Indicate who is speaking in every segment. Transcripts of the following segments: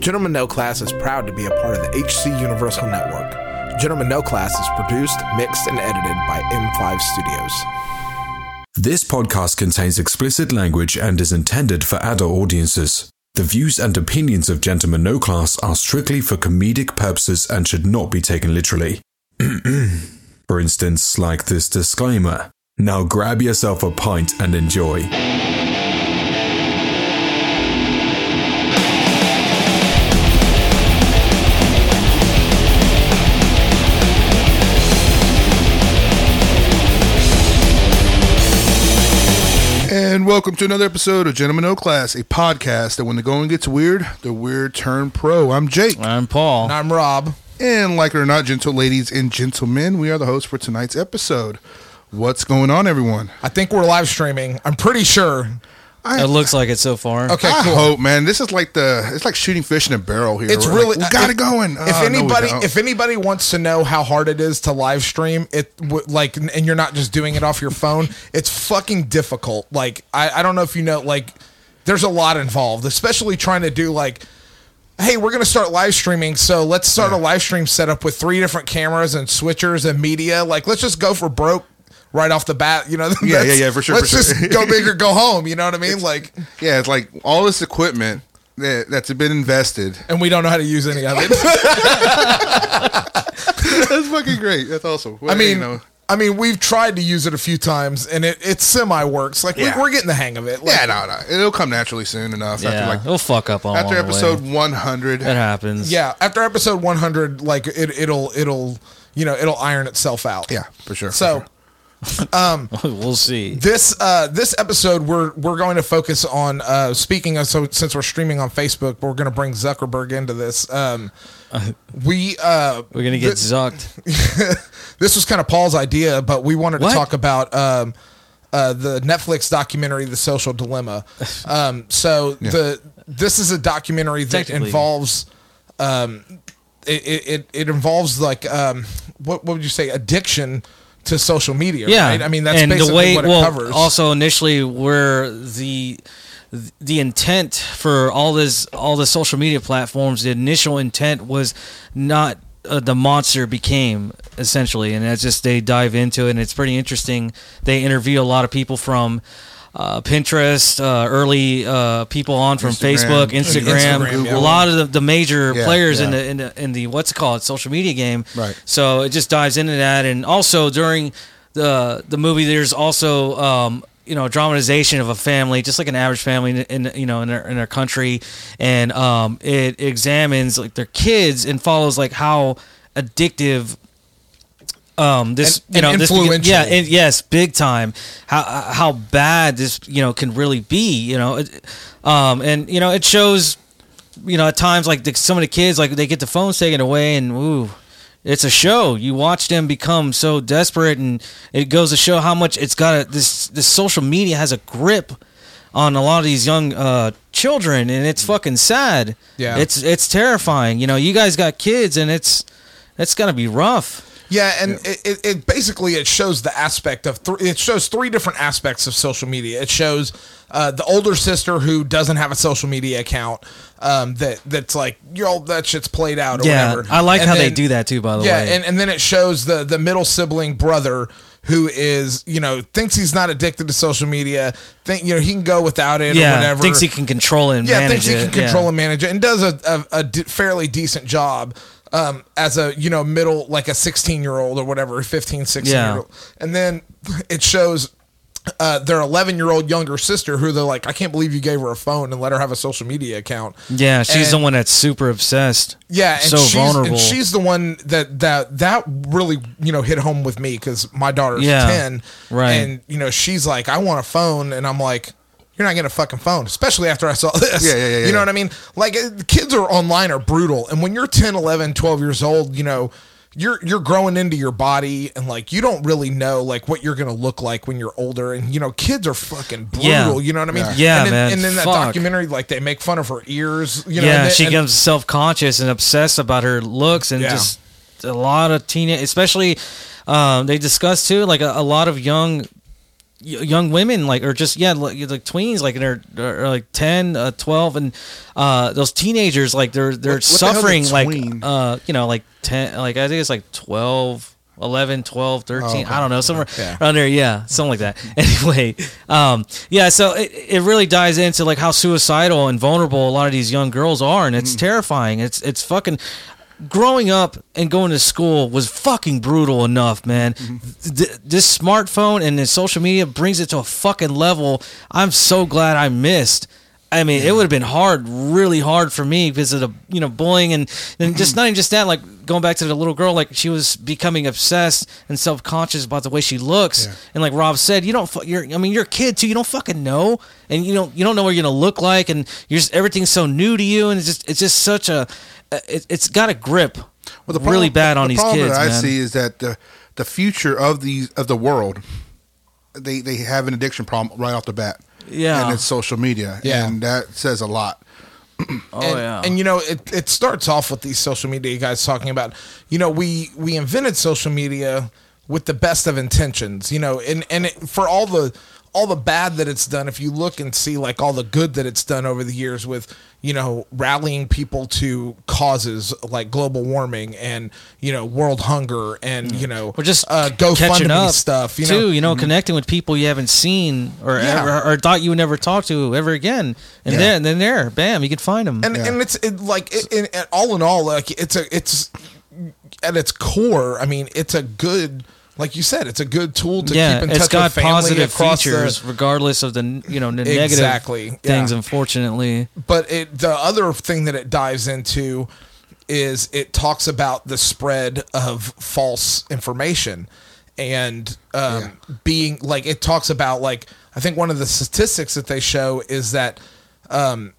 Speaker 1: Gentleman No Class is proud to be a part of the HC Universal Network. Gentleman No Class is produced, mixed, and edited by M5 Studios.
Speaker 2: This podcast contains explicit language and is intended for adult audiences. The views and opinions of Gentlemen No Class are strictly for comedic purposes and should not be taken literally. for instance, like this disclaimer. Now grab yourself a pint and enjoy.
Speaker 3: And welcome to another episode of Gentlemen O Class, a podcast that when the going gets weird, the weird turn pro. I'm Jake.
Speaker 4: I'm Paul.
Speaker 1: I'm Rob.
Speaker 3: And like it or not, gentle ladies and gentlemen, we are the hosts for tonight's episode. What's going on, everyone?
Speaker 1: I think we're live streaming. I'm pretty sure.
Speaker 3: I,
Speaker 4: It looks like it so far.
Speaker 1: Okay,
Speaker 3: I
Speaker 1: cool.
Speaker 3: hope, man. This is like the it's like shooting fish in a barrel here.
Speaker 1: It's
Speaker 3: We're
Speaker 1: really
Speaker 3: like, Oh, we got
Speaker 1: if-
Speaker 3: it going.
Speaker 1: If anybody, if anybody wants to know how hard it is to live stream, it w- like, and you're not just doing it off your phone. It's fucking difficult. Like, I, I don't know if you know, like, there's a lot involved, especially trying to do like. Hey, we're gonna start live streaming, so let's start a live stream setup with three different cameras and switchers and media. Like, let's just go for broke right off the bat. You know,
Speaker 3: Yeah, yeah,
Speaker 1: That's-
Speaker 3: yeah, for sure, for
Speaker 1: Let's
Speaker 3: sure.
Speaker 1: just go big or go home. You know what I mean? Like,
Speaker 3: yeah, it's like all this equipment that that's been invested.
Speaker 1: and we don't know how to use any of it.
Speaker 3: that's fucking great. That's awesome.
Speaker 1: I
Speaker 3: Well,
Speaker 1: mean,
Speaker 3: you know.
Speaker 1: I mean, we've tried to use it a few times, and it it semi works. Like
Speaker 3: Yeah.
Speaker 1: we, we're getting the hang of it. Like,
Speaker 3: yeah, no, no, it'll come naturally soon enough.
Speaker 4: Yeah,
Speaker 3: After like
Speaker 4: it'll fuck up on
Speaker 3: after
Speaker 4: one
Speaker 3: episode
Speaker 4: Way.
Speaker 3: one hundred,
Speaker 4: It happens.
Speaker 1: yeah. After episode one hundred, like it it'll it'll you know it'll iron itself out.
Speaker 3: Yeah, for sure, for
Speaker 1: So
Speaker 3: sure.
Speaker 4: we'll see.
Speaker 1: this uh this episode we're we're going to focus on uh speaking of so since we're streaming on Facebook, we're going to bring Zuckerberg into this. Um, we uh
Speaker 4: We're gonna get
Speaker 1: thi-
Speaker 4: zucked.
Speaker 1: this was kind of Paul's idea, but we wanted
Speaker 4: What?
Speaker 1: to talk about um, uh, the Netflix documentary, The Social Dilemma. Um, so the this is a documentary that
Speaker 4: Technically.
Speaker 1: involves um, it, it- it it involves like um, what what would you say addiction to social media?
Speaker 4: Yeah,
Speaker 1: right? I mean that's
Speaker 4: and
Speaker 1: basically
Speaker 4: the way,
Speaker 1: what it
Speaker 4: well,
Speaker 1: covers.
Speaker 4: Also, initially, where the the intent for all this all the social media platforms, the initial intent was not uh, the monster became essentially, and that's just they dive into it, and it's pretty interesting. They interview a lot of people from. Uh, Pinterest, uh, early uh, people on from
Speaker 3: Instagram.
Speaker 4: Facebook, Instagram,
Speaker 1: Instagram, yeah.
Speaker 4: a lot of the, the major
Speaker 3: Yeah,
Speaker 4: players in
Speaker 3: yeah.
Speaker 4: the in the in the what's it called social media game.
Speaker 3: Right.
Speaker 4: So it just dives into that, and also during the the movie, there's also um, you know dramatization of a family, just like an average family in, in you know in their in their country, and um, it examines like their kids and follows like how addictive. Um, this
Speaker 1: And-
Speaker 4: you know
Speaker 1: and
Speaker 4: this beca-
Speaker 1: influential.
Speaker 4: yeah and yes big time how how bad this you know can really be you know It- um and you know it shows you know, at times like the, some of the kids, like they get the phones taken away, and ooh, it's a show. You watch them become so desperate, and it goes to show how much it's got a, this. This social media has a grip on a lot of these young uh, children, and it's fucking sad.
Speaker 1: Mm-hmm. Yeah.
Speaker 4: it's it's terrifying. You know, you guys got kids, and it's it's gonna be rough.
Speaker 1: Yeah, and It, it, it basically it shows the aspect of thr it shows three different aspects of social media. It shows uh, the older sister who doesn't have a social media account um, that that's like yo that shit's played out. Or
Speaker 4: Yeah,
Speaker 1: whatever.
Speaker 4: I like
Speaker 1: And
Speaker 4: how they
Speaker 1: then-
Speaker 4: do that too. By the
Speaker 1: yeah,
Speaker 4: way,
Speaker 1: and, and then it shows the the middle sibling brother who is you know thinks he's not addicted to social media. Think you know he can go without it or
Speaker 4: yeah,
Speaker 1: whatever.
Speaker 4: thinks he can control and
Speaker 1: Yeah,
Speaker 4: manage
Speaker 1: thinks he
Speaker 4: it.
Speaker 1: can control
Speaker 4: yeah.
Speaker 1: and manage it, and does a, a, a d- fairly decent job um, as a you know middle like a sixteen year old or whatever, 15, 16
Speaker 4: Yeah.
Speaker 1: year old. And then it shows uh, their eleven year old younger sister who they're like, I can't believe you gave her a phone and let her have a social media account.
Speaker 4: Yeah, she's the
Speaker 1: And-
Speaker 4: one that's super obsessed.
Speaker 1: Yeah, and
Speaker 4: so
Speaker 1: she's,
Speaker 4: vulnerable.
Speaker 1: And she's the one that that that really you know hit home with me because my daughter's
Speaker 4: Yeah,
Speaker 1: ten,
Speaker 4: right.
Speaker 1: And you know she's like, I want a phone, and I'm like. You're not getting a fucking phone, especially after I saw this.
Speaker 3: Yeah, yeah, yeah,
Speaker 1: You
Speaker 3: yeah.
Speaker 1: know what I mean? Like, uh, the kids are online are brutal. And when you're 10, 11, 12 years old, you know, you're you're growing into your body and like you don't really know like what you're going to look like when you're older and you know, kids are fucking brutal,
Speaker 4: Yeah.
Speaker 1: you know what I mean?
Speaker 4: Yeah. Yeah,
Speaker 1: and then,
Speaker 4: man,
Speaker 1: And then that
Speaker 4: fuck.
Speaker 1: documentary like they make fun of her ears, you know.
Speaker 4: yeah,
Speaker 1: and then-
Speaker 4: she
Speaker 1: and-
Speaker 4: becomes self conscious and obsessed about her looks and
Speaker 1: Yeah.
Speaker 4: just a lot of teenage, especially um, they discuss too, like a, a lot of young y- young women like or just yeah like, like tweens like they're, they're like 10 uh, 12 and uh those teenagers like they're they're
Speaker 3: What- what the hell's a
Speaker 4: suffering like
Speaker 3: tween?
Speaker 4: uh you know like 10 like i think it's like 12 11 12
Speaker 3: Oh,
Speaker 4: 13 i don't know somewhere
Speaker 1: Yeah.
Speaker 4: around there yeah something like that anyway um yeah so it, it really dives into like how suicidal and vulnerable a lot of these young girls are and
Speaker 3: Mm.
Speaker 4: it's terrifying it's it's fucking growing up and going to school was fucking brutal enough, man. Th- this smartphone and this social media brings it to a fucking level. I'm so glad I missed. I mean, it would have been hard, really hard for me because of the you know bullying and and just not even just that. Like going back to the little girl, like she was becoming obsessed and self conscious about the way she looks. And like Rob said, you don't. fu- You're. I mean, you're a kid too. You don't fucking know, and you don't. You don't know what you're gonna look like, and you're just everything's so new to you, and it's just it's just such a Uh, it, it's got a grip
Speaker 3: Well,
Speaker 4: really
Speaker 3: problem-
Speaker 4: bad on
Speaker 3: the
Speaker 4: these
Speaker 3: problem
Speaker 4: kids.
Speaker 3: that I
Speaker 4: man.
Speaker 3: see is that the the future of these of the world, they they have an addiction problem right off the bat.
Speaker 4: Yeah.
Speaker 3: and it's social media.
Speaker 1: Yeah.
Speaker 3: and that says a lot.
Speaker 4: oh
Speaker 1: and,
Speaker 4: yeah.
Speaker 1: and you know it, it starts off with these social media guys talking about you know we we invented social media with the best of intentions you know and and it, for all the all the bad that it's done if you look and see like all the good that it's done over the years with you know rallying people to causes like global warming and you know world hunger and you know
Speaker 4: We're just
Speaker 1: uh,
Speaker 4: catching
Speaker 1: GoFundMe
Speaker 4: up
Speaker 1: stuff you
Speaker 4: too.
Speaker 1: know Mm-hmm.
Speaker 4: you know, connecting with people you haven't seen or
Speaker 1: Yeah.
Speaker 4: ever, or thought you would never talk to ever again, and
Speaker 3: Yeah.
Speaker 4: then then there, bam, you can find them.
Speaker 1: and and it's it, like it, in, at all in all like it's a it's at its core i mean it's a good like you said it's a good tool to
Speaker 4: yeah,
Speaker 1: keep in
Speaker 4: it's
Speaker 1: touch
Speaker 4: got
Speaker 1: with family
Speaker 4: positive
Speaker 1: across the-
Speaker 4: features, regardless of the you know the
Speaker 1: Exactly,
Speaker 4: negative things.
Speaker 1: yeah.
Speaker 4: Unfortunately,
Speaker 1: but it the other thing that it dives into is it talks about the spread of false information and um, being like it talks about like i think one of the statistics that they show is that um,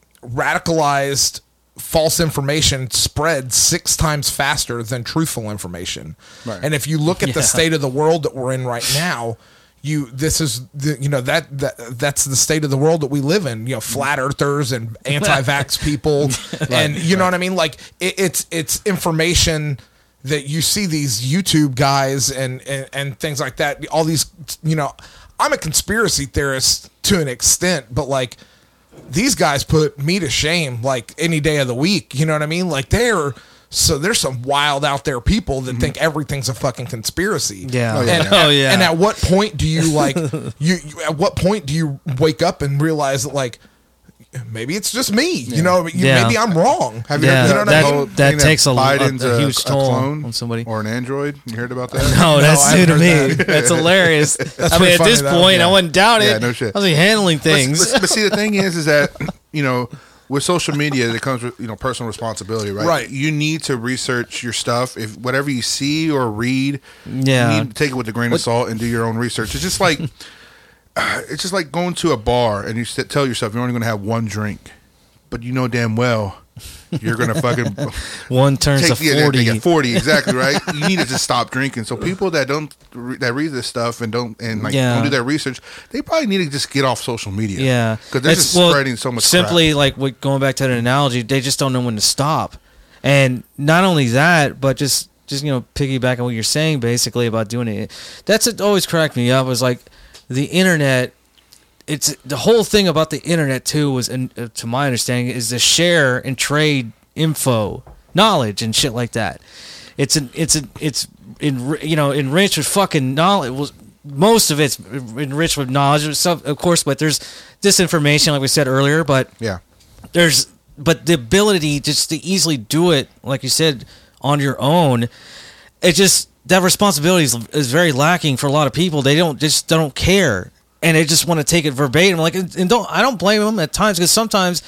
Speaker 1: radicalized false information spreads six times faster than truthful information
Speaker 3: Right.
Speaker 1: and if you look at the
Speaker 4: Yeah.
Speaker 1: state of the world that we're in right now you this is the, you know that, that that's the state of the world that we live in you know flat earthers and anti-vax people and you know what i mean like it, it's it's information that you see these youtube guys and, and and things like that all these you know i'm a conspiracy theorist to an extent but like these guys put me to shame like any day of the week. You know what I mean? Like they're so there's some wild out there people that think everything's a fucking conspiracy.
Speaker 4: Mm-hmm. Yeah. Oh,
Speaker 1: And,
Speaker 4: yeah.
Speaker 1: at-
Speaker 4: Oh, yeah.
Speaker 1: And at what point do you like you, you? At what point do you wake up and realize that like maybe it's just me? You know, you,
Speaker 4: Yeah.
Speaker 1: maybe I'm wrong.
Speaker 3: Have
Speaker 4: Yeah,
Speaker 3: you heard about
Speaker 4: that-
Speaker 3: whole
Speaker 4: that
Speaker 3: thing
Speaker 4: takes a- a- a huge toll
Speaker 3: clone
Speaker 4: on somebody.
Speaker 3: or an android. You heard about that?
Speaker 4: no, that's
Speaker 1: I've
Speaker 4: new to
Speaker 1: heard
Speaker 4: me. That's hilarious. I mean,
Speaker 1: pretty
Speaker 4: at
Speaker 1: funny,
Speaker 4: this
Speaker 1: though.
Speaker 4: point,
Speaker 1: Yeah.
Speaker 4: I wouldn't doubt it.
Speaker 3: Yeah, no shit.
Speaker 4: I was like handling things.
Speaker 3: But, but see, the thing is, is that you know, with social media, it comes with you know personal responsibility, right?
Speaker 1: Right.
Speaker 3: You need to research your stuff. If whatever you see or read,
Speaker 4: Yeah.
Speaker 3: you need to take it with a grain of salt and do your own research. It's just like it's just like going to a bar and you s- tell yourself you're only going to have one drink, but you know damn well you're going to fucking
Speaker 4: One turns to
Speaker 3: take the
Speaker 4: forty.
Speaker 3: forty. Forty, exactly right. you need to just stop drinking. So people that don't re- that read this stuff and don't and like
Speaker 4: Yeah.
Speaker 3: don't do their research, they probably need to just get off social media.
Speaker 4: Yeah,
Speaker 3: because they're
Speaker 4: It's-
Speaker 3: just
Speaker 4: well,
Speaker 3: spreading so much.
Speaker 4: Simply like what, going back to that analogy, they just don't know when to stop. And not only that, but just just you know piggybacking what you're saying basically about doing it. That's it. Always cracked me up was like the internet. It's the whole thing about the internet too was, and uh, to my understanding, is to share and trade info, knowledge, and shit like that. It's an it's an it's in you know enriched with fucking knowledge. Was most of it's enriched with knowledge and stuff, of course, but there's disinformation, like we said earlier. But
Speaker 3: crap. Yeah.
Speaker 4: there's but the ability just to easily do it, like you said, on your own. It just that responsibility is, is very lacking for a lot of people. They don't just they don't care, and they just want to take it verbatim. Like and and don't I don't blame them at times because sometimes.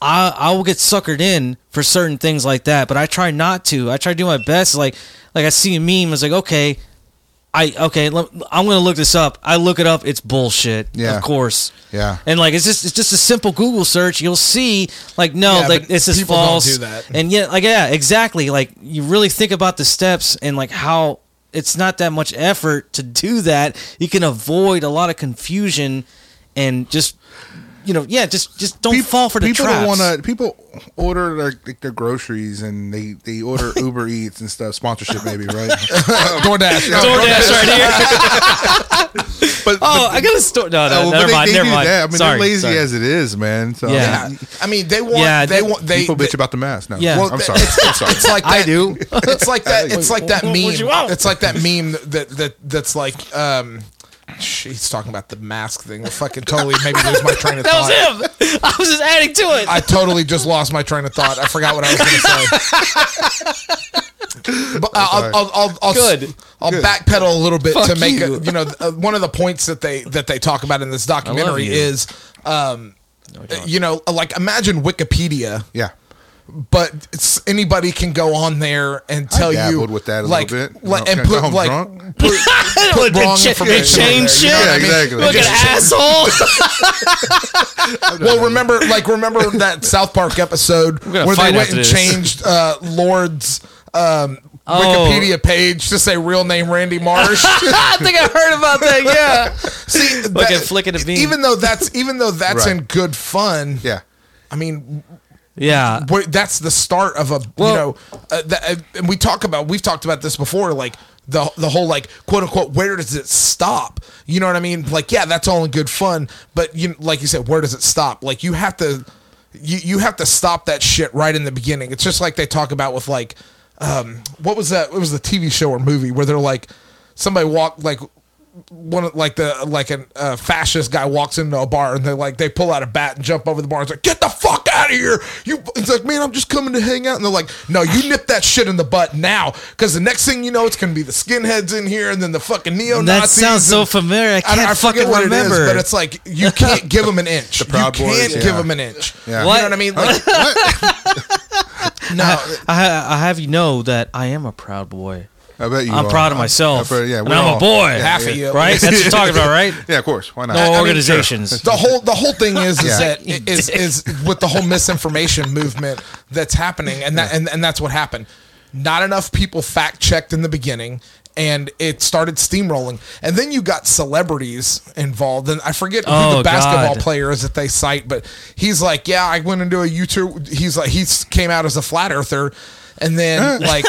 Speaker 4: I, I will get suckered in for certain things like that, but I try not to. I try to do my best. Like, like I see a meme, it's like, okay, I okay, let, I'm gonna look this up. I look it up, it's bullshit.
Speaker 3: Yeah.
Speaker 4: of course.
Speaker 3: Yeah.
Speaker 4: and like it's just it's just a simple Google search. You'll see, like, no,
Speaker 1: Yeah,
Speaker 4: like
Speaker 1: but
Speaker 4: this is
Speaker 1: people don't
Speaker 4: false.
Speaker 1: do that.
Speaker 4: And yet, like, yeah, exactly. Like, you really think about the steps and like how it's not that much effort to do that. You can avoid a lot of confusion and just, you know, yeah, just just don't
Speaker 3: Peop-
Speaker 4: fall for the
Speaker 3: people
Speaker 4: traps.
Speaker 3: want to. People order their like, their groceries and they they order Uber Eats
Speaker 4: oh,
Speaker 3: and stuff. Sponsorship, maybe right?
Speaker 1: DoorDash.
Speaker 4: DoorDash right here.
Speaker 3: But-
Speaker 4: oh,
Speaker 3: but-
Speaker 4: I got a story. No, no,
Speaker 3: Oh, well,
Speaker 4: never
Speaker 3: but they-
Speaker 4: mind.
Speaker 3: they
Speaker 4: never
Speaker 3: do
Speaker 4: mind.
Speaker 3: that. I mean,
Speaker 4: sorry,
Speaker 3: they're lazy
Speaker 4: sorry.
Speaker 3: as it is, man. So
Speaker 4: Yeah.
Speaker 3: I mean,
Speaker 1: I mean, they want.
Speaker 4: Yeah,
Speaker 1: they
Speaker 4: that-
Speaker 1: want. They
Speaker 3: people
Speaker 1: they-
Speaker 3: bitch about the mask. No,
Speaker 4: Yeah.
Speaker 3: I'm sorry. I'm sorry.
Speaker 1: It's like that,
Speaker 5: I do.
Speaker 1: It's like that. It's like that
Speaker 4: What- what
Speaker 1: meme.
Speaker 4: you want?
Speaker 1: It's like that meme that that that's like. um sh- He's talking about the mask thing. I fucking totally made me lose my train of
Speaker 4: That was
Speaker 1: thought.
Speaker 4: him. I was just adding to it.
Speaker 1: I totally just lost my train of thought. I forgot what I was going to say. But uh, I'll, I'll, I'll, I'll,
Speaker 4: Good.
Speaker 1: I'll backpedal a little bit
Speaker 4: Fuck
Speaker 1: to make
Speaker 4: you.
Speaker 1: it. You know, th- uh, one of the points that they that they talk about in this documentary
Speaker 4: you.
Speaker 1: is, um, you know, like imagine Wikipedia
Speaker 3: yeah.
Speaker 1: but it's, anybody can go on there and tell you
Speaker 3: dabbled with that a little
Speaker 1: like,
Speaker 3: bit.
Speaker 1: like
Speaker 3: When I
Speaker 1: and
Speaker 3: was
Speaker 1: put
Speaker 3: home
Speaker 1: like
Speaker 3: drunk.
Speaker 1: put, put wrong
Speaker 4: Cha-
Speaker 1: information. in
Speaker 4: change
Speaker 1: there, you know
Speaker 4: shit.
Speaker 1: what
Speaker 3: Yeah, exactly.
Speaker 1: I mean?
Speaker 4: Look at
Speaker 3: Just-
Speaker 4: asshole.
Speaker 1: Well, remember like remember that South Park episode
Speaker 4: gonna
Speaker 1: where they
Speaker 4: fight
Speaker 1: went
Speaker 4: after
Speaker 1: and
Speaker 4: this.
Speaker 1: changed uh, Lord's um,
Speaker 4: Oh.
Speaker 1: Wikipedia page to say real name Randy Marsh.
Speaker 4: I think I heard about that. Yeah.
Speaker 1: See,
Speaker 4: Fucking flick it at me.
Speaker 1: even though that's even though that's
Speaker 3: Right.
Speaker 1: in good fun.
Speaker 3: Yeah.
Speaker 1: I mean,
Speaker 4: Yeah.
Speaker 1: where that's the start of a
Speaker 4: Well-
Speaker 1: you know uh, that, uh, and we talk about we've talked about this before like the the whole like quote unquote where does it stop you know what i mean like yeah that's all in good fun but you like you said where does it stop like you have to you you have to stop that shit right in the beginning it's just like they talk about with like um what was that it was the tv show or movie where they're like somebody walked like one of like the like a uh, fascist guy walks into a bar and they like they pull out a bat and jump over the bar and it's like get the fuck out of here you it's like man I'm just coming to hang out and they're like no you nip that shit in the butt now because the next thing you know it's gonna be the skinheads in here and then the fucking neo
Speaker 4: That
Speaker 1: Nazis
Speaker 4: sounds so familiar. I can't
Speaker 1: forget
Speaker 4: fucking
Speaker 1: what it is,
Speaker 4: remember.
Speaker 1: but it's like you can't give them an inch you
Speaker 3: Proud
Speaker 1: can't
Speaker 3: Boys,
Speaker 1: give 'em
Speaker 3: yeah.
Speaker 1: give them an inch
Speaker 3: Yeah.
Speaker 1: you
Speaker 4: What?
Speaker 1: know what I mean like no
Speaker 4: I, I have you know that I am a proud boy.
Speaker 3: I bet you.
Speaker 4: I'm
Speaker 3: are.
Speaker 4: proud of
Speaker 3: I'm-
Speaker 4: myself.
Speaker 3: I'm proud- yeah,
Speaker 4: and
Speaker 3: we're
Speaker 4: I'm
Speaker 3: all-
Speaker 4: a boy.
Speaker 1: half of you
Speaker 4: Right? That's what you're talking about, right?
Speaker 3: Yeah, of course. Why not?
Speaker 4: No
Speaker 3: I mean, sure.
Speaker 4: organizations.
Speaker 1: the whole the whole thing is
Speaker 3: Yeah.
Speaker 1: is that is, is with the whole misinformation movement that's happening and that and, and that's what happened not enough people fact checked in the beginning and it started steamrolling and then you got celebrities involved and i forget who
Speaker 4: Oh,
Speaker 1: the basketball
Speaker 4: God.
Speaker 1: player is that they cite but he's like yeah i went into a youtube he's like he came out as a flat earther and then like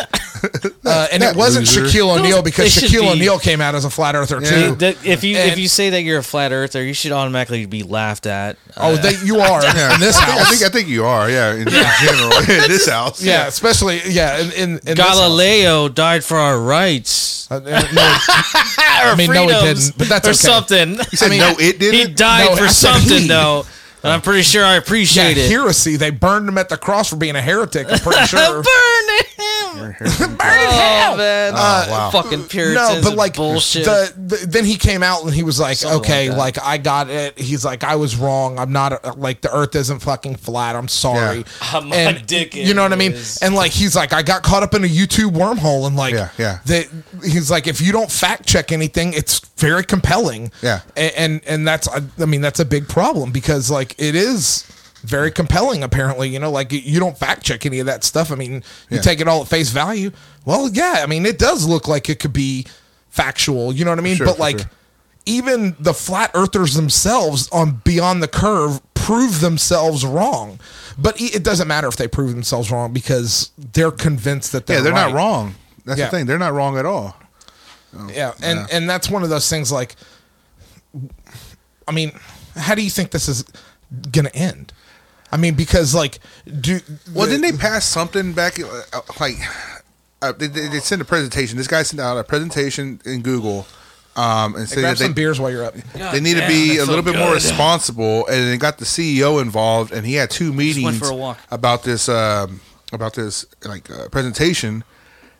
Speaker 1: uh, and it wasn't
Speaker 3: loser.
Speaker 1: shaquille o'neal because
Speaker 4: they should
Speaker 1: shaquille
Speaker 4: be-
Speaker 1: o'neal came out as a flat earther too
Speaker 4: That- if you if
Speaker 1: And-
Speaker 4: you say that you're a flat earther, you should automatically be laughed at.
Speaker 1: oh they, you are in this
Speaker 3: I think, I
Speaker 1: house
Speaker 3: think I think you are. Yeah, in, in general, in this house.
Speaker 1: Yeah, especially yeah. In, in, in this
Speaker 4: Galileo died for our rights.
Speaker 1: house. Uh, no,
Speaker 4: I
Speaker 1: mean, no, he didn't, but that's
Speaker 4: or
Speaker 1: okay.
Speaker 4: something.
Speaker 3: He said,
Speaker 1: I mean,
Speaker 3: no, it
Speaker 4: He
Speaker 3: didn't.
Speaker 4: died
Speaker 1: No,
Speaker 4: for
Speaker 1: I said
Speaker 4: something
Speaker 1: he.
Speaker 4: though, and I'm pretty sure I
Speaker 1: yeah,
Speaker 4: appreciate it.
Speaker 1: heresy. They burned him at the cross for being a heretic. I'm pretty
Speaker 4: Burn
Speaker 1: sure.
Speaker 4: him! Oh man!
Speaker 3: wow.
Speaker 4: Fucking Puritans.
Speaker 1: No, but like
Speaker 4: bullshit.
Speaker 1: The, the then he came out and he was like,
Speaker 4: Something
Speaker 1: okay,
Speaker 4: like
Speaker 1: like, I got it. He's like, I was wrong. I'm not a, like the Earth isn't fucking flat. I'm sorry.
Speaker 4: Yeah. I'm a
Speaker 1: and,
Speaker 4: dick
Speaker 1: You know what I mean?
Speaker 4: is.
Speaker 1: And like he's like, I got caught up in a YouTube wormhole and like,
Speaker 3: Yeah, yeah.
Speaker 1: That he's like, if you don't fact check anything, it's very compelling.
Speaker 3: Yeah.
Speaker 1: A- and and, that's I, I mean that's a big problem because like it is. Very compelling, apparently. You know, like you- you don't fact check any of that stuff. I mean, you
Speaker 3: Yeah.
Speaker 1: take take it all at face value. Well, yeah, I mean, it does look like it could be factual. You know what I mean?
Speaker 3: Sure,
Speaker 1: but
Speaker 3: for
Speaker 1: like,
Speaker 3: sure.
Speaker 1: even the flat earthers themselves on Beyond the Curve prove themselves wrong. But e- it doesn't matter if they prove themselves wrong because they're convinced that they're
Speaker 3: Yeah, they're
Speaker 1: right.
Speaker 3: not wrong. That's
Speaker 1: Yeah.
Speaker 3: the thing. They're not wrong at all.
Speaker 1: Yeah, and and that's one of those things. Like, I mean, how do you think this is gonna end? I mean, because like, do
Speaker 3: Well, didn't they pass something back? uh, Like, uh, they, they, they sent a presentation. This guy sent out a presentation in Google, um, and said
Speaker 1: grab
Speaker 3: that
Speaker 1: some
Speaker 3: they,
Speaker 1: beers while you're up?
Speaker 3: they need to
Speaker 4: Damn,
Speaker 3: be
Speaker 4: that
Speaker 3: a little
Speaker 4: felt
Speaker 3: bit more
Speaker 4: good.
Speaker 3: responsible. And they got the CEO involved, and he had two
Speaker 4: went
Speaker 3: meetings
Speaker 4: for a walk.
Speaker 3: about this um, about this like uh, presentation.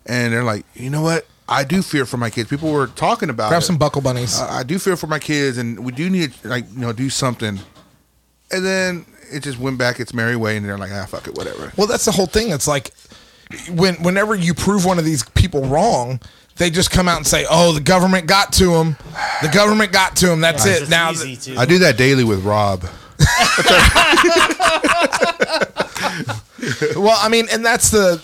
Speaker 3: And they're like, you know what? I do fear for my kids. People were talking about
Speaker 1: Grab
Speaker 3: it.
Speaker 1: some buckle bunnies.
Speaker 3: Uh, I do fear for my kids, and we do need to, like you know do something. And then it just went back its merry way, and they're like, ah, fuck it, whatever.
Speaker 1: Well, that's the whole thing. It's like when whenever you prove one of these people wrong, they just come out and say, "Oh, the government got to him. The government got to him. That's it." Now, th-
Speaker 3: I do that daily with Rob.
Speaker 1: well, I mean, and that's the,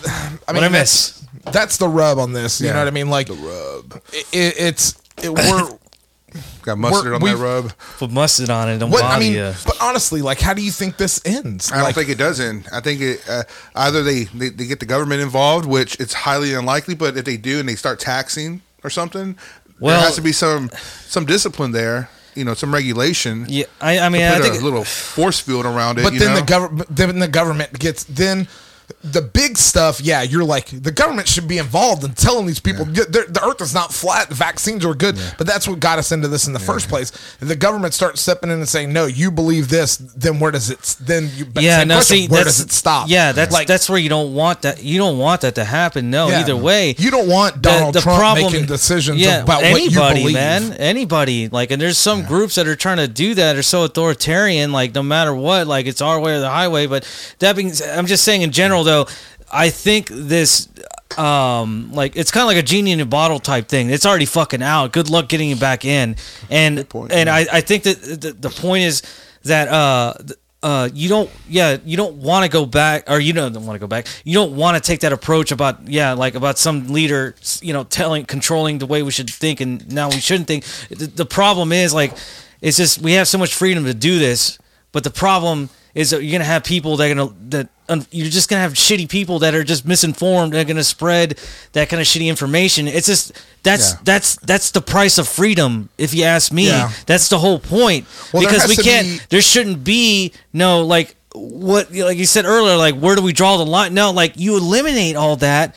Speaker 1: I mean,
Speaker 4: I
Speaker 1: that's- That's the rub on this. You
Speaker 3: Yeah.
Speaker 1: know what I mean? Like the rub. It, it's it, we're
Speaker 3: Got mustard
Speaker 1: We're-
Speaker 3: on that
Speaker 1: we've-
Speaker 3: rub.
Speaker 4: Put mustard on it. Don't
Speaker 1: what I
Speaker 4: bother
Speaker 1: mean.
Speaker 4: ya.
Speaker 1: But honestly, like, how do you think this ends?
Speaker 3: I don't
Speaker 1: Like,
Speaker 3: think it does end. I think it uh, either they, they they get the government involved, which it's highly unlikely, but if they do and they start taxing or something,
Speaker 4: Well-
Speaker 3: there has to be some some discipline there. You know, some regulation.
Speaker 4: Yeah, I, I mean,
Speaker 3: Put
Speaker 4: I
Speaker 3: a
Speaker 4: think
Speaker 3: little force field around it.
Speaker 1: But
Speaker 3: you
Speaker 1: then
Speaker 3: know?
Speaker 1: the government, then the government gets then the big stuff. Yeah, you're like the government should be involved in telling these people "Yeah, the the Earth is not flat. The vaccines are good, but that's what got us into this in the first place. If the government starts stepping in and saying, "No, you believe this," then where does it? s- Then you but
Speaker 4: yeah,
Speaker 1: same
Speaker 4: no,
Speaker 1: question,
Speaker 4: see,
Speaker 1: where
Speaker 4: that's-
Speaker 1: does it stop?
Speaker 4: Yeah, that's that's where you don't want that. You don't want that to happen. No,
Speaker 1: Yeah.
Speaker 4: either way,
Speaker 1: You don't want Donald Trump making decisions about what you believe.
Speaker 4: man, anybody. Like, and there's some groups that are trying to do that are so authoritarian. Like, no matter what, like it's our way or the highway. But that being, said, I'm just saying in general though, I think this. Um, like it's kind of like a genie in a bottle type thing. It's already fucking out. Good luck getting it back in. And
Speaker 3: point,
Speaker 4: and
Speaker 3: yeah.
Speaker 4: I, I think that the, the point is that uh th- uh you don't yeah you don't want to go back or you don't want to go back you don't want to take that approach about yeah like about some leader s- you know telling controlling the way we should think and now we shouldn't think the, the problem is like it's just we have so much freedom to do this but the problem is that you're gonna have people that are gonna that un, you're just gonna have shitty people that are just misinformed. They're gonna spread that kind of shitty information. It's just that's
Speaker 3: Yeah.
Speaker 4: that's that's the price of freedom. If you ask me,
Speaker 1: Yeah.
Speaker 4: that's the whole point.
Speaker 1: Well, there
Speaker 4: because
Speaker 1: has
Speaker 4: we
Speaker 1: to
Speaker 4: can't.
Speaker 1: be-
Speaker 4: There shouldn't be no like what like you said earlier. Like where do we draw the line? No, like you eliminate all that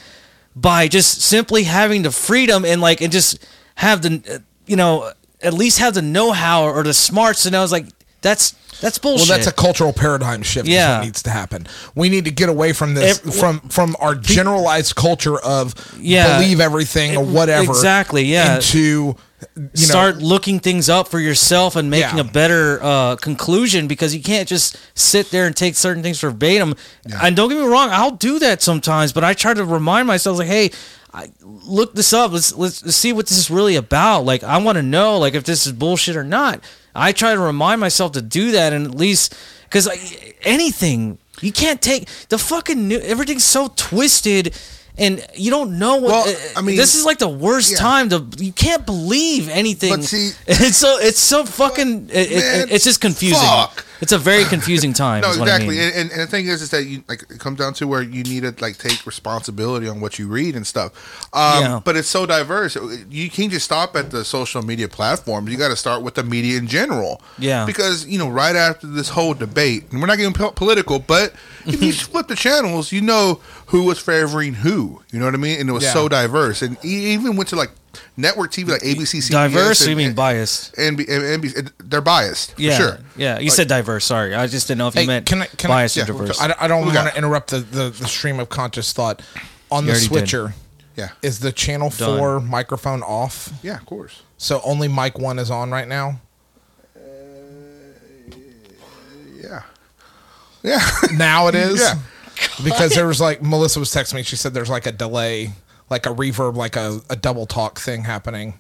Speaker 4: by just simply having the freedom and like and just have the uh, you know at least have the know-how or the smarts to know. It's like that's that's
Speaker 1: Well,
Speaker 4: bullshit.
Speaker 1: that's a cultural paradigm shift. Yeah,
Speaker 4: Yeah.
Speaker 1: what needs to happen. We need to get away from this,
Speaker 4: Ev-
Speaker 1: from from our generalized culture of
Speaker 4: Yeah.
Speaker 1: believe everything or
Speaker 4: It-
Speaker 1: whatever.
Speaker 4: exactly, yeah.
Speaker 1: Into you
Speaker 4: start
Speaker 1: know,
Speaker 4: looking things up for yourself and making
Speaker 1: Yeah.
Speaker 4: a better uh, conclusion because you can't just sit there and take certain things verbatim. And don't get me wrong, I'll do that sometimes, but I try to remind myself like, hey, I, look this up. Let's, let's let's see what this is really about. Like, I want to know like if this is bullshit or not. I try to remind myself to do that and at least because like, anything you can't take the fucking new everything's so twisted. And you don't know what.
Speaker 3: Well, I
Speaker 4: I mean,
Speaker 3: mean-
Speaker 4: this is like the worst
Speaker 3: Yeah.
Speaker 4: time to. You can't believe anything.
Speaker 3: But see-
Speaker 4: it's so it's so fucking. It, it-
Speaker 3: Man,
Speaker 4: it's just confusing.
Speaker 3: fuck.
Speaker 4: It's a very confusing time.
Speaker 3: no,
Speaker 4: is what I
Speaker 3: exactly.
Speaker 4: mean.
Speaker 3: and, and, and the thing is, is that you like it comes down to where you need to like take responsibility on what you read and stuff. Um,
Speaker 4: Yeah.
Speaker 3: But it's so diverse. You can't just stop at the social media platforms. You got to start with the media in general.
Speaker 4: Yeah.
Speaker 3: Because you know, right after this whole debate, and we're not getting po- political, but if you flip the channels, you know who was favoring who. You know what I mean? And it was
Speaker 1: Yeah.
Speaker 3: so diverse, and e- even went to like network TV, like ABC, CBS,
Speaker 4: diverse.
Speaker 3: and,
Speaker 4: you mean
Speaker 3: and-
Speaker 4: biased?
Speaker 3: And, and, and they're biased.
Speaker 4: Yeah,
Speaker 3: For sure.
Speaker 4: Yeah, you said diverse. Sorry, I just didn't know if you
Speaker 1: Hey,
Speaker 4: meant
Speaker 1: can I- can I-
Speaker 4: biased
Speaker 1: yeah,
Speaker 4: or diverse.
Speaker 1: I, don't- I don't
Speaker 3: Who we
Speaker 1: want
Speaker 3: got?
Speaker 1: to interrupt the, the the stream of conscious thought on the
Speaker 4: already did.
Speaker 1: switcher.
Speaker 3: Yeah.
Speaker 1: Is the channel
Speaker 4: Done.
Speaker 1: four microphone off?
Speaker 3: Yeah, of course.
Speaker 1: So only mic one is on right now.
Speaker 3: Yeah. Yeah.
Speaker 1: Now it is.
Speaker 3: Yeah.
Speaker 1: Because there was like Melissa was texting me. She said there's like a delay, like a reverb, like a, a double talk thing happening.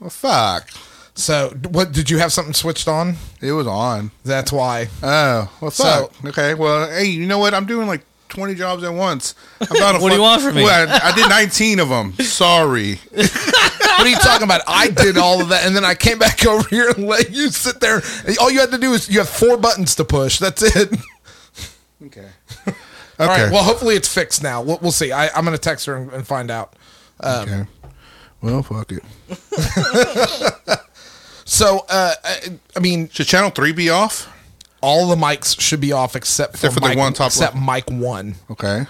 Speaker 3: Well, fuck.
Speaker 1: So d- what did you have something switched on?
Speaker 3: It was on.
Speaker 1: That's why.
Speaker 3: Oh, well,
Speaker 1: So-
Speaker 3: fuck. okay. Well, hey, you know what? I'm doing like 20 jobs at once. I'm not a
Speaker 4: What do you want from me?
Speaker 3: Well, I, I did 19 of them. Sorry.
Speaker 1: What are you talking about? I did all of that, and then I came back over here and let you sit there. All you had to do is you have four buttons to push. That's it.
Speaker 3: Okay.
Speaker 1: All
Speaker 3: Okay.
Speaker 1: right. Well, hopefully it's fixed now. We'll, we'll see. I, I'm gonna text her and, and find out.
Speaker 3: okay. Well, fuck it.
Speaker 1: So, uh, I, I mean,
Speaker 3: Should channel three be off?
Speaker 1: all the mics should be off except for,
Speaker 3: Except for the
Speaker 1: mic-
Speaker 3: one top
Speaker 1: except
Speaker 3: left.
Speaker 1: mic one.
Speaker 3: Okay.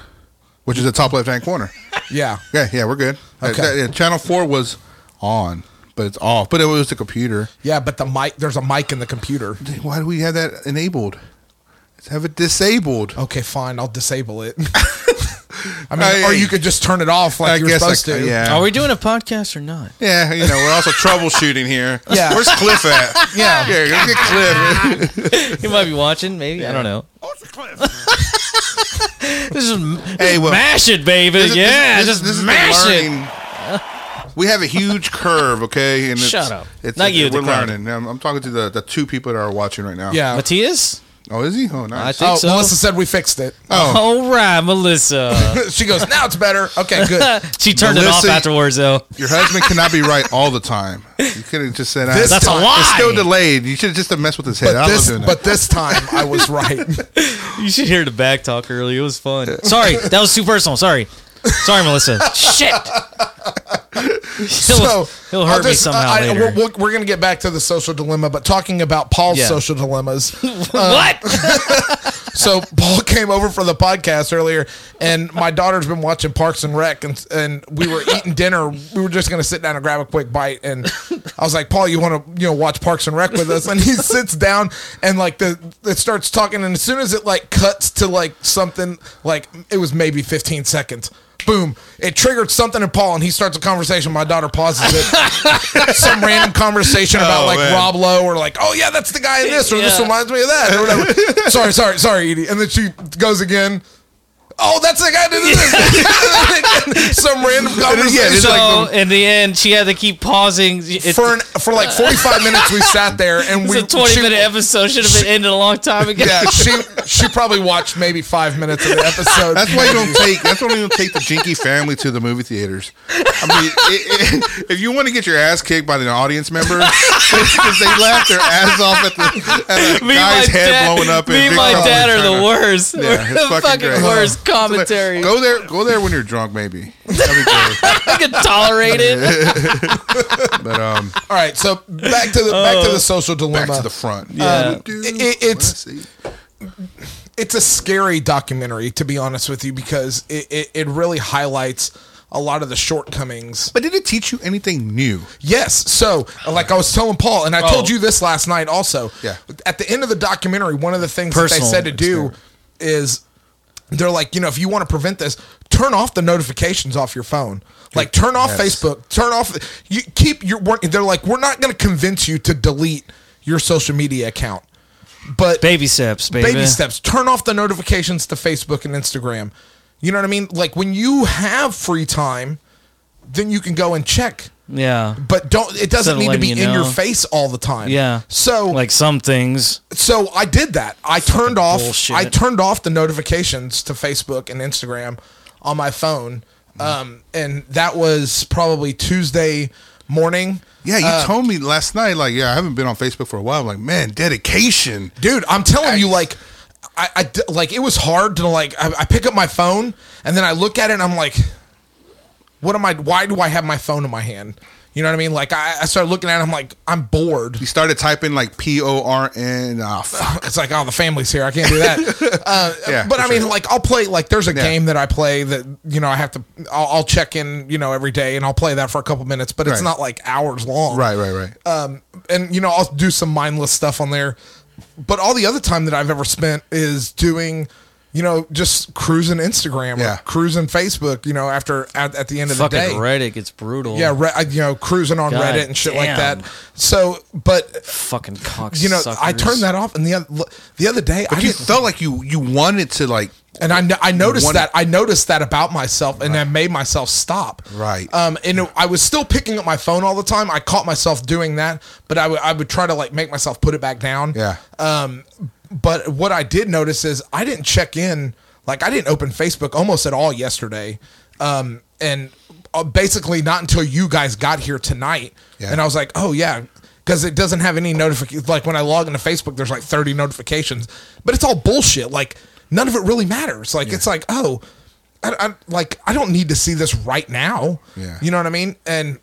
Speaker 3: Which is the top left hand corner.
Speaker 1: Yeah.
Speaker 3: Yeah, yeah, we're good. Uh,
Speaker 1: Okay.
Speaker 3: that- yeah, channel four was on, but it's off. But it was the computer.
Speaker 1: Yeah, but the mic there's a mic in the computer.
Speaker 3: Why do we have that enabled? Let's have it disabled.
Speaker 1: Okay, fine, I'll disable it. I mean,
Speaker 3: I-
Speaker 1: or you could just turn it off like
Speaker 3: I
Speaker 1: you're
Speaker 3: guess, like,
Speaker 1: supposed to.
Speaker 3: yeah.
Speaker 4: Are we doing a podcast or not?
Speaker 3: Yeah, you know, we're also troubleshooting here.
Speaker 1: Yeah.
Speaker 3: Where's Cliff at?
Speaker 1: Yeah.
Speaker 3: Yeah, go get Cliff.
Speaker 4: You might be watching. Maybe I don't know.
Speaker 3: Oh,
Speaker 4: this is
Speaker 3: Hey, well,
Speaker 4: mash it, baby.
Speaker 3: this is-
Speaker 4: yeah,
Speaker 3: this is-
Speaker 4: just
Speaker 3: this is the
Speaker 4: mash it.
Speaker 3: learning. We have a huge curve, okay? And
Speaker 4: Shut up. Not you,
Speaker 3: We're
Speaker 4: the crowd.
Speaker 3: learning. I'm, I'm talking to the, the two people that are watching right now.
Speaker 1: Yeah.
Speaker 4: Matthias.
Speaker 3: Oh, is he? Oh, nice.
Speaker 4: I think
Speaker 1: Oh,
Speaker 4: so.
Speaker 1: Melissa said we fixed it.
Speaker 3: oh,
Speaker 4: All right, Melissa.
Speaker 1: she goes, now it's better. Okay, good.
Speaker 4: she turned it off
Speaker 3: Melissa-
Speaker 4: afterwards, though.
Speaker 3: your husband cannot be right all the time. You could have just said
Speaker 1: This
Speaker 3: ah,
Speaker 4: That's a
Speaker 1: time-
Speaker 4: lie.
Speaker 3: It's still delayed. You should have just messed with his head.
Speaker 1: But
Speaker 3: I love
Speaker 1: this,
Speaker 3: doing that.
Speaker 1: but this time I was right.
Speaker 4: You should hear the back talk early. It was fun. Sorry, that was too personal. Sorry. Sorry, Melissa. Shit. He'll, he'll
Speaker 1: I'll
Speaker 4: hurt me
Speaker 1: just-
Speaker 4: somehow
Speaker 1: I- I-
Speaker 4: later.
Speaker 1: we're, we're- we're gonna get back to the social dilemma, but talking about Paul's
Speaker 4: Yeah.
Speaker 1: social dilemmas.
Speaker 4: what?
Speaker 1: so Paul came over for the podcast earlier, and my daughter's been watching Parks and Rec, and and we were eating dinner. We were just gonna sit down and grab a quick bite, and I was like, Paul, you want to you know watch Parks and Rec with us? And he sits down, and like the it starts talking, and as soon as it like cuts to like something, like it was maybe 15 seconds. Boom! It triggered something in Paul, and he starts a conversation. My daughter pauses it. Some random conversation about
Speaker 3: Oh,
Speaker 1: like
Speaker 3: man.
Speaker 1: Rob Lowe, or like, oh yeah, that's the guy in this, or this
Speaker 4: Yeah.
Speaker 1: reminds reminds me of that or whatever. sorry, sorry, sorry, Edie. And then she goes again. Oh, that's the guy that did this. Some random
Speaker 3: then, yeah,
Speaker 1: conversation.
Speaker 3: it's
Speaker 4: so
Speaker 3: like
Speaker 4: in the end, she had to keep pausing. It's,
Speaker 1: for an, for like forty five minutes, we sat there and
Speaker 4: it's
Speaker 1: we
Speaker 4: a twenty
Speaker 1: she-
Speaker 4: minute episode. Should have been ended a long time ago.
Speaker 1: Yeah, she she probably watched maybe five minutes of the episode.
Speaker 3: That's why you don't take. That's why you don't take the jinky family to the movie theaters. I mean, i i if you want to get your ass kicked by an audience member because they laugh their ass off at the at a
Speaker 4: Me and my
Speaker 3: guy's head
Speaker 4: dad,
Speaker 3: blowing up. and
Speaker 4: me and
Speaker 3: big
Speaker 4: my
Speaker 3: trouble
Speaker 4: dad
Speaker 3: in
Speaker 4: are the
Speaker 3: China.
Speaker 4: worst. We're
Speaker 3: it's
Speaker 4: the fucking,
Speaker 3: great.
Speaker 4: worst commentary.
Speaker 3: Go there, go there when you're drunk, maybe. That'd be great.
Speaker 4: I can tolerate it.
Speaker 3: But um,
Speaker 1: All right, so back to the back to the social dilemma.
Speaker 3: back to the front.
Speaker 4: Yeah.
Speaker 1: it- it's-
Speaker 3: Let's see.
Speaker 1: it's a scary documentary to be honest with you because it, it, it really highlights a lot of the shortcomings
Speaker 3: But did it teach you anything new?
Speaker 1: Yes. So, like I was telling Paul, and I told
Speaker 4: Oh.
Speaker 1: you this last night also.
Speaker 3: Yeah.
Speaker 1: At the end of the documentary, one of the things that
Speaker 4: Personal
Speaker 1: they said to do is they're like, you know, if you want to prevent this, turn off the notifications off your phone. Like turn off
Speaker 3: Yes.
Speaker 1: Facebook, turn off you keep your work they're like, we're not gonna convince you to delete your social media account. But
Speaker 4: Baby steps, baby.
Speaker 1: baby steps. Turn off the notifications to Facebook and Instagram. You know what I mean? Like when you have free time, then you can go and check
Speaker 4: Yeah.
Speaker 1: but don't it doesn't
Speaker 4: of
Speaker 1: need to
Speaker 4: letting
Speaker 1: be
Speaker 4: you
Speaker 1: in
Speaker 4: know.
Speaker 1: your face all the time.
Speaker 4: Yeah.
Speaker 1: So like
Speaker 4: like some things.
Speaker 1: so I did that. I turned off
Speaker 4: bullshit.
Speaker 1: I turned off the notifications to Facebook and Instagram on my phone. Um and that was probably Tuesday morning.
Speaker 3: Yeah, you
Speaker 4: Uh,
Speaker 3: told me last night. Like, yeah, I haven't been on Facebook for a while. I'm like, man, dedication.
Speaker 1: dude i'm telling you like I, I d- like it was hard to like I, I pick up my phone and then i look at it and i'm like what am i why do i have my phone in my hand you know what i mean like i, I started looking at it i'm like i'm bored
Speaker 3: You started typing like P O R N. Ah, fuck.
Speaker 4: Uh,
Speaker 1: it's like oh the family's here i can't do that uh,
Speaker 3: Yeah,
Speaker 1: but
Speaker 3: for
Speaker 1: i mean
Speaker 3: sure.
Speaker 1: like i'll play like there's a
Speaker 3: Yeah.
Speaker 1: game that i play that you know i have to I'll, I'll check in you know every day and i'll play that for a couple minutes but it's
Speaker 3: Right.
Speaker 1: not like hours long
Speaker 3: Right, right, right.
Speaker 1: um, and you know I'll do some mindless stuff on there, but all the other time that I've ever spent is doing, you know, just cruising Instagram,
Speaker 3: Yeah.
Speaker 1: or cruising Facebook, you know, after at, at the end of
Speaker 4: Fucking
Speaker 1: the day,
Speaker 4: Reddit gets brutal.
Speaker 1: yeah, re- I- you know, cruising on
Speaker 4: God
Speaker 1: Reddit and shit like
Speaker 4: damn.
Speaker 1: that. So, but
Speaker 4: Fucking cocksuckers.
Speaker 1: you know, I turned that off, and the other, the other day I
Speaker 3: you
Speaker 1: didn't,
Speaker 3: felt like you you wanted to like
Speaker 1: and I, no- I noticed
Speaker 3: One-
Speaker 1: that I noticed that about myself, and I made myself stop.
Speaker 3: Right.
Speaker 1: Um, and it- I was still picking up my phone all the time. I caught myself doing that, but I would I would try to like make myself put it back down.
Speaker 3: Yeah.
Speaker 1: Um, but what I did notice is I didn't check in, like I didn't open Facebook almost at all yesterday, um, and uh, basically not until you guys got here tonight,
Speaker 3: Yeah.
Speaker 1: and I was like, oh yeah. Because it doesn't have any notifications. Like when I log into Facebook, there's like 30 notifications, but it's all bullshit. Like none of it really matters. Like it's like, oh, I, I, like I don't need to see this right now.
Speaker 3: Yeah.
Speaker 1: You know what I mean? And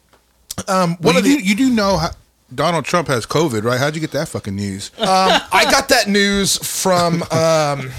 Speaker 1: um,
Speaker 3: Well,
Speaker 1: one
Speaker 3: you,
Speaker 1: of the
Speaker 3: do, you do know how Donald Trump has COVID, right? How'd you get that fucking news?
Speaker 1: Uh, I got that news from. Um,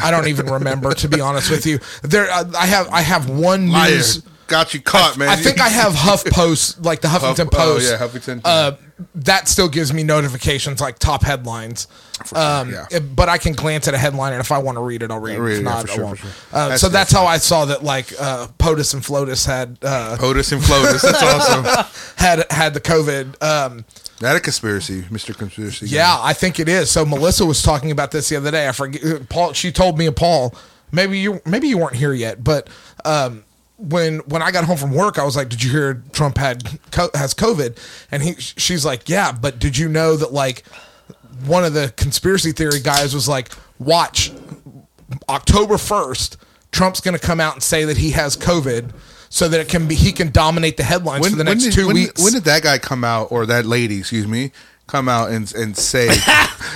Speaker 1: I don't even remember to be honest with you. There, uh, I have I have one
Speaker 3: Liar.
Speaker 1: news.
Speaker 3: Got you caught, man.
Speaker 1: I think I have HuffPost, like the Huffington
Speaker 3: Huff- oh,
Speaker 1: Post.
Speaker 3: yeah, Huffington.
Speaker 1: Uh, that still gives me notifications like top headlines.
Speaker 3: sure,
Speaker 1: um,
Speaker 3: yeah.
Speaker 1: it- but I can glance at a headline, and if I want to read it, I'll read it.
Speaker 3: Read
Speaker 1: If
Speaker 3: it, yeah,
Speaker 1: not,
Speaker 3: for
Speaker 1: I
Speaker 3: sure,
Speaker 1: won't.
Speaker 3: for sure.
Speaker 1: Uh,
Speaker 3: That's-
Speaker 1: so that's
Speaker 3: that's
Speaker 1: how I saw that, like uh, POTUS and FLOTUS had uh,
Speaker 3: POTUS and FLOTUS. That's awesome.
Speaker 1: had had the COVID. Um,
Speaker 3: That a conspiracy, Mr. Conspiracy. Guy.
Speaker 1: Yeah, I think it is. So Melissa was talking about this the other day. I forget. Paul, she told me and Paul. Maybe you maybe you weren't here yet, but um, when when I got home from work, I was like, "Did you hear Trump had co- has COVID?" And he she's like, "Yeah, but did you know that like one of the conspiracy theory guys was like, watch October 1st, Trump's going to come out and say that he has COVID." So that it can be, he can dominate the headlines
Speaker 3: When,
Speaker 1: for the
Speaker 3: when
Speaker 1: next
Speaker 3: did,
Speaker 1: two
Speaker 3: when-
Speaker 1: weeks.
Speaker 3: when did that guy come out, or that lady, excuse me, come out and and say,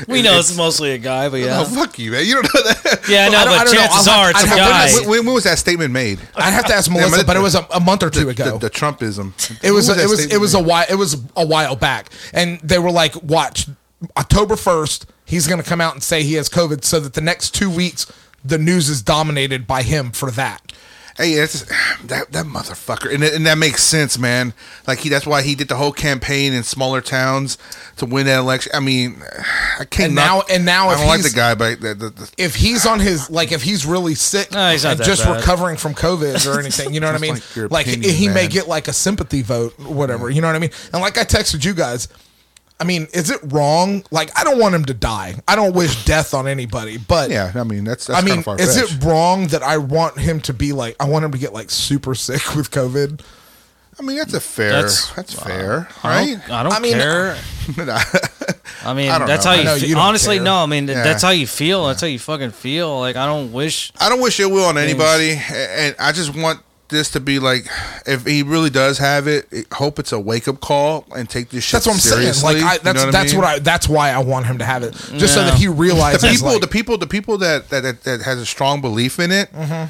Speaker 4: We know it's mostly a guy, but
Speaker 3: "Oh
Speaker 4: yeah,
Speaker 3: fuck you, man! You don't know that."
Speaker 4: yeah, no,
Speaker 1: I don't- I
Speaker 4: but
Speaker 1: don't know.
Speaker 4: chances
Speaker 1: I'll
Speaker 4: are
Speaker 1: have-
Speaker 4: it's a
Speaker 1: I'll have
Speaker 4: guy.
Speaker 1: to-
Speaker 3: When, when- when was that statement made?
Speaker 1: I have to ask Melissa,
Speaker 3: but it-
Speaker 1: but it was a, a month or two
Speaker 3: The,
Speaker 1: ago.
Speaker 3: the Trumpism.
Speaker 1: it
Speaker 3: When
Speaker 1: was,
Speaker 3: that
Speaker 1: it was
Speaker 3: statement
Speaker 1: it was
Speaker 3: made?
Speaker 1: a while it was a while back, and they were like, "Watch, October first, he's going to come out and say he has COVID, so that the next two weeks, the news is dominated by him for that."
Speaker 3: Hey, that's that that motherfucker, and, that- and that makes sense, man. Like he, that's why he did the whole campaign in smaller towns to win that election. I mean, I can't
Speaker 1: And
Speaker 3: knock-
Speaker 1: now- and now
Speaker 3: I
Speaker 1: if
Speaker 3: don't like the
Speaker 1: he's-
Speaker 3: guy, but the, the, the,
Speaker 1: If he's on his like, if he's really sick
Speaker 4: No, he's not
Speaker 1: and
Speaker 4: that
Speaker 1: just
Speaker 4: bad.
Speaker 1: recovering from COVID or anything, you know what I mean?
Speaker 3: like your
Speaker 1: Like,
Speaker 3: opinion,
Speaker 1: he may
Speaker 3: man.
Speaker 1: get like a sympathy vote, whatever. You know what I mean? And like I texted you guys, I mean, is it wrong? Like, I don't want him to die. I don't wish death on anybody, but
Speaker 3: yeah. I mean, that's that's
Speaker 1: I mean,
Speaker 3: kind of
Speaker 1: is it wrong that I want him to be like, I want him to get like super sick with COVID?
Speaker 3: I mean, that's a fair. That's,
Speaker 4: That's-
Speaker 3: fair,
Speaker 4: I
Speaker 3: right?
Speaker 4: don't, I don't
Speaker 1: uh, I mean,
Speaker 4: care. I mean,
Speaker 3: I don't
Speaker 4: that's
Speaker 3: know.
Speaker 4: how
Speaker 3: I
Speaker 4: you,
Speaker 1: know
Speaker 4: fe-
Speaker 1: you don't
Speaker 4: honestly
Speaker 1: care.
Speaker 4: no. I mean,
Speaker 3: Yeah.
Speaker 4: that's how you feel. That's how you fucking feel. Like I don't wish.
Speaker 3: I don't wish ill will on anybody, and I just want this to be like, if he really does have it, I hope it's a wake up call and take this shit.
Speaker 1: That's what I'm
Speaker 3: seriously.
Speaker 1: saying. Like, I,
Speaker 3: You
Speaker 1: that's
Speaker 3: know
Speaker 1: that's
Speaker 3: mean?
Speaker 1: what I. That's why I want him to have it, just so
Speaker 4: No.
Speaker 1: that he realizes.
Speaker 3: the people,
Speaker 1: like-
Speaker 3: the people, the people that that, that, that has a strong belief in it
Speaker 1: Mm-hmm.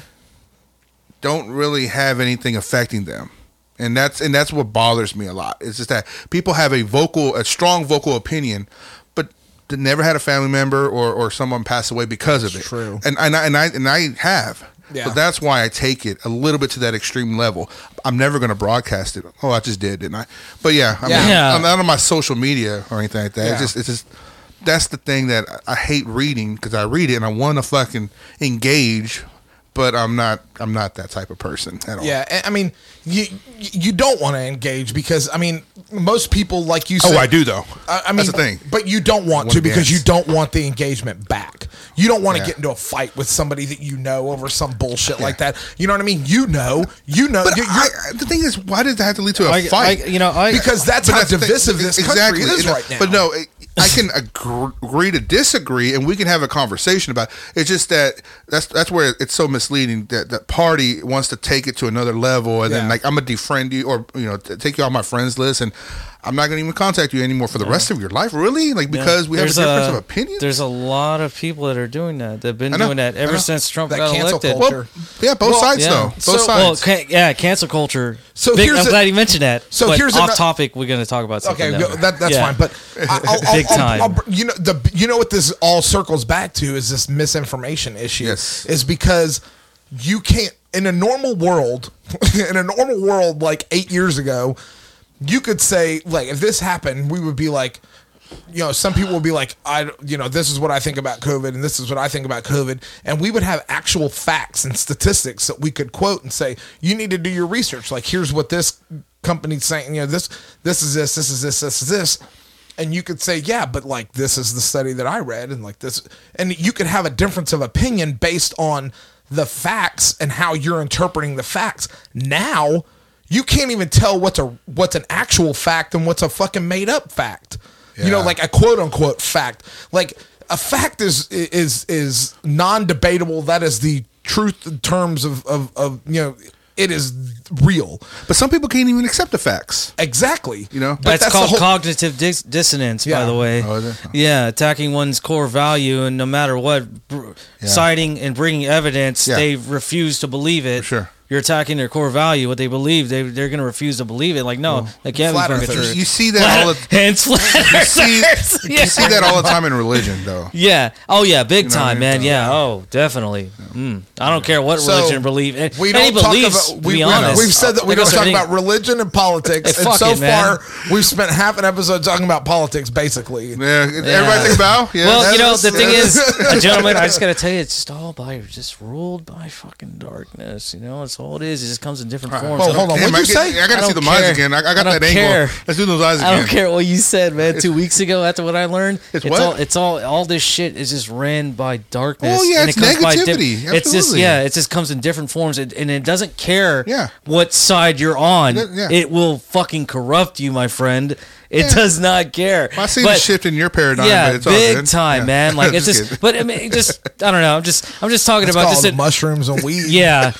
Speaker 3: don't really have anything affecting them, and that's and that's what bothers me a lot. It's just that people have a vocal, a strong vocal opinion, but they never had a family member or or someone pass away because of it.
Speaker 1: true.
Speaker 3: and and I and I, and I have.
Speaker 1: Yeah.
Speaker 3: But that's why I take it a little bit to that extreme level. I'm never going to broadcast it. Oh, I just did, didn't I? But yeah, I mean,
Speaker 4: Yeah.
Speaker 3: I'm not on my social media or anything like that. It's
Speaker 1: Yeah.
Speaker 3: just, it's just that's the thing that I- I hate reading because I read it and I want to fucking engage, but I'm not. I'm not that type of person at all.
Speaker 1: Yeah, and- I mean, you you don't want to engage because I mean, most people like you.
Speaker 3: Oh,
Speaker 1: Said,
Speaker 3: I do though.
Speaker 1: I, I mean,
Speaker 3: that's the thing.
Speaker 1: But you don't want
Speaker 3: wanna
Speaker 1: to because you
Speaker 3: dance.
Speaker 1: don't want the engagement back. You don't want to
Speaker 3: Yeah.
Speaker 1: get into a fight with somebody that you know over some bullshit like that. You know what I mean? You know, you know,
Speaker 3: But
Speaker 1: you-
Speaker 3: I,
Speaker 1: you're-
Speaker 3: I- the thing is, why does that have to lead to a
Speaker 4: I,
Speaker 3: fight?
Speaker 4: I- you know, I
Speaker 1: because that's
Speaker 3: But
Speaker 1: how
Speaker 3: the thing.
Speaker 1: divisive this
Speaker 3: exactly.
Speaker 1: country is
Speaker 3: And-
Speaker 1: right now.
Speaker 3: But no, it- I can agr- agree to disagree, and we can have a conversation about. It. It's just that that's that's where it's so misleading that that party wants to take it to another level, and then
Speaker 1: Yeah.
Speaker 3: like I'm gonna defriend you or you know t- take you off my friends list, and I'm not gonna even contact you anymore for the rest of your life. Really, like because we have a
Speaker 4: There's
Speaker 3: difference of opinion.
Speaker 4: There's a lot of people that are doing that. They've been
Speaker 3: I know,
Speaker 4: doing that
Speaker 3: I
Speaker 4: ever
Speaker 3: know.
Speaker 4: since Trump
Speaker 1: That
Speaker 4: got
Speaker 1: cancel
Speaker 4: elected.
Speaker 1: culture.
Speaker 3: well, yeah, both
Speaker 1: Well,
Speaker 3: sides
Speaker 4: yeah.
Speaker 3: though. Both
Speaker 1: So-
Speaker 4: Well,
Speaker 3: sides.
Speaker 4: ca- yeah, cancel culture.
Speaker 1: So
Speaker 4: Big-
Speaker 1: here's
Speaker 4: I'm
Speaker 1: a-
Speaker 4: glad you mentioned that.
Speaker 1: so
Speaker 4: But
Speaker 1: here's
Speaker 4: off
Speaker 1: ano-
Speaker 4: topic. We're going to talk about something.
Speaker 1: Okay,
Speaker 4: else.
Speaker 1: go, that, that's
Speaker 4: Yeah.
Speaker 1: fine. But I- I'll, I'll,
Speaker 4: Big
Speaker 1: I'll-
Speaker 4: time.
Speaker 1: I'll br- you know the you know what this all circles back to is this misinformation issue.
Speaker 3: Yes.
Speaker 1: is because you can't in a normal world, in a normal world like eight years ago, you could say like if this happened, we would be like. You know, some people would be like, I, you know, this is what I think about COVID, and this is what I think about COVID, and we would have actual facts and statistics that we could quote and say, you need to do your research. Like, here's what this company's saying. You know, this, this is this, this is this, this is this and you could say yeah but like this is the study that i read and like this and you could have a difference of opinion based on the facts and how you're interpreting the facts now you can't even tell what's a what's an actual fact and what's a fucking made up fact you know
Speaker 3: Yeah.
Speaker 1: like a quote unquote fact like a fact is is is non-debatable that is the truth in terms of of, of you know it is real
Speaker 3: but some people can't even accept the facts.
Speaker 1: exactly
Speaker 3: You know?
Speaker 1: But
Speaker 4: That's,
Speaker 1: the
Speaker 4: called
Speaker 1: whole-
Speaker 4: cognitive dis- dissonance, by
Speaker 1: Yeah.
Speaker 4: the way.
Speaker 3: Oh, is it?
Speaker 4: Yeah, attacking one's core value, and no matter what, br- citing and bringing evidence,
Speaker 3: Yeah.
Speaker 4: they refuse to believe it.
Speaker 3: sure.
Speaker 4: You're attacking their core value, what they believe. They, they're going to refuse to believe it. Like, no, that can't be
Speaker 1: Flat
Speaker 4: fucking
Speaker 1: earthers.
Speaker 3: You,
Speaker 4: true.
Speaker 3: you see that all the
Speaker 4: Hence, flat
Speaker 3: you see,
Speaker 4: earthers.
Speaker 3: you see that all the time in religion though.
Speaker 4: Yeah. Oh yeah, big
Speaker 3: what I
Speaker 4: time,
Speaker 3: mean?
Speaker 4: man. Yeah. Oh, definitely. Mm. I don't care what
Speaker 1: So,
Speaker 4: religion believe. eh, Any,
Speaker 1: we
Speaker 4: we
Speaker 1: don't talk
Speaker 4: beliefs.
Speaker 1: about.
Speaker 4: to
Speaker 1: We,
Speaker 4: be honest.
Speaker 1: have said that we
Speaker 4: Like I
Speaker 1: don't
Speaker 4: said,
Speaker 1: talk
Speaker 4: I think-
Speaker 1: about religion and politics,
Speaker 4: Hey,
Speaker 1: and
Speaker 4: fuck
Speaker 1: so
Speaker 4: it, man.
Speaker 1: far we've spent half an episode talking about politics, basically.
Speaker 3: Yeah, everybody think about. Yeah,
Speaker 4: well, you know,
Speaker 3: that's-
Speaker 4: the thing
Speaker 3: that's-
Speaker 4: is, uh, gentlemen, I just gotta tell you, it's just all by just ruled by fucking darkness. You know, that's all it is. It just comes in different forms.
Speaker 1: well,
Speaker 4: I don't-
Speaker 1: hold on.
Speaker 3: Damn,
Speaker 1: What'd
Speaker 3: I
Speaker 1: you
Speaker 3: get-
Speaker 1: say?
Speaker 3: I gotta
Speaker 4: I
Speaker 3: see the
Speaker 4: don't
Speaker 3: minds
Speaker 4: care.
Speaker 3: again. I, I got
Speaker 4: I don't
Speaker 3: that angle.
Speaker 4: care.
Speaker 3: Let's do those eyes again.
Speaker 4: I don't care what you said, man. Two weeks ago, after what I learned,
Speaker 3: It's
Speaker 4: it's,
Speaker 3: what?
Speaker 4: all it's all all this shit is just ran by darkness.
Speaker 3: Oh, yeah,
Speaker 4: and
Speaker 3: it's
Speaker 4: it comes by diff-
Speaker 3: negativity.
Speaker 4: it's just
Speaker 3: Absolutely.
Speaker 4: yeah, it just comes in different forms, and, and it doesn't care
Speaker 3: Yeah.
Speaker 4: what side you're on.
Speaker 3: It- yeah.
Speaker 4: It will fucking corrupt you, my friend. It
Speaker 3: Yeah.
Speaker 4: does not care.
Speaker 3: I see the
Speaker 4: But-
Speaker 3: shift in your paradigm.
Speaker 4: yeah,
Speaker 3: but it's all
Speaker 4: big
Speaker 3: good.
Speaker 4: time,
Speaker 3: Yeah.
Speaker 4: man. Like it's
Speaker 3: Just
Speaker 4: just,
Speaker 3: kidding.
Speaker 4: but I mean, it just I don't know. I'm just I'm just talking
Speaker 1: It's
Speaker 4: about
Speaker 1: called
Speaker 4: just that-
Speaker 1: mushrooms and weed.
Speaker 4: yeah,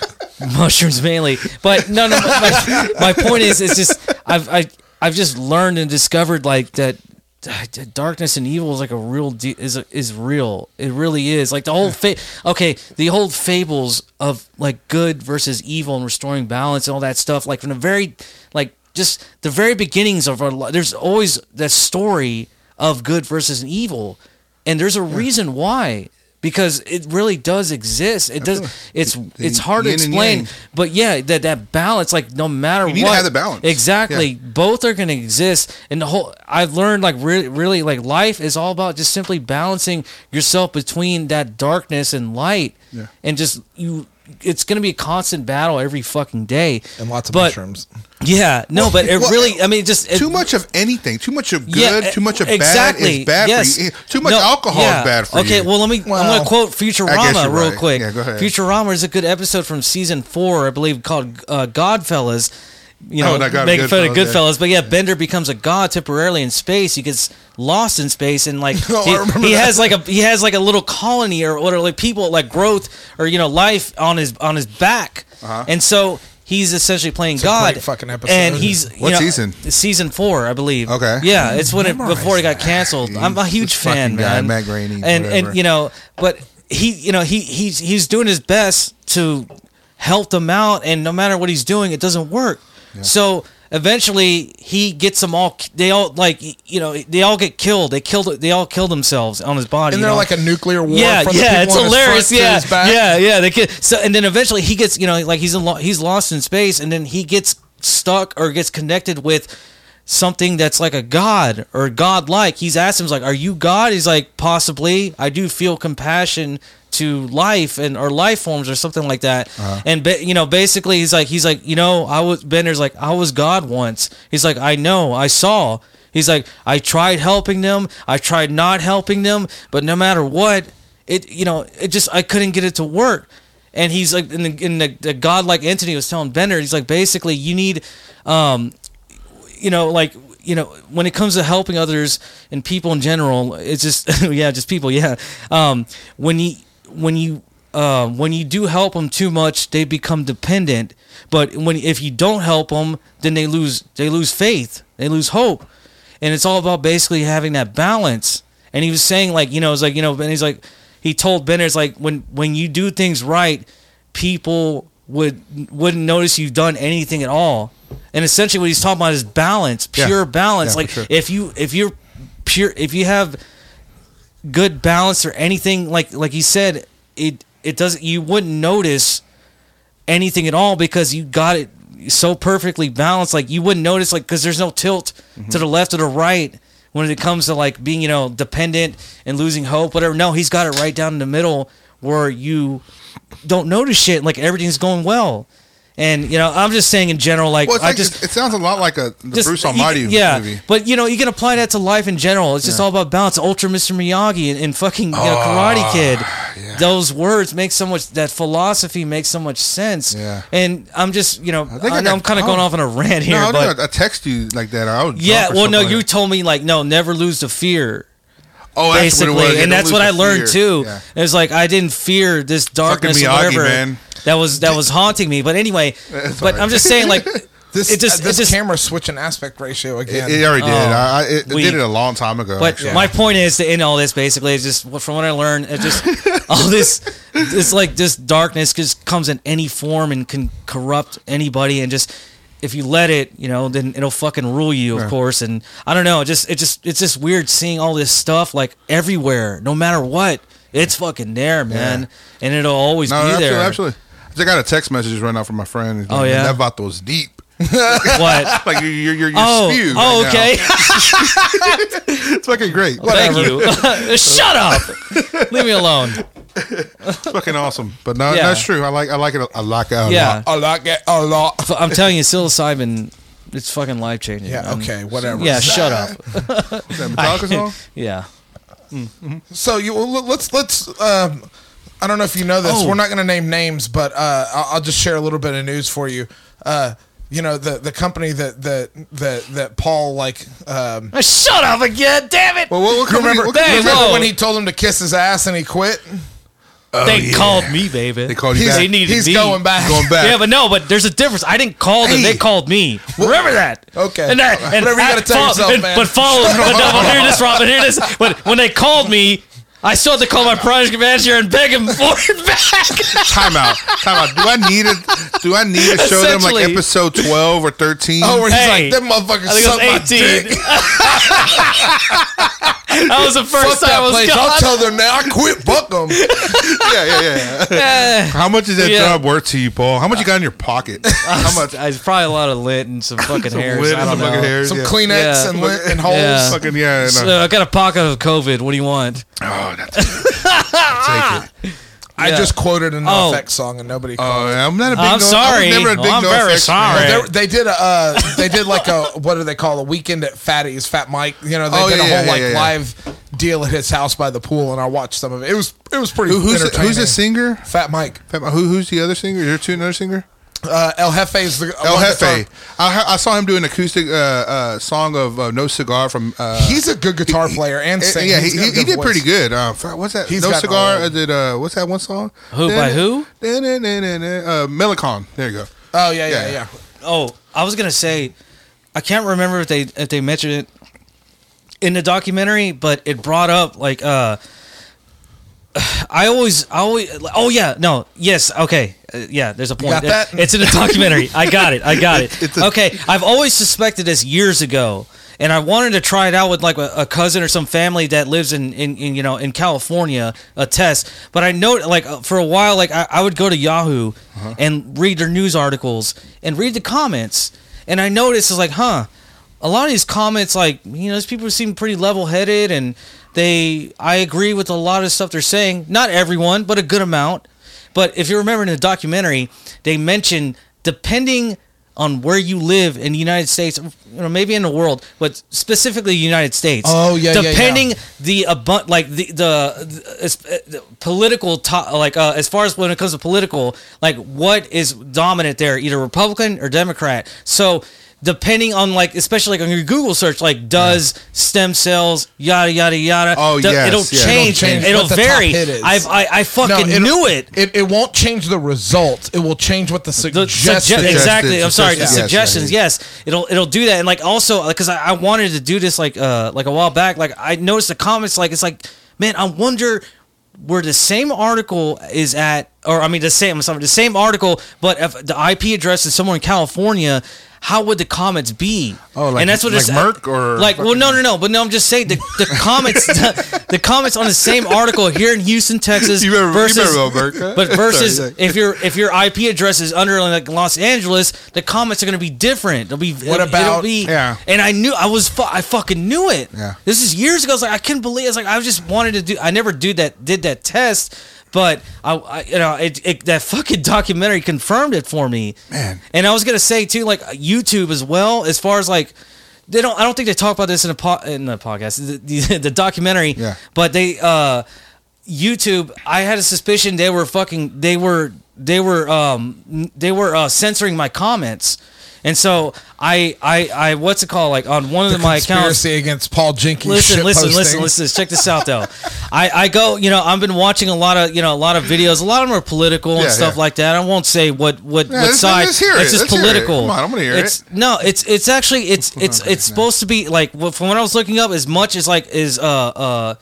Speaker 4: mushrooms mainly. But no, no. My, my point is, it's just I've I, I've just learned and discovered like that d- darkness and evil is like a real de- is is real. It really is. Like the whole fa- okay, the old fables of like good versus evil and restoring balance and all that stuff. Like from the very like just the very beginnings of our li there's always that story of good versus evil, and there's a reason why because it really does exist. It does. It's
Speaker 3: The
Speaker 4: it's hard to
Speaker 3: yin and
Speaker 4: explain,
Speaker 3: yang.
Speaker 4: but yeah, that that balance. Like no matter
Speaker 3: You need to
Speaker 4: what,
Speaker 3: have the balance.
Speaker 4: Exactly.
Speaker 3: Yeah.
Speaker 4: Both are going to exist, and the whole. I've learned like really, really like life is all about just simply balancing yourself between that darkness and light,
Speaker 3: Yeah.
Speaker 4: and just you. It's going to be a constant battle every fucking day,
Speaker 1: and lots of
Speaker 4: But-
Speaker 1: mushrooms.
Speaker 4: Yeah, no, but it
Speaker 3: Well,
Speaker 4: really. I mean, it just it-
Speaker 3: too much of anything, too much of
Speaker 4: yeah,
Speaker 3: good, too much of
Speaker 4: exactly.
Speaker 3: bad is bad
Speaker 4: yes.
Speaker 3: for you. Eh, Too much
Speaker 4: No,
Speaker 3: alcohol
Speaker 4: yeah.
Speaker 3: is bad for you.
Speaker 4: Okay, well let me I'm
Speaker 1: Well,
Speaker 4: gonna quote
Speaker 3: I guess
Speaker 4: Futurama
Speaker 3: you're
Speaker 4: real
Speaker 3: right.
Speaker 4: quick.
Speaker 3: Yeah, go ahead.
Speaker 4: Futurama is a good episode from season four, I believe, called uh, Godfellas. You know,
Speaker 3: Oh, that got
Speaker 4: making fun of
Speaker 3: Goodfellas, yeah.
Speaker 4: Goodfellas, but yeah, Bender becomes a god temporarily in space. He gets lost in space, and like
Speaker 1: Oh, I
Speaker 4: he,
Speaker 1: remember
Speaker 4: he
Speaker 1: that.
Speaker 4: has like a he has like a little colony or what are like people like growth or you know life on his on his back,
Speaker 3: Uh-huh.
Speaker 4: and so he's essentially playing
Speaker 1: a
Speaker 4: God.
Speaker 1: great fucking episode.
Speaker 4: And he's you
Speaker 3: What
Speaker 4: know,
Speaker 3: season?
Speaker 4: Season four, I believe.
Speaker 3: Okay.
Speaker 4: Yeah, it's when it before it got canceled.
Speaker 3: He's
Speaker 4: I'm a huge
Speaker 3: this fucking
Speaker 4: fan,
Speaker 3: guy,
Speaker 4: man.
Speaker 3: Matt Groening,
Speaker 4: and
Speaker 3: whatever.
Speaker 4: and you know, but he, you know, he he's he's doing his best to help them out, and no matter what he's doing, it doesn't work. So eventually, he gets them all. They all like you know, they all get killed. They killed. They all kill themselves on his body.
Speaker 1: And
Speaker 4: you
Speaker 1: they're
Speaker 4: know?
Speaker 1: like a nuclear war.
Speaker 4: Yeah,
Speaker 1: from
Speaker 4: yeah,
Speaker 1: the people
Speaker 4: it's
Speaker 1: on his front
Speaker 4: hilarious.
Speaker 1: to
Speaker 4: Yeah,
Speaker 1: his back.
Speaker 4: yeah, yeah. They kid. So and then eventually he gets you know like he's in lo- he's lost in space, and then he gets stuck or gets connected with something that's like a god or godlike. He's asked him he's like, "Are you God?" He's like, "Possibly. I do feel compassion." to life and or life forms or something like that and ba- you know basically he's like he's like you know i was bender's like i was god once he's like i know i saw he's like i tried helping them i tried not helping them but no matter what it you know it just i couldn't get it to work and he's like and the, and the, the godlike entity was telling bender he's like basically you need um you know like you know when it comes to helping others and people in general it's just yeah just people yeah um when you when you uh, when you do help them too much they become dependent but when if you don't help them then they lose they lose faith they lose hope and it's all about basically having that balance. And he was saying like, you know, it's like you know, and he's like, he told Bender, it's like when when you do things right, people would wouldn't notice you've done anything at all. And essentially, what he's talking about is balance,
Speaker 3: Yeah.
Speaker 4: pure balance.
Speaker 3: Yeah,
Speaker 4: like
Speaker 3: for sure.
Speaker 4: if you if you're pure, if you have good balance or anything like like he said, it it doesn't you wouldn't notice anything at all because you got it so perfectly balanced. Like you wouldn't notice, like because there's no tilt
Speaker 3: Mm-hmm.
Speaker 4: to the left or the right when it comes to like being you know dependent and losing hope, whatever. No, he's got it right down in the middle where you don't notice shit. Like everything's going well, and you know I'm just saying in general, like
Speaker 3: Well, it's
Speaker 4: I
Speaker 3: like,
Speaker 4: just
Speaker 3: it sounds a lot like a the
Speaker 4: just-
Speaker 3: Bruce
Speaker 4: you
Speaker 3: Almighty
Speaker 4: can- yeah,
Speaker 3: movie.
Speaker 4: But you know, you can apply that to life in general. It's just all about balance. Ultra Mr. Miyagi and, and fucking you know,
Speaker 3: Ah,
Speaker 4: Karate Kid. Those words make so much. That philosophy makes so much sense.
Speaker 3: Yeah.
Speaker 4: And I'm just you know, I
Speaker 3: think I
Speaker 4: know I'm
Speaker 3: got-
Speaker 4: kind of going
Speaker 3: oh.
Speaker 4: off on a rant here,
Speaker 3: no, I,
Speaker 4: but.
Speaker 3: don't know, I text you like that. I was
Speaker 4: yeah,
Speaker 3: drunk or
Speaker 4: well, no,
Speaker 3: something
Speaker 4: you
Speaker 3: like that.
Speaker 4: told me like no, never lose the fear,
Speaker 3: oh, that's what it
Speaker 4: basically,
Speaker 3: was. Yeah,
Speaker 4: and
Speaker 3: don't
Speaker 4: that's
Speaker 3: lose
Speaker 4: what
Speaker 3: the
Speaker 4: I learned
Speaker 3: fear.
Speaker 4: too.
Speaker 3: Yeah.
Speaker 4: It was like I didn't fear this darkness or
Speaker 3: Miyagi,
Speaker 4: whatever
Speaker 3: man.
Speaker 4: that was that was haunting me. But anyway, but
Speaker 3: all right.
Speaker 4: I'm just saying like
Speaker 1: This,
Speaker 4: it just
Speaker 1: uh, this
Speaker 4: it just
Speaker 1: camera's switching aspect ratio again.
Speaker 3: It, it already did.
Speaker 4: Oh,
Speaker 3: I, I- it, it
Speaker 4: weak.
Speaker 3: did it a long time ago.
Speaker 4: But
Speaker 3: actually.
Speaker 4: my point is to end all this basically is just what- from what I learned, it just all this, it's like this darkness just comes in any form and can corrupt anybody and just if you let it, you know, then it'll fucking rule you, of course. And I don't know, it just it just it's just weird seeing all this stuff like everywhere, no matter what, it's fucking there, man, and it'll always
Speaker 3: no,
Speaker 4: be
Speaker 3: absolutely,
Speaker 4: there.
Speaker 3: absolutely. I just got a text message right now from my friend. He's
Speaker 4: Oh,
Speaker 3: like,
Speaker 4: yeah?
Speaker 3: that Vato's deep.
Speaker 4: What?
Speaker 3: Like you're you're you're, you're
Speaker 4: Oh,
Speaker 3: spewed
Speaker 4: oh,
Speaker 3: right now.
Speaker 4: okay.
Speaker 3: It's fucking great.
Speaker 4: Thank you. Shut up. Leave me alone.
Speaker 3: It's fucking awesome. But no,
Speaker 4: Yeah.
Speaker 3: that's true. I like I like it. a- I like it. A
Speaker 4: Yeah.
Speaker 3: lot.
Speaker 1: I like it a lot.
Speaker 4: But I'm telling you, psilocybin, it's fucking life changing.
Speaker 1: Yeah. Okay. Whatever.
Speaker 4: Um, Yeah, shut up.
Speaker 3: Is that Metallica song?
Speaker 4: Yeah.
Speaker 1: So you well, let- let's let's. Um, I don't know if you know this.
Speaker 4: Oh.
Speaker 1: We're not going to name names, but uh, I'll, I'll just share a little bit of news for you. Uh, you know the the company that that that that Paul like. Um,
Speaker 4: Shut up again, damn it!
Speaker 3: Well, what, what company,
Speaker 1: remember,
Speaker 4: Oh.
Speaker 3: what company-
Speaker 4: Hey,
Speaker 1: remember
Speaker 4: whoa.
Speaker 1: when he told him to kiss his ass and he quit?
Speaker 4: they
Speaker 3: yeah.
Speaker 4: called me, baby.
Speaker 3: They called you
Speaker 1: He's-
Speaker 3: back.
Speaker 4: They needed
Speaker 1: he's
Speaker 4: me.
Speaker 1: going back.
Speaker 3: Going back.
Speaker 4: Yeah, but no, but there's a difference. I didn't call them;
Speaker 3: Hey.
Speaker 4: they called me. Remember that.
Speaker 1: Okay.
Speaker 4: And that, and
Speaker 1: Whatever you
Speaker 4: I-
Speaker 1: gotta tell
Speaker 4: fo-
Speaker 1: yourself,
Speaker 4: and-
Speaker 1: man.
Speaker 4: But follow. but, no, but hear this, Robin. Hear this. But when they called me, I still had to call my project manager and beg him for it back.
Speaker 3: Time out. Time out. Do I need it? Do I need to show them like
Speaker 4: Essentially.
Speaker 3: episode twelve or thirteen?
Speaker 1: Oh, where he's
Speaker 4: Hey.
Speaker 1: like, them motherfuckers
Speaker 4: I think
Speaker 1: suck my
Speaker 4: it was
Speaker 1: dick.
Speaker 4: 18. that was the first
Speaker 1: Fuck
Speaker 4: time I
Speaker 1: that
Speaker 4: was
Speaker 1: place.
Speaker 4: gone.
Speaker 1: I'll tell them now. I quit. Fuck them.
Speaker 3: yeah, yeah, yeah. How much is that
Speaker 4: Yeah. Uh,
Speaker 3: job worth to you, Paul? How much you got in your pocket? How much?
Speaker 4: It's probably a lot of lint and some fucking hairs.
Speaker 3: Lint
Speaker 4: I
Speaker 3: and some
Speaker 4: don't know.
Speaker 3: fucking hairs,
Speaker 1: Some
Speaker 3: yeah.
Speaker 1: Kleenex
Speaker 4: Yeah.
Speaker 1: and lint and holes.
Speaker 4: Yeah.
Speaker 3: Oh, Fucking yeah.
Speaker 4: So,
Speaker 3: no.
Speaker 4: I got a pocket of COVID. What do you want?
Speaker 3: Oh, that's I'll take it.
Speaker 1: I
Speaker 4: Yeah.
Speaker 1: just quoted an
Speaker 4: Oh.
Speaker 1: effect song and nobody. Called.
Speaker 3: Oh, yeah, I'm not a big.
Speaker 4: I'm
Speaker 3: no,
Speaker 4: sorry.
Speaker 3: I was never a big
Speaker 4: I'm
Speaker 3: no
Speaker 4: very
Speaker 3: effects man.
Speaker 4: sorry.
Speaker 1: They, they did a uh, they did like a what do they call a weekend at Fatty's Fat Mike. You know they
Speaker 3: Oh,
Speaker 1: did
Speaker 3: yeah,
Speaker 1: a
Speaker 3: yeah,
Speaker 1: whole
Speaker 3: yeah,
Speaker 1: like
Speaker 3: yeah, yeah.
Speaker 1: live deal at his house by the pool, and I watched some of it. It was it was pretty.
Speaker 3: Who, who's the,
Speaker 1: entertaining.
Speaker 3: who's the singer?
Speaker 1: Fat Mike?
Speaker 3: Fat- Who, who's the other singer? Is there two another singer?
Speaker 1: Uh, El Jefe is the
Speaker 3: El
Speaker 1: one that's
Speaker 3: Jefe.
Speaker 1: on-
Speaker 3: I, he- I saw him do an acoustic uh, uh, song of uh, No Cigar from. Uh,
Speaker 1: He's a good guitar player and
Speaker 3: Eh,
Speaker 1: singer.
Speaker 3: yeah, he,
Speaker 1: He's got a
Speaker 3: he, he
Speaker 1: good
Speaker 3: did
Speaker 1: voice.
Speaker 3: pretty good. Uh, f- what's that?
Speaker 1: He's
Speaker 3: no
Speaker 1: gotten
Speaker 3: cigar.
Speaker 1: old.
Speaker 3: I did. Uh, what's that one song?
Speaker 4: Who, by who?
Speaker 3: Uh, Melicon. There you go.
Speaker 1: Oh yeah, yeah,
Speaker 3: Yeah.
Speaker 1: yeah.
Speaker 4: Oh, I was gonna say, I can't remember if they if they mentioned it in the documentary, but it brought up like uh, I always I always oh yeah no yes okay uh, yeah there's a point
Speaker 1: got that?
Speaker 4: it's in the documentary I got it I got it
Speaker 3: It's a-
Speaker 4: okay I've always suspected this years ago. And I wanted to try it out with like a, a cousin or some family that lives in, in, in you know in California a test. But I know like uh, for a while like I, I would go to Yahoo and read their news articles and read the comments, and I noticed it's like huh, a lot of these comments like you know these people seem pretty level headed and they I agree with a lot of stuff they're saying. Not everyone, but a good amount. But if you remember in the documentary, they mentioned depending on where you live in the United States, or, you know, maybe in the world, but specifically the United States.
Speaker 1: Oh, yeah, yeah, yeah.
Speaker 4: Depending the abu- like the the, the, as- uh, the political to- like uh, as far as when it comes to political, like what is dominant there, either Republican or Democrat. So depending on like especially like on your Google search, like does stem cells yada yada yada.
Speaker 3: Oh,
Speaker 4: do-
Speaker 3: yes,
Speaker 4: it'll
Speaker 3: yeah. It'll
Speaker 4: change. It'll,
Speaker 1: change what the top
Speaker 4: vary.
Speaker 1: hit is.
Speaker 4: I've, I I fucking
Speaker 1: it'll-
Speaker 4: knew it.
Speaker 1: It it won't change the result. It will change what the
Speaker 4: The
Speaker 1: suggestion.
Speaker 4: sugge- exactly. I'm sorry. The
Speaker 3: Suggested, yes,
Speaker 4: suggestions.
Speaker 3: right.
Speaker 4: Yes, it'll it'll do that. And like also because I, I wanted to do this like uh like a while back. Like I noticed the comments. Like it's like man, I wonder where the same article is at, or I mean the same I'm sorry, the same article, but if the IP address is somewhere in California. How would the comments be?
Speaker 3: Oh, like-
Speaker 4: and that's what
Speaker 3: like
Speaker 4: it's uh,
Speaker 3: Merck or
Speaker 4: like. Well, no, no, no. But no, I'm just saying the, the comments, the, comments on the same article here in Houston, Texas,
Speaker 3: You remember- you
Speaker 4: versus
Speaker 3: remember about Merck, huh?
Speaker 4: but
Speaker 3: Sorry,
Speaker 4: versus
Speaker 3: sorry.
Speaker 4: if your if your IP address is under like Los Angeles, the comments are going to be different. They'll be
Speaker 1: What
Speaker 4: it'll- it'll
Speaker 1: about-
Speaker 4: be,
Speaker 3: yeah.
Speaker 4: And I knew I was fu- I fucking knew it.
Speaker 3: Yeah.
Speaker 4: This is years ago. I was like I couldn't believe. It's like I just wanted to do. I never do that. Did that test. But I, I you know, it, it, that fucking documentary confirmed it for me.
Speaker 3: Man.
Speaker 4: and I was gonna say too, like YouTube as well, as far as like they don't. I don't think they talk about this in a po- in the podcast, the, the, the documentary.
Speaker 3: Yeah.
Speaker 4: But they, uh, YouTube, I had a suspicion they were fucking they were they were um they were uh, censoring my comments. And so I I I what's it called like on one of my accounts
Speaker 1: conspiracy against Paul Jenkins.
Speaker 4: Listen,
Speaker 1: shit
Speaker 4: listen, listen,
Speaker 1: posting.
Speaker 4: listen, to this. Check this out, though. I, I go, you know, I've been watching a lot of, you know, a lot of videos. A lot of them are political
Speaker 3: Yeah,
Speaker 4: and stuff
Speaker 3: yeah.
Speaker 4: like that. I won't say what what, what
Speaker 3: let's-
Speaker 4: side.
Speaker 3: let's hear
Speaker 4: it's
Speaker 3: it.
Speaker 4: just
Speaker 3: Let's hear it.
Speaker 4: political.
Speaker 3: Come on, I'm gonna hear
Speaker 4: it's,
Speaker 3: it.
Speaker 4: No, it's it's actually it's it's it's supposed to be like wh- from what I was looking up as much as like is uh uh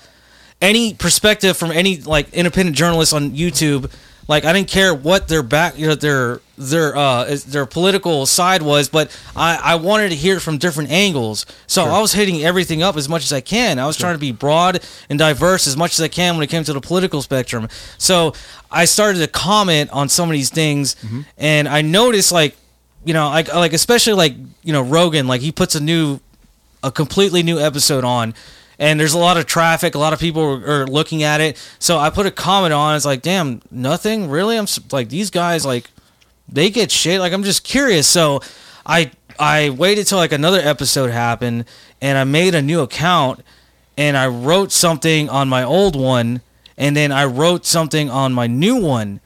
Speaker 4: any perspective from any like independent journalist on YouTube. Like I didn't care what their back, you know, their their uh is- their political side was, but I I wanted to hear it from different angles. So I was hitting everything up as much as I can. I was trying to be broad and diverse as much as I can when it came to the political spectrum. So I started to comment on some of these things, and I noticed like you know like like especially like you know Rogan like he puts a new a completely new episode on and there's a lot of traffic a lot of people are, are looking at it so i put a comment on it's like damn nothing really i'm s- like these guys like they get shit like i'm just curious so i i waited till like another episode happened and i made a new account and i wrote something on my old one and then i wrote something on my new one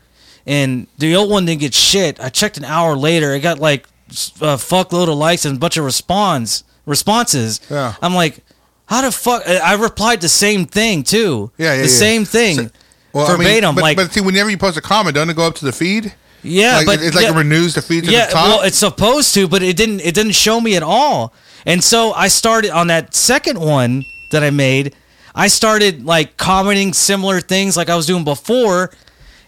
Speaker 4: and the old one didn't get shit. I checked an hour later, it got like s- a fuckload of likes and a bunch of response responses.
Speaker 3: Yeah.
Speaker 4: I'm like, how the fuck? I I replied the same thing too.
Speaker 3: Yeah, yeah,
Speaker 4: the
Speaker 3: yeah.
Speaker 4: same thing.
Speaker 3: So- Well, I mean,
Speaker 4: verbatim.
Speaker 3: but,
Speaker 4: like,
Speaker 3: but see, whenever you post a comment, doesn't it go up to the feed?
Speaker 4: yeah,
Speaker 3: Like,
Speaker 4: but
Speaker 3: it's like
Speaker 4: yeah,
Speaker 3: it renews the feed to
Speaker 4: yeah,
Speaker 3: the top.
Speaker 4: well, it's supposed to, but it didn't. It didn't show me at all. And so I started on that second one that I made. I started like commenting similar things like I was doing before,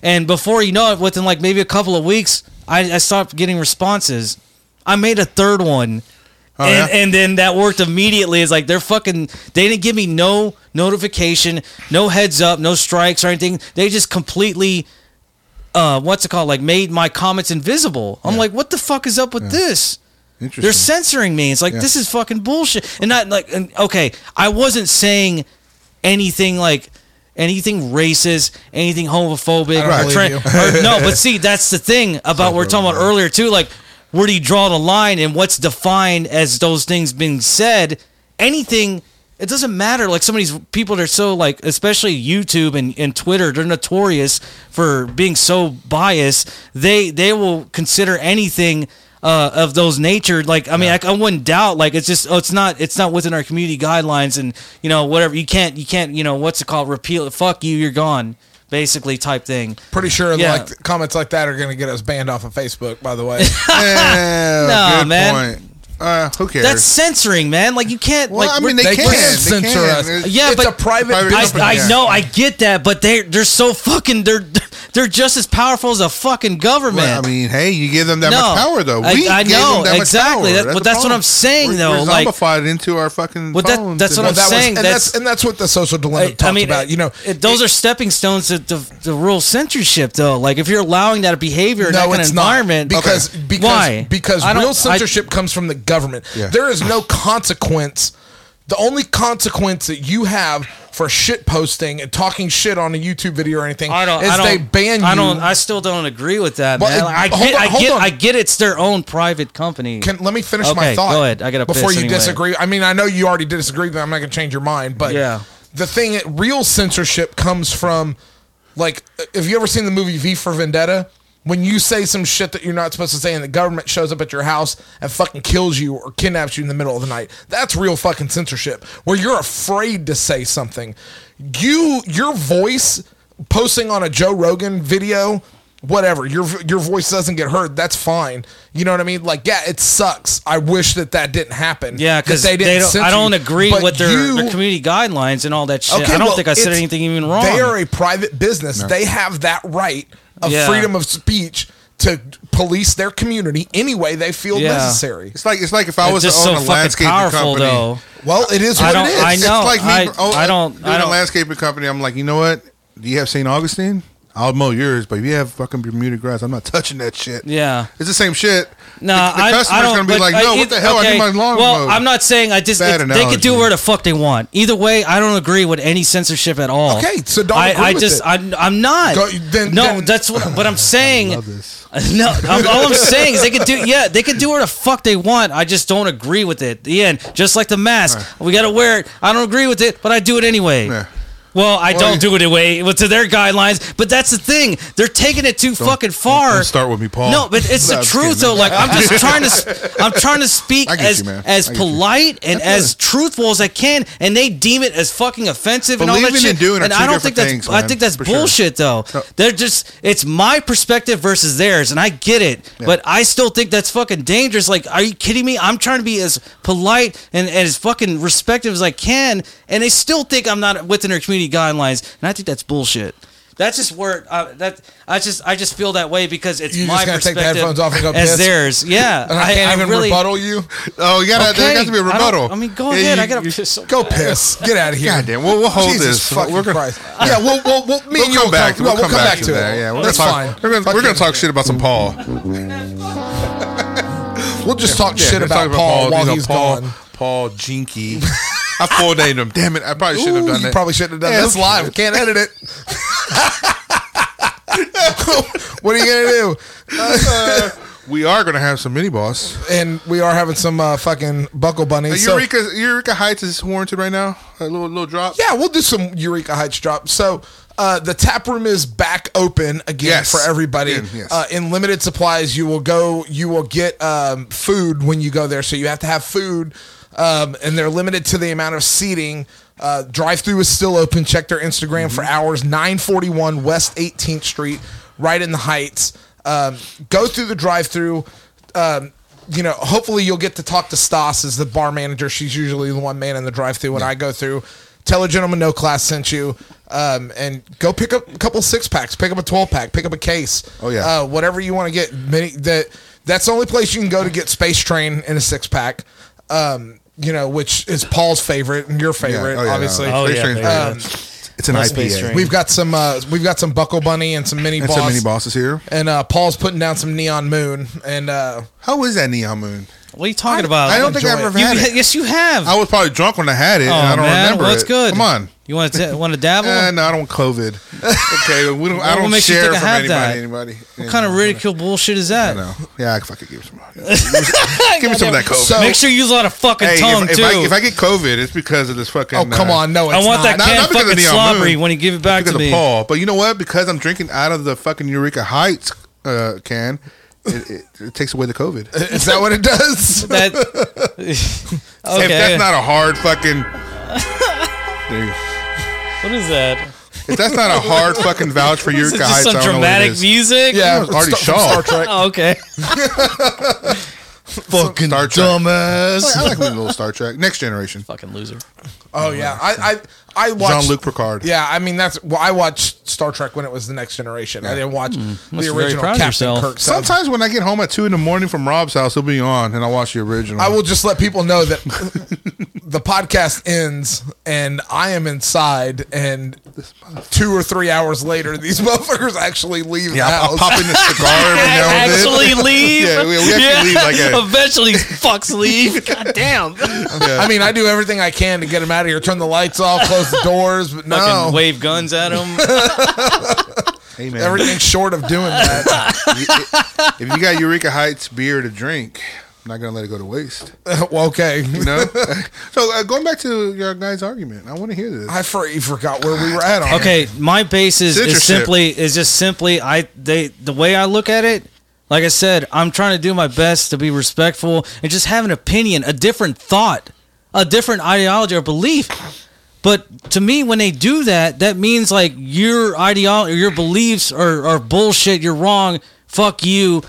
Speaker 4: and before you know it, within like maybe a couple of weeks, I, I stopped getting responses. I made a third one. and,
Speaker 3: Oh, yeah?
Speaker 4: and then that worked immediately. It's like they're fucking. They didn't give me no notification, no heads up, no strikes or anything. They just completely uh, what's it called? Like made my comments invisible. I'm like, what the fuck is up with this?
Speaker 3: Interesting.
Speaker 4: They're censoring me. It's like this is fucking bullshit. And not like, and, okay, I wasn't saying anything like anything racist, anything homophobic.
Speaker 1: I don't
Speaker 4: or
Speaker 1: believe
Speaker 4: or- no, but see, that's the thing about what we we're talking about earlier too. Like, where do you draw the line, and what's defined as those things being said? Anything. It doesn't matter. Like some of these people, they're so like, especially YouTube and, and Twitter, they're notorious for being so biased. They they will consider anything uh, of those nature. Like, I mean, I, I wouldn't doubt. Like, it's just, oh, it's not, it's not within our community guidelines, and you know, whatever. You can't, you can't, you know, what's it called? Repeal it. Fuck you. You're gone. Basically, type thing.
Speaker 1: Pretty sure
Speaker 4: Yeah.
Speaker 1: like comments like that are going to get us banned off of Facebook. By the way,
Speaker 3: Yeah,
Speaker 4: Nah,
Speaker 3: good
Speaker 4: man.
Speaker 3: Point. Uh, who cares?
Speaker 4: That's censoring, man. Like, you can't.
Speaker 3: well,
Speaker 4: like,
Speaker 3: I mean, they,
Speaker 1: they
Speaker 3: can.
Speaker 1: can censor us.
Speaker 3: It's-
Speaker 4: Yeah,
Speaker 1: it's
Speaker 4: but-
Speaker 1: a private.
Speaker 3: Private
Speaker 1: business.
Speaker 3: company.
Speaker 4: I,
Speaker 3: Yeah.
Speaker 4: I know, I get that, but they're they're so fucking they're they're just as powerful as a fucking government.
Speaker 3: Well, I mean, hey, you give them that much power, though.
Speaker 4: I-
Speaker 3: We
Speaker 4: I,
Speaker 3: gave
Speaker 4: know
Speaker 3: them that much
Speaker 4: exactly,
Speaker 3: power.
Speaker 4: That- but
Speaker 3: the
Speaker 4: that's what
Speaker 3: problem.
Speaker 4: I'm saying,
Speaker 3: We're-
Speaker 4: though.
Speaker 3: We're
Speaker 4: like,
Speaker 3: zombified into our fucking
Speaker 4: Well, that-
Speaker 3: phones.
Speaker 4: that's
Speaker 3: and
Speaker 4: what I'm
Speaker 3: that-
Speaker 1: that
Speaker 4: saying,
Speaker 1: was, and
Speaker 4: that's-
Speaker 1: that's, and that's what the social dilemma talks about. You know,
Speaker 4: it- those are stepping stones to the, the real censorship, though. Like, if you're allowing that behavior in that kind of
Speaker 1: not.
Speaker 4: environment,
Speaker 1: because
Speaker 4: Okay.
Speaker 1: because
Speaker 4: why?
Speaker 1: because
Speaker 4: I don't- I-
Speaker 1: real censorship comes from the government.
Speaker 3: Yeah.
Speaker 1: There is no consequence. The only consequence that you have for shit posting and talking shit on a YouTube video or anything
Speaker 4: I don't.
Speaker 1: is
Speaker 4: I don't,
Speaker 1: they ban you.
Speaker 4: I don't. I still don't agree with that,
Speaker 1: Well,
Speaker 4: man.
Speaker 1: it-
Speaker 4: Like, I
Speaker 1: hold
Speaker 4: get.
Speaker 1: on,
Speaker 4: I
Speaker 1: hold
Speaker 4: get.
Speaker 1: on.
Speaker 4: I get. It's their own private company.
Speaker 1: Can let me finish my
Speaker 4: Okay,
Speaker 1: thought.
Speaker 4: go ahead. I gotta
Speaker 1: before
Speaker 4: piss
Speaker 1: you
Speaker 4: anyway.
Speaker 1: disagree. I mean, I know you already disagree, but I'm not gonna change your mind. But
Speaker 4: Yeah.
Speaker 1: the thing, real censorship comes from, like, have you ever seen the movie V for Vendetta? When you say some shit that you're not supposed to say, and the government shows up at your house and fucking kills you or kidnaps you in the middle of the night, that's real fucking censorship. Where you're afraid to say something, you your voice posting on a Joe Rogan video whatever your your voice doesn't get heard that's fine you know what i mean like yeah it sucks i wish that that didn't happen
Speaker 4: Yeah,
Speaker 1: that
Speaker 4: because they,
Speaker 1: didn't
Speaker 4: don't. I
Speaker 1: censor
Speaker 4: don't
Speaker 1: you.
Speaker 4: agree
Speaker 1: But
Speaker 4: with their, their
Speaker 1: you-
Speaker 4: community guidelines and all that shit. I don't
Speaker 1: well,
Speaker 4: think I said
Speaker 1: it's-
Speaker 4: anything even wrong.
Speaker 1: They are a private business. They have that right of
Speaker 4: Yeah.
Speaker 1: freedom of speech to police their community any way they feel
Speaker 4: Yeah.
Speaker 1: necessary.
Speaker 3: It's like it's like if I was to
Speaker 4: just so
Speaker 3: own a
Speaker 4: fucking
Speaker 3: landscaping
Speaker 4: powerful,
Speaker 3: company.
Speaker 4: though.
Speaker 1: Well, it is
Speaker 4: I
Speaker 1: what
Speaker 4: don't-
Speaker 1: it is.
Speaker 4: I know.
Speaker 3: It's like me.
Speaker 4: I-
Speaker 3: oh,
Speaker 4: I don't-
Speaker 3: Doing
Speaker 4: I don't-
Speaker 3: a landscaping company, I'm like, you know what? Do you have St. Augustine? I'll mow yours, but if you have fucking Bermuda grass, I'm not touching that shit.
Speaker 4: Yeah.
Speaker 3: it's the same shit.
Speaker 4: No,
Speaker 3: the, the
Speaker 4: I,
Speaker 3: customer's
Speaker 4: I don't,
Speaker 3: gonna be
Speaker 4: but
Speaker 3: like,
Speaker 4: I-
Speaker 3: no, what
Speaker 4: it-
Speaker 3: the hell?
Speaker 4: okay.
Speaker 3: I need my lawn
Speaker 4: Well,
Speaker 3: mowed.
Speaker 4: I'm not saying I just.
Speaker 3: Bad
Speaker 4: it- they can do
Speaker 3: analogy.
Speaker 4: where the fuck they want. Either way, I don't agree with any censorship at all.
Speaker 1: Okay, so don't
Speaker 4: I,
Speaker 1: agree
Speaker 4: I
Speaker 1: with
Speaker 4: just.
Speaker 1: it.
Speaker 4: I'm, I'm not.
Speaker 1: Go- then-
Speaker 4: no,
Speaker 1: then-
Speaker 4: that's what. But I'm saying.
Speaker 3: love this.
Speaker 4: No, I'm, all I'm saying is they can do. Yeah, they can do where the fuck they want. I just don't agree with it. The end. Just like the mask, we gotta wear it. I don't agree with it, but I do it anyway.
Speaker 3: Yeah.
Speaker 4: Well, I don't
Speaker 3: you-
Speaker 4: do it away with to their guidelines, but that's the thing. They're taking it too fucking far.
Speaker 3: don't start with me, Paul.
Speaker 4: No, but it's
Speaker 3: No,
Speaker 4: the
Speaker 3: I'm just
Speaker 4: truth
Speaker 3: kidding.
Speaker 4: though. Like I'm just trying to, s- I'm trying to speak
Speaker 3: I get
Speaker 4: as
Speaker 3: you, man.
Speaker 4: as
Speaker 3: I get you.
Speaker 4: polite and as truthful as I can, and they deem it as fucking offensive and all that
Speaker 3: Believing
Speaker 4: shit.
Speaker 3: and doing are
Speaker 4: and
Speaker 3: two
Speaker 4: I don't
Speaker 3: different
Speaker 4: think that's,
Speaker 3: things,
Speaker 4: I
Speaker 3: man,
Speaker 4: think that's
Speaker 3: for sure.
Speaker 4: bullshit though.
Speaker 3: No.
Speaker 4: They're just, it's my perspective versus theirs, and I get it, but I still think that's fucking dangerous. Like, are you kidding me? I'm trying to be as polite and, and as fucking respectful as I can, and they still think I'm not within their community guidelines, and I think that's bullshit. That's just where uh, that I just I just feel that way because it's
Speaker 1: You just
Speaker 4: my
Speaker 1: gotta take
Speaker 4: perspective
Speaker 1: the headphones off and go
Speaker 4: as
Speaker 1: piss?
Speaker 4: theirs. Yeah,
Speaker 1: and I, can't even
Speaker 4: really-
Speaker 1: rebuttal you.
Speaker 3: Oh, you gotta,
Speaker 4: Okay,
Speaker 3: there has to be a
Speaker 4: I don't-
Speaker 3: rebuttal.
Speaker 4: I, mean, go
Speaker 3: Yeah,
Speaker 4: ahead.
Speaker 3: you-
Speaker 4: I gotta
Speaker 3: you-
Speaker 4: piss so
Speaker 1: Go piss. Get out of here.
Speaker 3: God damn, we'll- we'll hold
Speaker 1: Jesus
Speaker 3: this.
Speaker 1: Fucking
Speaker 3: We're gonna-
Speaker 1: Christ. Yeah, we'll we'll, we'll me and
Speaker 3: We'll
Speaker 1: you
Speaker 3: come back.
Speaker 1: We'll, come back to
Speaker 3: that.
Speaker 1: it.
Speaker 3: Yeah, we're
Speaker 1: that's
Speaker 3: gonna
Speaker 1: fine.
Speaker 3: talk, We're gonna, we're gonna
Speaker 1: Fucking-
Speaker 3: talk shit about some Paul.
Speaker 1: We'll just talk
Speaker 3: Yeah,
Speaker 1: shit
Speaker 3: we're
Speaker 1: about
Speaker 3: talking
Speaker 1: Paul
Speaker 3: you
Speaker 1: while
Speaker 3: know,
Speaker 1: he's
Speaker 3: Paul,
Speaker 1: gone.
Speaker 3: Paul Jinky. I full named him. Damn it! I probably shouldn't have
Speaker 1: Ooh,
Speaker 3: done
Speaker 1: you
Speaker 3: that.
Speaker 1: probably shouldn't have done
Speaker 3: Yeah,
Speaker 1: that. That's
Speaker 3: who
Speaker 1: live.
Speaker 3: cares?
Speaker 1: Can't edit it. what are you gonna do?
Speaker 3: Uh, we are gonna have some mini boss.
Speaker 1: And we are having some uh, fucking buckle bunnies. so-
Speaker 3: Eureka, Eureka Heights is warranted right now. A little little drop.
Speaker 1: yeah, we'll do some Eureka Heights drop. So uh, the tap room is back open again
Speaker 3: Yes.
Speaker 1: for everybody.
Speaker 3: Again, yes.
Speaker 1: Uh, in limited supplies, you will go. You will get um, food when you go there, so you have to have food, um, and they're limited to the amount of seating. Uh, Drive through is still open. Check their Instagram
Speaker 3: Mm-hmm.
Speaker 1: for hours. 941 West 18th Street, right in the Heights. Um, go through the drive through. Um, you know, hopefully you'll get to talk to Stas as the bar manager. She's usually the one man in the drive through when I go through. Tell a gentleman no class sent you. Um, and go pick up a couple six packs, pick up a 12 pack, pick up a case.
Speaker 3: Oh, yeah.
Speaker 1: Uh, whatever you want to get. Many that that's the only place you can go to get Space Train in a six pack. Um, you know, which is Paul's favorite and your favorite,
Speaker 3: Oh, yeah, no.
Speaker 1: obviously.
Speaker 4: Oh,
Speaker 3: Space
Speaker 4: yeah,
Speaker 3: Train's
Speaker 4: baby.
Speaker 3: better.
Speaker 4: Um,
Speaker 3: it's an
Speaker 4: Love Space
Speaker 3: IPA.
Speaker 4: Train.
Speaker 1: We've got some uh, we've got some Buckle Bunny and some mini
Speaker 3: And
Speaker 1: boss.
Speaker 3: so many bosses here.
Speaker 1: And uh, Paul's putting down some neon moon and uh,
Speaker 3: How is that neon moon?
Speaker 4: What are you talking about?
Speaker 3: I don't think I've
Speaker 1: enjoy
Speaker 3: ever
Speaker 1: it.
Speaker 3: had
Speaker 4: You-
Speaker 3: it.
Speaker 4: yes, you have.
Speaker 3: I was probably drunk when I had it,
Speaker 4: oh,
Speaker 3: and I don't
Speaker 4: man.
Speaker 3: remember
Speaker 4: well,
Speaker 3: it.
Speaker 4: it's good.
Speaker 3: Come on.
Speaker 4: You want to want to dabble?
Speaker 3: Eh, no, I don't want COVID. Okay, we don't, I
Speaker 4: What
Speaker 3: don't
Speaker 4: makes you
Speaker 3: share
Speaker 4: think I
Speaker 3: from
Speaker 4: have
Speaker 3: anybody.
Speaker 4: that?
Speaker 3: Anybody?
Speaker 4: what kind of ridicule bullshit is that?
Speaker 3: No, yeah, I can fucking give some. give me some of that COVID.
Speaker 1: So-
Speaker 4: Make sure you use a lot of fucking
Speaker 3: hey, if-
Speaker 4: tongue
Speaker 3: if,
Speaker 4: too.
Speaker 3: I, if I get COVID, it's because of this fucking.
Speaker 1: oh come
Speaker 3: uh,
Speaker 1: on, no, it's
Speaker 4: I want
Speaker 1: not.
Speaker 4: that
Speaker 3: Not-
Speaker 4: can
Speaker 3: not because of
Speaker 4: fucking
Speaker 3: Neon
Speaker 4: slobbery
Speaker 3: Moon.
Speaker 4: when you give it back
Speaker 3: because
Speaker 4: to
Speaker 3: of
Speaker 4: me.
Speaker 3: Paul. But you know what? Because I'm drinking out of the fucking Eureka Heights uh, can, it, it, it takes away the COVID. If
Speaker 1: Is that what it does?
Speaker 4: That okay.
Speaker 3: that's not a hard fucking. There you go.
Speaker 4: what is that?
Speaker 3: If that's not a hard fucking vouch for
Speaker 4: Is it
Speaker 3: Eureka
Speaker 4: just
Speaker 3: Heights,
Speaker 4: some
Speaker 3: I don't know what it
Speaker 4: dramatic
Speaker 3: is.
Speaker 4: music?
Speaker 1: yeah,
Speaker 3: was Artie
Speaker 1: it's from
Speaker 3: Shaw.
Speaker 1: Star Trek.
Speaker 4: Oh, okay.
Speaker 3: Fucking Star Trek.
Speaker 1: Dumbass.
Speaker 3: I like a little Star Trek. Next Generation.
Speaker 4: fucking loser.
Speaker 1: Oh yeah, I I I watched
Speaker 3: Jean Luc Picard.
Speaker 1: Yeah, I mean that's well, I watched Star Trek when it was the Next Generation. I didn't watch
Speaker 4: Hmm. be
Speaker 1: the
Speaker 4: very
Speaker 1: original
Speaker 4: proud of
Speaker 1: Captain
Speaker 4: yourself.
Speaker 1: Kirk. So
Speaker 3: Sometimes when I get home at two in the morning from Rob's house, he'll be on, and I'll watch the original.
Speaker 1: I will just let people know that the podcast ends and I am inside, and two or three hours later, these motherfuckers actually leave
Speaker 3: Yeah,
Speaker 1: the
Speaker 3: I'll, I'll
Speaker 1: house.
Speaker 3: pop in the cigar every now and then.
Speaker 4: actually leave.
Speaker 3: Yeah, we- we actually leave like a-
Speaker 4: Eventually, fucks leave. God damn.
Speaker 1: I mean, I do everything I can to get them out of here. Turn the lights off, close the doors, but
Speaker 4: Fucking
Speaker 1: no,
Speaker 4: wave guns at him.
Speaker 3: Hey man,
Speaker 1: everything short of doing that.
Speaker 3: if you got Eureka Heights beer to drink, I'm not gonna let it go to waste.
Speaker 1: well, okay.
Speaker 3: You know. so uh, going back to your guys' argument, I want to hear this.
Speaker 1: I for- you forgot where we were at on it.
Speaker 4: Okay, my basis
Speaker 3: Citrus
Speaker 4: is simply is just simply I they the way I look at it. Like I said, I'm trying to do my best to be respectful and just have an opinion, a different thought, a different ideology or belief. But to me, when they do that, that means like your ideology, your beliefs are, are bullshit. You're wrong. Fuck you.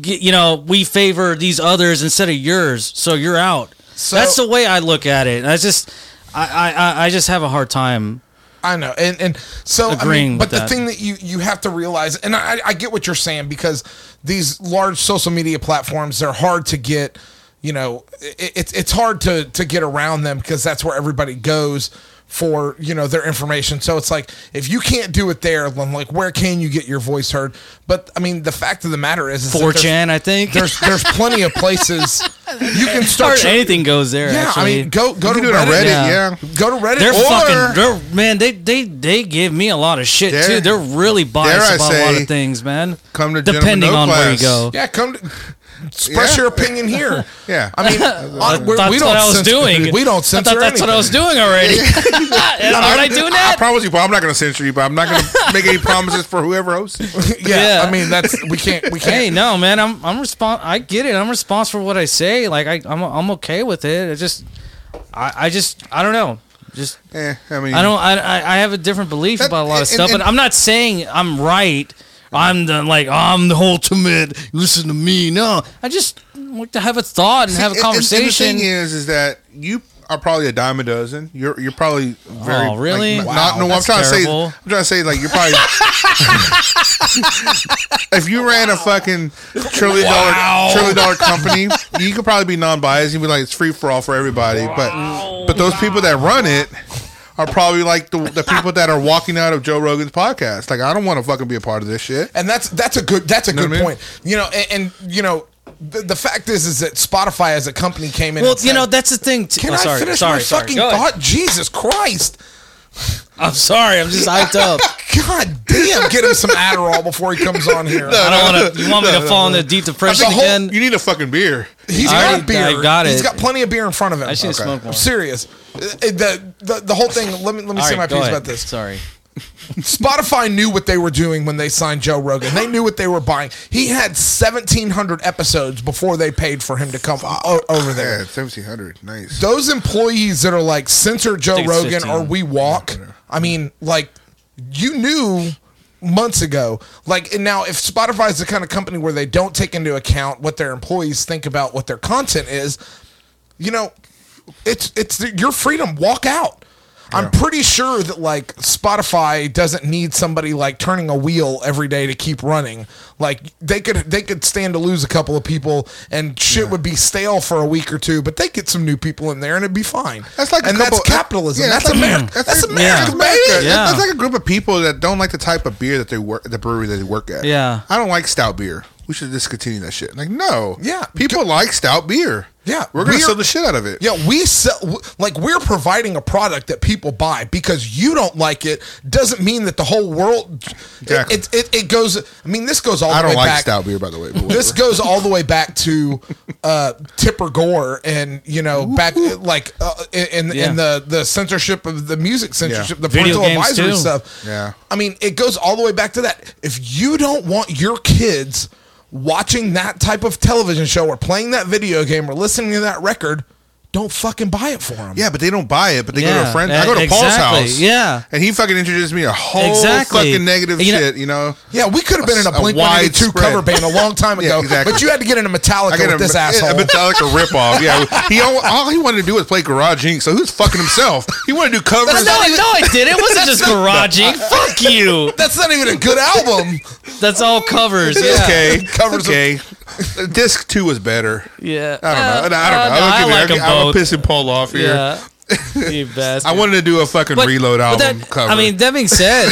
Speaker 4: G- you know, we favor these others instead of yours, so you're out.
Speaker 1: So-
Speaker 4: That's the way I look at it. I just, I, I, I- I just have a hard time
Speaker 1: I know, and and so I
Speaker 4: Agreeing
Speaker 1: mean,
Speaker 4: with
Speaker 1: but the
Speaker 4: that.
Speaker 1: thing that you you have to realize, and I, I get what you're saying because these large social media platforms they're hard to get, you know, it, it's it's hard to to get around them because that's where everybody goes for you know their information. So it's like if you can't do it there, then like where can you get your voice heard? But I mean, the fact of the matter is, is that there's-
Speaker 4: 4chan, I think.
Speaker 1: There's there's plenty of places you can start.
Speaker 4: Or
Speaker 1: your-
Speaker 4: anything goes there.
Speaker 1: yeah,
Speaker 4: actually.
Speaker 1: I mean, go go
Speaker 3: you
Speaker 1: to
Speaker 3: can do it on Reddit,
Speaker 1: Reddit.
Speaker 3: yeah.
Speaker 1: Go to Reddit.
Speaker 4: they're
Speaker 1: or-
Speaker 4: fucking. They're, man, they they they give me a lot of shit
Speaker 3: Dare-
Speaker 4: too. They're really
Speaker 3: dare I
Speaker 4: biased about a lot
Speaker 3: say,
Speaker 4: of things, man.
Speaker 3: come to
Speaker 4: depending
Speaker 3: Gentleman
Speaker 4: on
Speaker 3: No
Speaker 4: where you
Speaker 3: Class.
Speaker 4: go.
Speaker 1: Yeah, come to, express
Speaker 3: Yeah.
Speaker 1: your opinion here.
Speaker 3: Yeah.
Speaker 1: I mean, on, we're,
Speaker 4: That's
Speaker 1: we don't
Speaker 4: what I was
Speaker 1: censor,
Speaker 4: doing.
Speaker 1: We don't
Speaker 4: I
Speaker 1: censor
Speaker 4: thought that's
Speaker 1: anything.
Speaker 4: what I was doing already. Aren't I doing
Speaker 3: I
Speaker 4: that?
Speaker 3: promise you, Paul, I'm not going to censor you, but I'm not going to make any promises for whoever hosts. it.
Speaker 1: yeah,
Speaker 4: Yeah.
Speaker 1: I mean, that's we can't we can't.
Speaker 4: Hey, no, man. I'm I'm respons- I get it. I'm responsible for what I say. Like I I'm I'm okay with it. I just I I just I don't know. Just
Speaker 3: Eh, I mean,
Speaker 4: I don't. I, I I have a different belief
Speaker 3: That-
Speaker 4: about a lot
Speaker 3: and-
Speaker 4: of stuff,
Speaker 3: and-
Speaker 4: but I'm not saying I'm right. I'm the like I'm the ultimate. Listen to me. No, I just want to have a thought and have a
Speaker 3: And- and- and
Speaker 4: conversation.
Speaker 3: the thing is, is that you are probably a dime a dozen. You're you're probably very.
Speaker 4: Oh, really?
Speaker 3: Like, n-
Speaker 4: Wow,
Speaker 3: not, no, I'm
Speaker 4: that's
Speaker 3: trying
Speaker 4: terrible.
Speaker 3: to say. I'm trying to say like you're probably. if you ran a fucking trillion dollar trillion dollar company, you could probably be non biased. You'd be like it's free for all for everybody, but but those people that run it. Are probably like the, the people that are walking out of Joe Rogan's podcast. Like, I don't want to fucking be a part of this shit.
Speaker 1: and that's that's a good that's a
Speaker 3: Know
Speaker 1: good
Speaker 3: what I mean?
Speaker 1: point. You know, and, and you know, the, the fact is is that Spotify as a company came in.
Speaker 4: well,
Speaker 1: and
Speaker 4: you
Speaker 1: said,
Speaker 4: know that's the thing. Too.
Speaker 1: Can
Speaker 4: oh,
Speaker 1: I
Speaker 4: sorry,
Speaker 1: finish
Speaker 4: sorry,
Speaker 1: my
Speaker 4: sorry.
Speaker 1: fucking
Speaker 4: Go ahead.
Speaker 1: thought? Jesus Christ!
Speaker 4: I'm sorry. I'm just hyped up.
Speaker 1: God damn! Get him some Adderall before he comes on here.
Speaker 4: I don't want to. You want me to fall into deep depression
Speaker 1: The whole-
Speaker 4: again?
Speaker 3: You need a fucking beer.
Speaker 1: He's
Speaker 4: I
Speaker 1: got
Speaker 4: already-
Speaker 1: beer.
Speaker 4: I got
Speaker 1: He's
Speaker 4: it.
Speaker 1: got plenty of beer in front of him.
Speaker 4: I should have smoked
Speaker 1: I'm
Speaker 4: more.
Speaker 1: serious. Uh, The, the the whole thing. Let me let me
Speaker 4: All
Speaker 1: say
Speaker 4: right,
Speaker 1: my
Speaker 4: go
Speaker 1: piece
Speaker 4: ahead.
Speaker 1: about this.
Speaker 4: Sorry.
Speaker 1: Spotify knew what they were doing when they signed Joe Rogan. They knew what they were buying. He had 1,700 episodes before they paid for him to come o- over there.
Speaker 3: Yeah, seventeen hundred. Nice.
Speaker 1: Those employees that are like, censor Joe
Speaker 4: think it's
Speaker 1: Rogan
Speaker 4: 15.
Speaker 1: or we walk. I mean, like, you knew months ago. Like, and now if Spotify is the kind of company where they don't take into account what their employees think about what their content is, you know, it's it's the, your freedom. Walk out. I'm pretty sure that like Spotify doesn't need somebody like turning a wheel every day to keep running. Like they could they could stand to lose a couple of people and shit would be stale for a week or two, but they get some new people in there and it'd be fine.
Speaker 3: That's like a
Speaker 1: and
Speaker 3: couple-
Speaker 1: that's capitalism.
Speaker 3: yeah,
Speaker 1: that's,
Speaker 3: that's like-
Speaker 1: America.
Speaker 3: that's
Speaker 1: That's,
Speaker 3: like-
Speaker 1: America,
Speaker 4: yeah.
Speaker 1: baby.
Speaker 4: Yeah.
Speaker 3: That's like a group of people that don't like the type of beer that they work, the brewery that they work at.
Speaker 4: Yeah.
Speaker 3: I don't like stout beer. We should discontinue that shit. Like, no.
Speaker 1: Yeah.
Speaker 3: People like stout beer.
Speaker 1: Yeah.
Speaker 3: We're gonna
Speaker 1: Beer-
Speaker 3: sell the shit out of it.
Speaker 1: Yeah, we sell w- like we're providing a product that people buy because you don't like it doesn't mean that the whole world.
Speaker 3: Exactly.
Speaker 1: It, it, it goes. I mean, this goes all.
Speaker 3: I
Speaker 1: the
Speaker 3: don't
Speaker 1: way
Speaker 3: like
Speaker 1: back.
Speaker 3: stout beer, by the way. But
Speaker 1: This
Speaker 3: whatever.
Speaker 1: goes all the way back to uh, Tipper Gore, and you know, back like uh, in
Speaker 4: Yeah.
Speaker 1: in the the censorship of the music censorship, the
Speaker 4: Video
Speaker 1: parental
Speaker 4: games,
Speaker 1: advisory
Speaker 4: too.
Speaker 1: stuff.
Speaker 3: Yeah.
Speaker 1: I mean, it goes all the way back to that. If you don't want your kids watching that type of television show or playing that video game or listening to that record, don't fucking buy it for them.
Speaker 3: Yeah, but they don't buy it, but they go to
Speaker 4: Yeah,
Speaker 3: a friend.
Speaker 4: e-
Speaker 3: I go to Paul's
Speaker 4: exactly,
Speaker 3: house.
Speaker 4: yeah.
Speaker 3: And he fucking introduced me to a whole
Speaker 4: Exactly.
Speaker 3: fucking negative
Speaker 4: You know-
Speaker 3: shit, you know?
Speaker 1: Yeah, we could have been in a
Speaker 3: A
Speaker 1: Blink
Speaker 3: wide
Speaker 1: 182
Speaker 3: spread.
Speaker 1: cover band a long time
Speaker 3: Yeah,
Speaker 1: ago,
Speaker 3: exactly.
Speaker 1: but you had to get in a Metallica with this
Speaker 3: a,
Speaker 1: asshole.
Speaker 3: A Metallica ripoff. Yeah. He all, all he wanted to do was play Garage Inc. So he was fucking himself. He wanted to do
Speaker 4: No,
Speaker 3: covers.
Speaker 4: no, I didn't. It wasn't just garaging. Fuck you.
Speaker 1: That's not even a good album.
Speaker 4: That's all covers.
Speaker 3: It's
Speaker 4: Yeah.
Speaker 3: okay.
Speaker 1: Covers
Speaker 3: Covers okay. Disc two was better.
Speaker 4: Yeah.
Speaker 3: I don't know. I don't know.
Speaker 4: Uh, I
Speaker 3: I don't
Speaker 4: like
Speaker 3: give
Speaker 4: them
Speaker 3: a- I'm
Speaker 4: both.
Speaker 3: pissing Paul off here.
Speaker 4: Yeah. you bastard.
Speaker 3: I wanted to do a fucking
Speaker 4: But-
Speaker 3: reload
Speaker 4: but
Speaker 3: album
Speaker 4: that-
Speaker 3: cover.
Speaker 4: I mean, that being said,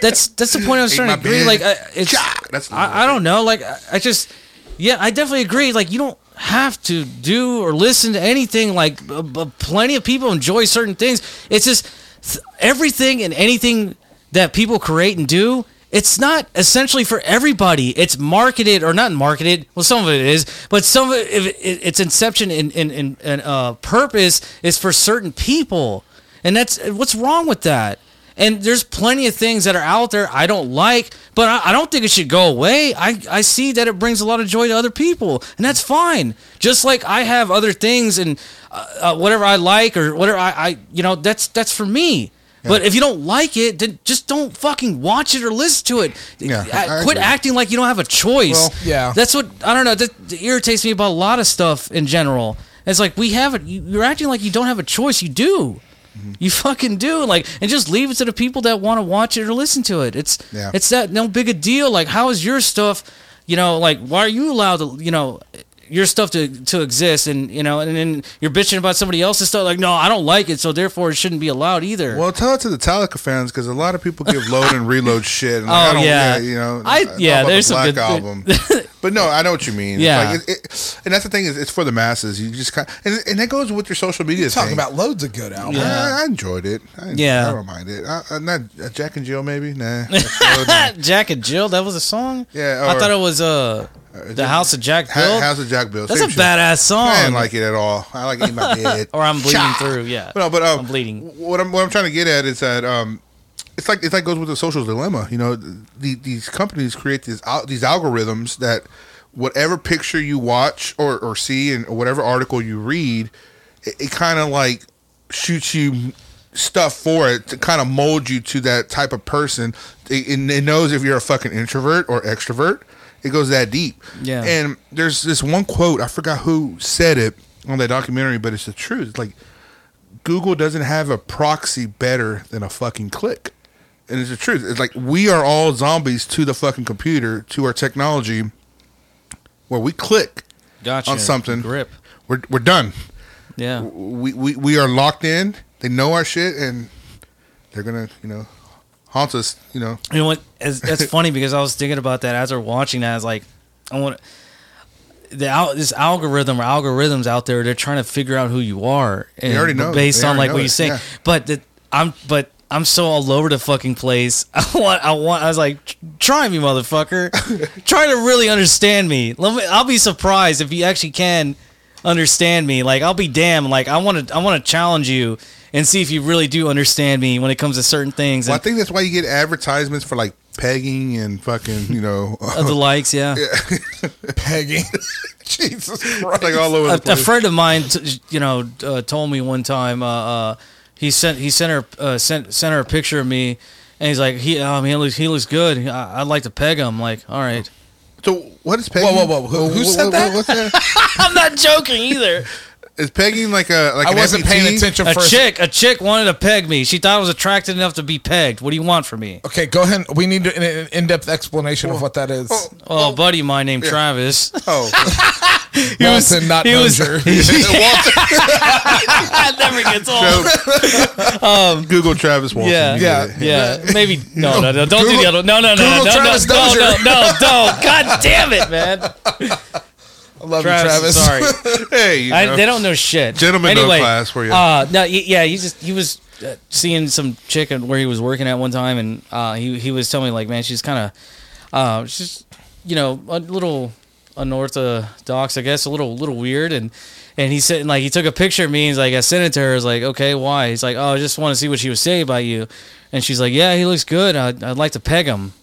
Speaker 4: that's that's the point I was
Speaker 3: Ate
Speaker 4: trying
Speaker 3: my
Speaker 4: to agree.
Speaker 3: bed.
Speaker 4: Like, I, it's,
Speaker 3: That's-
Speaker 4: I, I don't know. Like, I, I just, yeah, I definitely agree. Like, you don't have to do or listen to anything. Like, b- b- plenty of people enjoy certain things. It's just th- everything and anything that people create and do. It's not essentially for everybody. It's marketed or not marketed. Well, some of it is, but some of it, it, its inception and and, and, and uh, purpose is for certain people, and that's what's wrong with that. And there's plenty of things that are out there I don't like, but I, I don't think it should go away. I, I see that it brings a lot of joy to other people, and that's fine. Just like I have other things and uh, uh, whatever I like or whatever I, I you know that's that's for me. But if you don't like it, then just don't fucking watch it or listen to it.
Speaker 3: Yeah,
Speaker 4: I-
Speaker 3: I
Speaker 4: quit
Speaker 3: agree.
Speaker 4: acting like you don't have a choice.
Speaker 1: Well, yeah.
Speaker 4: that's what I don't know. That, that irritates me about a lot of stuff in general. It's like we have it. you- You're acting like you don't have a choice. You do. You fucking do like, and just leave it to the people that want to watch it or listen to it. It's
Speaker 3: Yeah.
Speaker 4: it's that no big a deal. Like, how is your stuff? You know, like why are you allowed to? You know, your stuff to to exist, and you know, and then you're bitching about somebody else's stuff. Like, no, I don't like it, so therefore it shouldn't be allowed either.
Speaker 3: well, tell it to the Metallica fans because a lot of people give load and reload shit. And
Speaker 4: Oh,
Speaker 3: like, I don't,
Speaker 4: yeah.
Speaker 3: you know,
Speaker 4: I-
Speaker 3: it's all
Speaker 4: yeah,
Speaker 3: about the
Speaker 4: there's some
Speaker 3: black
Speaker 4: good-
Speaker 3: album. but no, I know what you mean. It's
Speaker 4: Yeah.
Speaker 3: like, it, it, and that's the thing is, it's for the masses. You just kind and, and that goes with your social media.
Speaker 1: Talking
Speaker 3: thing.
Speaker 1: about loads of good albums.
Speaker 3: I, I enjoyed it. I,
Speaker 4: Yeah.
Speaker 3: I don't mind it. I, I, not uh, Jack and Jill, maybe. Nah. that's load and-
Speaker 4: Jack and Jill, that was a song.
Speaker 3: Yeah,
Speaker 4: I
Speaker 3: or-
Speaker 4: thought it was uh, the House of Jack
Speaker 3: Ha-
Speaker 4: Bill.
Speaker 3: House of Jack Bill.
Speaker 4: That's
Speaker 3: same
Speaker 4: a
Speaker 3: shit.
Speaker 4: badass song.
Speaker 3: I didn't like it at all. I like eat my bed.
Speaker 4: or I'm bleeding
Speaker 3: Cha!
Speaker 4: through. Yeah,
Speaker 3: No, but um,
Speaker 4: I'm bleeding.
Speaker 3: What I'm what I'm trying to get at is that um, it's like it's like goes with the social dilemma. You know, the, these companies create these al- these algorithms that whatever picture you watch or or see and whatever article you read, it, it kind of like shoots you stuff for it to kind of mold you to that type of person. It, it, it knows if you're a fucking introvert or extrovert. It goes that deep.
Speaker 4: Yeah.
Speaker 3: And there's this one quote I forgot who said it on that documentary, but it's the truth. It's like Google doesn't have a proxy better than a fucking click. And it's the truth. It's like we are all zombies to the fucking computer, to our technology, where we click
Speaker 4: Gotcha.
Speaker 3: on something.
Speaker 4: Grip.
Speaker 3: We're, we're done.
Speaker 4: Yeah.
Speaker 3: We, we we are locked in. They know our shit, and they're gonna you know haunt us. You know.
Speaker 4: You know what? It's, that's funny because I was thinking about that as we're watching that. I was like, I want the al- this algorithm or algorithms out there. They're trying to figure out who you are, and
Speaker 3: already know.
Speaker 4: based
Speaker 3: They
Speaker 4: on
Speaker 3: already
Speaker 4: like
Speaker 3: know
Speaker 4: what
Speaker 3: it,
Speaker 4: you say.
Speaker 3: yeah.
Speaker 4: But the, I'm but I'm so all over the fucking place. I want I want. I was like, try me, motherfucker. try to really understand me. Let me. I'll be surprised if you actually can understand me. Like I'll be damned. Like I want to I want to challenge you and see if you really do understand me when it comes to certain things.
Speaker 3: Well, I
Speaker 4: And,
Speaker 3: think that's why you get advertisements for like pegging and fucking, you know,
Speaker 4: of the likes, yeah.
Speaker 1: Peggy. Jesus Christ.
Speaker 3: like all over
Speaker 4: a,
Speaker 3: the
Speaker 4: a
Speaker 3: place.
Speaker 4: friend of mine, t- you know, uh, told me one time. Uh, uh, he sent he sent her uh, sent sent her a picture of me, and he's like, he um, he looks he looks good. I, I'd like to peg him. Like, all right,
Speaker 3: so what is pegging?
Speaker 1: Whoa, whoa, whoa. Who- who said that?
Speaker 3: what's that?
Speaker 4: I'm not joking either.
Speaker 3: Is pegging like a like
Speaker 1: I
Speaker 3: an E
Speaker 1: wasn't
Speaker 3: FET?
Speaker 1: paying attention
Speaker 4: a
Speaker 1: first.
Speaker 4: chick a chick wanted to peg me. She thought I was attracted enough to be pegged. What do you want from me?
Speaker 1: Okay, go ahead. We need an- an in-depth explanation of what that is.
Speaker 3: Oh,
Speaker 4: Oh, a buddy, my name Travis.
Speaker 3: oh.
Speaker 4: He was
Speaker 1: Walton, not
Speaker 4: he was.
Speaker 1: Hoosier.
Speaker 4: It never gets old.
Speaker 3: Google Travis Walton.
Speaker 4: Oh. Um, Yeah.
Speaker 3: You
Speaker 1: Yeah.
Speaker 3: get it.
Speaker 4: Yeah, maybe no, no, no, don't do the
Speaker 1: Google-
Speaker 4: other. No, no, no,
Speaker 1: Google
Speaker 4: no,
Speaker 1: Travis
Speaker 4: no, no,
Speaker 1: Dozier.
Speaker 4: no, no, don't. God damn it, man.
Speaker 1: I love you,
Speaker 4: Travis,
Speaker 1: Travis.
Speaker 4: sorry.
Speaker 3: Hey, you
Speaker 4: I,
Speaker 3: know.
Speaker 4: they don't know shit.
Speaker 3: Gentlemen no
Speaker 4: anyway,
Speaker 3: class for you.
Speaker 4: Uh, no, y- yeah, he just he was uh, seeing some chick at where he was working at one time, and uh, he he was telling me like, man, she's kind of, uh, she's you know a little unorthodox, I guess, a little little weird, and and he said and, like he took a picture of me, and he's like, I sent it to her. I was like, okay, why? He's like, oh, I just want to see what she would say about you, and she's like, yeah, he looks good. I'd, I'd like to peg him.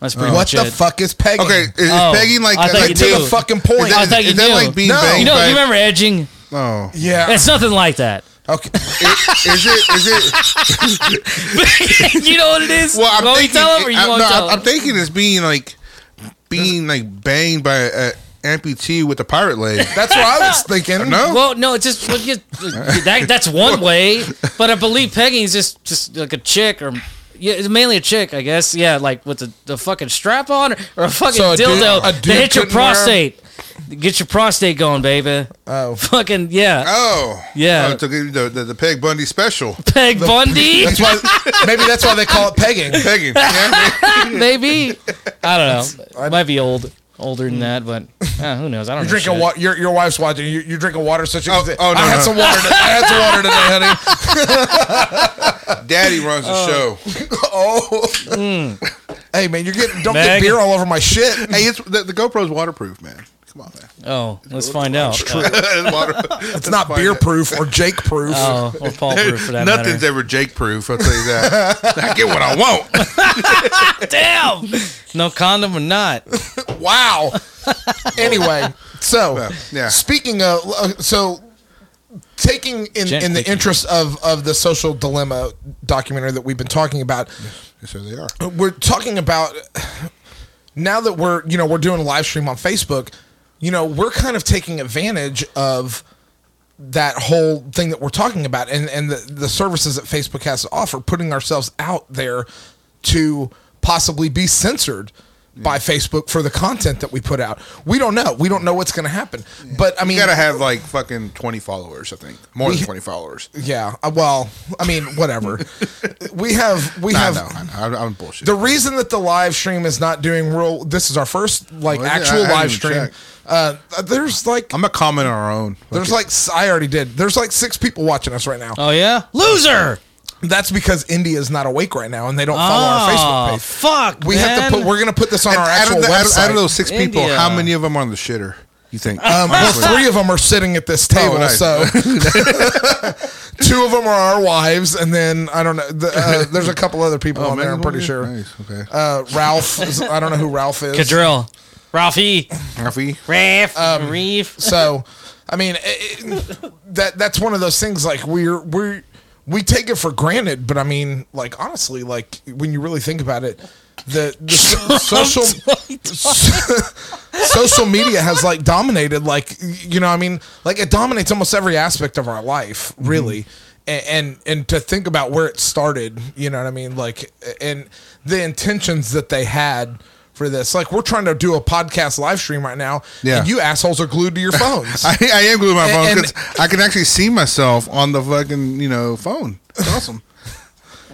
Speaker 4: That's pretty
Speaker 1: What
Speaker 4: much
Speaker 1: the
Speaker 4: it.
Speaker 1: fuck is pegging?
Speaker 3: Oh, Okay, is, is
Speaker 4: Oh,
Speaker 3: pegging like E
Speaker 4: I thought
Speaker 3: like
Speaker 4: you
Speaker 1: To
Speaker 4: knew.
Speaker 1: the
Speaker 3: being-
Speaker 1: fucking point.
Speaker 3: Is that,
Speaker 4: I thought you
Speaker 3: is that
Speaker 4: knew.
Speaker 3: like being
Speaker 1: No.
Speaker 3: banged
Speaker 4: You know,
Speaker 3: by-
Speaker 4: you remember edging?
Speaker 3: Oh.
Speaker 1: yeah.
Speaker 4: It's nothing like that.
Speaker 1: Okay.
Speaker 3: Is, is it is it
Speaker 4: you know what it is?
Speaker 3: Well, I'm
Speaker 4: Won't we
Speaker 3: thinking,
Speaker 4: tell him or you
Speaker 3: I,
Speaker 4: won't
Speaker 3: no,
Speaker 4: tell
Speaker 3: I'm, I'm
Speaker 4: him?
Speaker 3: thinking it's being like being like banged by an amputee with a pirate leg.
Speaker 1: That's what I was thinking.
Speaker 3: No,
Speaker 4: Well, no, it's just well, you- that, that's one way, but I believe pegging is just just like a chick or yeah, it's mainly a chick, I guess. Yeah, like with the, the fucking strap on or, or a fucking
Speaker 1: So a dude-
Speaker 4: dildo
Speaker 1: a
Speaker 4: to
Speaker 1: dude
Speaker 4: hit your
Speaker 1: couldn't wear 'em?
Speaker 4: prostate. Get your prostate going, baby.
Speaker 1: Oh.
Speaker 4: Fucking yeah,
Speaker 3: oh
Speaker 4: Yeah.
Speaker 3: Oh, it took you the, the the Peg Bundy special
Speaker 4: peg Bundy,
Speaker 1: That's why. Maybe that's why they call it pegging.
Speaker 3: pegging. Yeah,
Speaker 4: maybe. I don't know. It might be old, older than that, but uh, who knows? I don't. know
Speaker 1: You're drinking
Speaker 4: shit.
Speaker 1: water. Your, your wife's watching. You're, you're drinking water. So she
Speaker 3: Oh,
Speaker 1: can say,
Speaker 3: oh, no,
Speaker 1: I had
Speaker 3: no.
Speaker 1: some water. To, I had some water today, honey.
Speaker 3: Daddy runs the show.
Speaker 1: Oh. Hey man, you're getting don't
Speaker 4: Meg.
Speaker 1: get beer all over my shit.
Speaker 3: Hey, it's the, the GoPro's waterproof, man. Come on, man.
Speaker 4: Oh, let's find out.
Speaker 3: it's waterproof.
Speaker 1: It's not beer proof or Jake proof.
Speaker 4: Oh, or Paul Brewer for that
Speaker 3: Nothing's
Speaker 4: matter.
Speaker 3: ever Jake proof. I'll tell you that. I get what I want.
Speaker 4: Damn. No condom or not.
Speaker 1: Wow. anyway, so
Speaker 3: yeah.
Speaker 1: speaking of uh, so taking in, in the
Speaker 4: Gently.
Speaker 1: interest of of the social dilemma documentary that we've been talking about,
Speaker 3: So they are.
Speaker 1: we're talking about now that we're you know we're doing a live stream on Facebook, you know we're kind of taking advantage of that whole thing that we're talking about and and the, the services that Facebook has to offer, putting ourselves out there to possibly be censored by Facebook for the content that we put out. We don't know. We don't know what's going to happen. But I mean,
Speaker 3: You gotta have like fucking twenty followers, I think. More
Speaker 1: We-
Speaker 3: than twenty followers.
Speaker 1: yeah. uh, Well, I mean, whatever. we have we
Speaker 3: I
Speaker 1: have
Speaker 3: know. I know. I'm, I'm bullshit.
Speaker 1: The reason that the live stream is not doing real, this is our first like
Speaker 3: Well, yeah, I
Speaker 1: actual
Speaker 3: haven't
Speaker 1: live
Speaker 3: even
Speaker 1: stream.
Speaker 3: checked.
Speaker 1: Uh, there's like
Speaker 3: I'm a comment on our own.
Speaker 1: there's like s- I already did. There's like six people watching us right
Speaker 3: Uh.
Speaker 1: now.
Speaker 4: Oh yeah, loser.
Speaker 1: That's because India is not awake right now and they don't follow our
Speaker 4: Oh,
Speaker 3: Ah,
Speaker 1: Facebook page.
Speaker 4: fuck.
Speaker 1: we have
Speaker 4: man.
Speaker 1: to put. We're gonna put this on
Speaker 3: And
Speaker 1: our
Speaker 3: out,
Speaker 1: actual
Speaker 3: of the, out, of,
Speaker 1: website.
Speaker 3: out of those six people,
Speaker 4: India.
Speaker 3: how many of them are on the shitter? You think?
Speaker 1: um, well, three of them are sitting at this table,
Speaker 3: Oh, nice.
Speaker 1: so two of them are our wives, and then I don't know. The, uh, there's a couple other
Speaker 3: Oh,
Speaker 1: people on there. I'm pretty sure.
Speaker 3: Nice. Okay.
Speaker 1: Uh, Ralph, is, I don't know who Ralph is.
Speaker 4: Cadrill, Ralphie,
Speaker 3: Murphy.
Speaker 4: Raf,
Speaker 1: Um,
Speaker 4: Reef.
Speaker 1: So, I mean, it, it- that that's one of those things. Like we're we we take it for granted, but I mean, like honestly, like when you really think about it, the, the so- social social media has like dominated. Like you know, I mean, like it dominates almost every aspect of our life, really. A- And and to think about where it started, you know what I mean, like and the intentions that they had for this. Like we're trying to do a podcast live stream right now,
Speaker 3: Yeah.
Speaker 1: and you assholes are glued to your phones.
Speaker 3: I, I am glued to my phone
Speaker 1: And-
Speaker 3: because I can actually see myself on the fucking you know phone. It's awesome.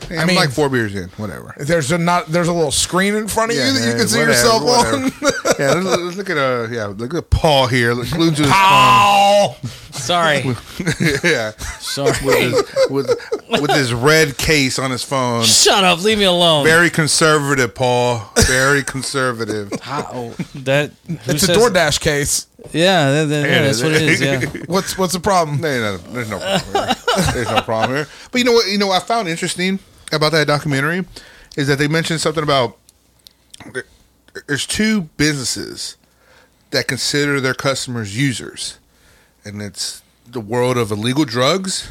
Speaker 3: Hey, I'm
Speaker 1: mean-
Speaker 3: like four beers in, whatever.
Speaker 1: there's a not there's a little screen in front of you that you
Speaker 3: hey,
Speaker 1: can see
Speaker 3: whatever,
Speaker 1: yourself
Speaker 3: whatever.
Speaker 1: on.
Speaker 3: yeah, let's, let's look at uh, yeah, look at Paul here, look, glued to his
Speaker 1: Ow!
Speaker 4: Sorry,
Speaker 3: phone. yeah,
Speaker 4: sorry.
Speaker 3: with with his red case on his phone.
Speaker 4: Shut up. Leave me alone.
Speaker 3: Very conservative, Paul. Very conservative.
Speaker 4: Ow. Oh, that. who
Speaker 1: It's a
Speaker 4: says-
Speaker 1: DoorDash case.
Speaker 4: Yeah, that- that-
Speaker 3: Yeah,
Speaker 4: that's what it is. Yeah.
Speaker 1: What's what's the problem?
Speaker 3: No, no, no, there's no problem here. There's no problem here. But you know what? You know what I found interesting about that documentary is that they mentioned something about there- there's two businesses that consider their customers users, and it's the world of illegal drugs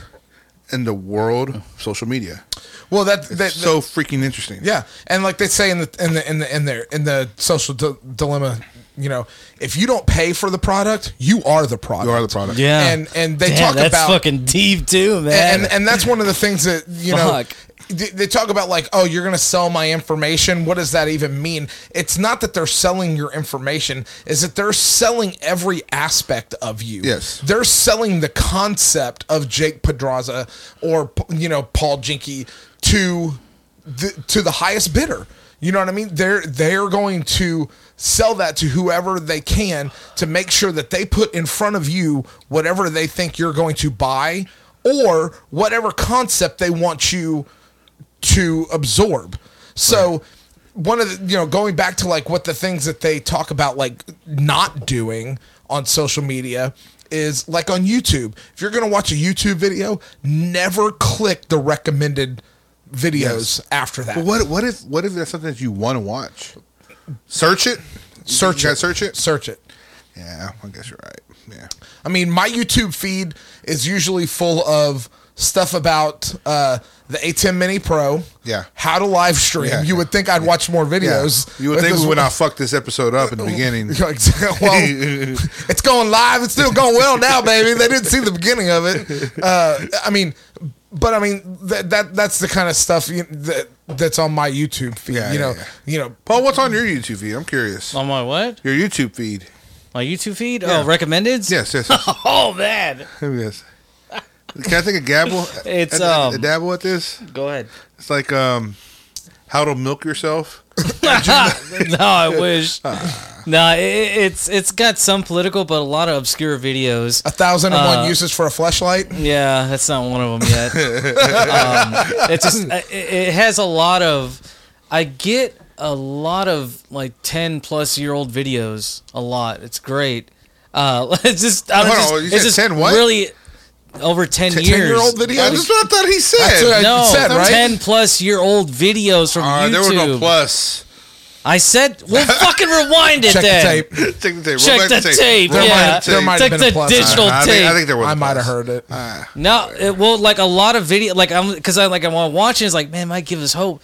Speaker 3: and the world of social media.
Speaker 1: Well, that, that
Speaker 3: so freaking interesting.
Speaker 1: Yeah, and like they say in the in the in the in their in the social di- dilemma, you know, if you don't pay for the product, you are the product.
Speaker 3: You are the product.
Speaker 4: Yeah.
Speaker 1: and and they
Speaker 4: Damn,
Speaker 1: talk
Speaker 4: that's
Speaker 1: about
Speaker 4: fucking deep too, man.
Speaker 1: and and that's one of the things that you know.
Speaker 4: Fuck.
Speaker 1: They they talk about like, oh, you're gonna sell my information. What does that even mean? It's not that they're selling your information; is that they're selling every aspect of you.
Speaker 3: Yes.
Speaker 1: they're selling the concept of Jake Pedraza or you know Paul Jinky to the, to the highest bidder. You know what I mean? They're they're going to sell that to whoever they can to make sure that they put in front of you whatever they think you're going to buy or whatever concept they want you to absorb. So one of the you know going back to like what the things that they talk about like not doing on social media is like on YouTube. If you're going to watch a YouTube video, never click the recommended videos after that.
Speaker 3: But what what if what if that's something that you want to watch? Search it.
Speaker 1: Search
Speaker 3: You
Speaker 1: it.
Speaker 3: gotta Search it.
Speaker 1: Search it.
Speaker 3: Yeah, I guess you're right. Yeah.
Speaker 1: I mean, my YouTube feed is usually full of stuff about uh, the A10 Mini Pro.
Speaker 3: Yeah.
Speaker 1: How to live stream.
Speaker 3: Yeah.
Speaker 1: You would think I'd watch more videos.
Speaker 3: Yeah. You would
Speaker 1: If
Speaker 3: think
Speaker 1: this
Speaker 3: we would
Speaker 1: were-
Speaker 3: not fuck this episode up in the beginning.
Speaker 1: Yeah, exact- well, it's going live. It's still going well now, baby. They didn't see the beginning of it. Uh, I mean, but I mean that that that's the kind of stuff you, that that's on my YouTube feed.
Speaker 3: Yeah,
Speaker 1: you
Speaker 3: yeah,
Speaker 1: know,
Speaker 3: yeah.
Speaker 1: you know.
Speaker 3: Paul, what's on your YouTube feed? I'm curious.
Speaker 4: On my what?
Speaker 3: Your YouTube feed.
Speaker 4: My YouTube feed?
Speaker 3: Yeah.
Speaker 4: Oh, recommended?
Speaker 3: Yes, yes, yes.
Speaker 4: Oh man.
Speaker 3: yes. Can I take a gabble?
Speaker 4: It's,
Speaker 3: at,
Speaker 4: um,
Speaker 3: a dabble at this.
Speaker 4: Go ahead.
Speaker 3: It's like um, how to milk yourself.
Speaker 4: no, I wish. no, i i- it's it's got some political, but a lot of obscure videos.
Speaker 1: A thousand and one
Speaker 4: Uh,
Speaker 1: uses for a flashlight.
Speaker 4: Yeah, that's not one of them yet. um, it just it, it has a lot of. I get a lot of like ten plus year old videos. A lot. It's great. Uh, it's just I don't
Speaker 3: Hold
Speaker 4: just,
Speaker 3: on, you
Speaker 4: it's
Speaker 3: said
Speaker 4: just
Speaker 3: 10 what?
Speaker 4: really over ten years.
Speaker 1: 10-year-old video?
Speaker 3: Yeah, that's what I thought he said.
Speaker 1: That's what I-
Speaker 4: No,
Speaker 1: said, right?
Speaker 4: ten plus year old videos from
Speaker 3: All right,
Speaker 4: YouTube.
Speaker 3: there was no plus.
Speaker 4: I said, well, fucking rewind it
Speaker 1: Check
Speaker 4: then.
Speaker 1: the tape.
Speaker 3: Check the tape. Roll
Speaker 4: Check
Speaker 3: back
Speaker 4: the tape.
Speaker 3: Roll
Speaker 4: yeah,
Speaker 3: back the
Speaker 1: There
Speaker 3: tape.
Speaker 1: might have
Speaker 4: check
Speaker 1: been a
Speaker 4: the
Speaker 1: plus.
Speaker 4: digital
Speaker 3: I
Speaker 4: tape.
Speaker 3: think, I think there was.
Speaker 1: I
Speaker 3: a
Speaker 1: might have
Speaker 3: plus.
Speaker 1: heard it.
Speaker 4: no, it, well, like a lot of video, like I'm because I like I'm watching. It's like, man, might give us hope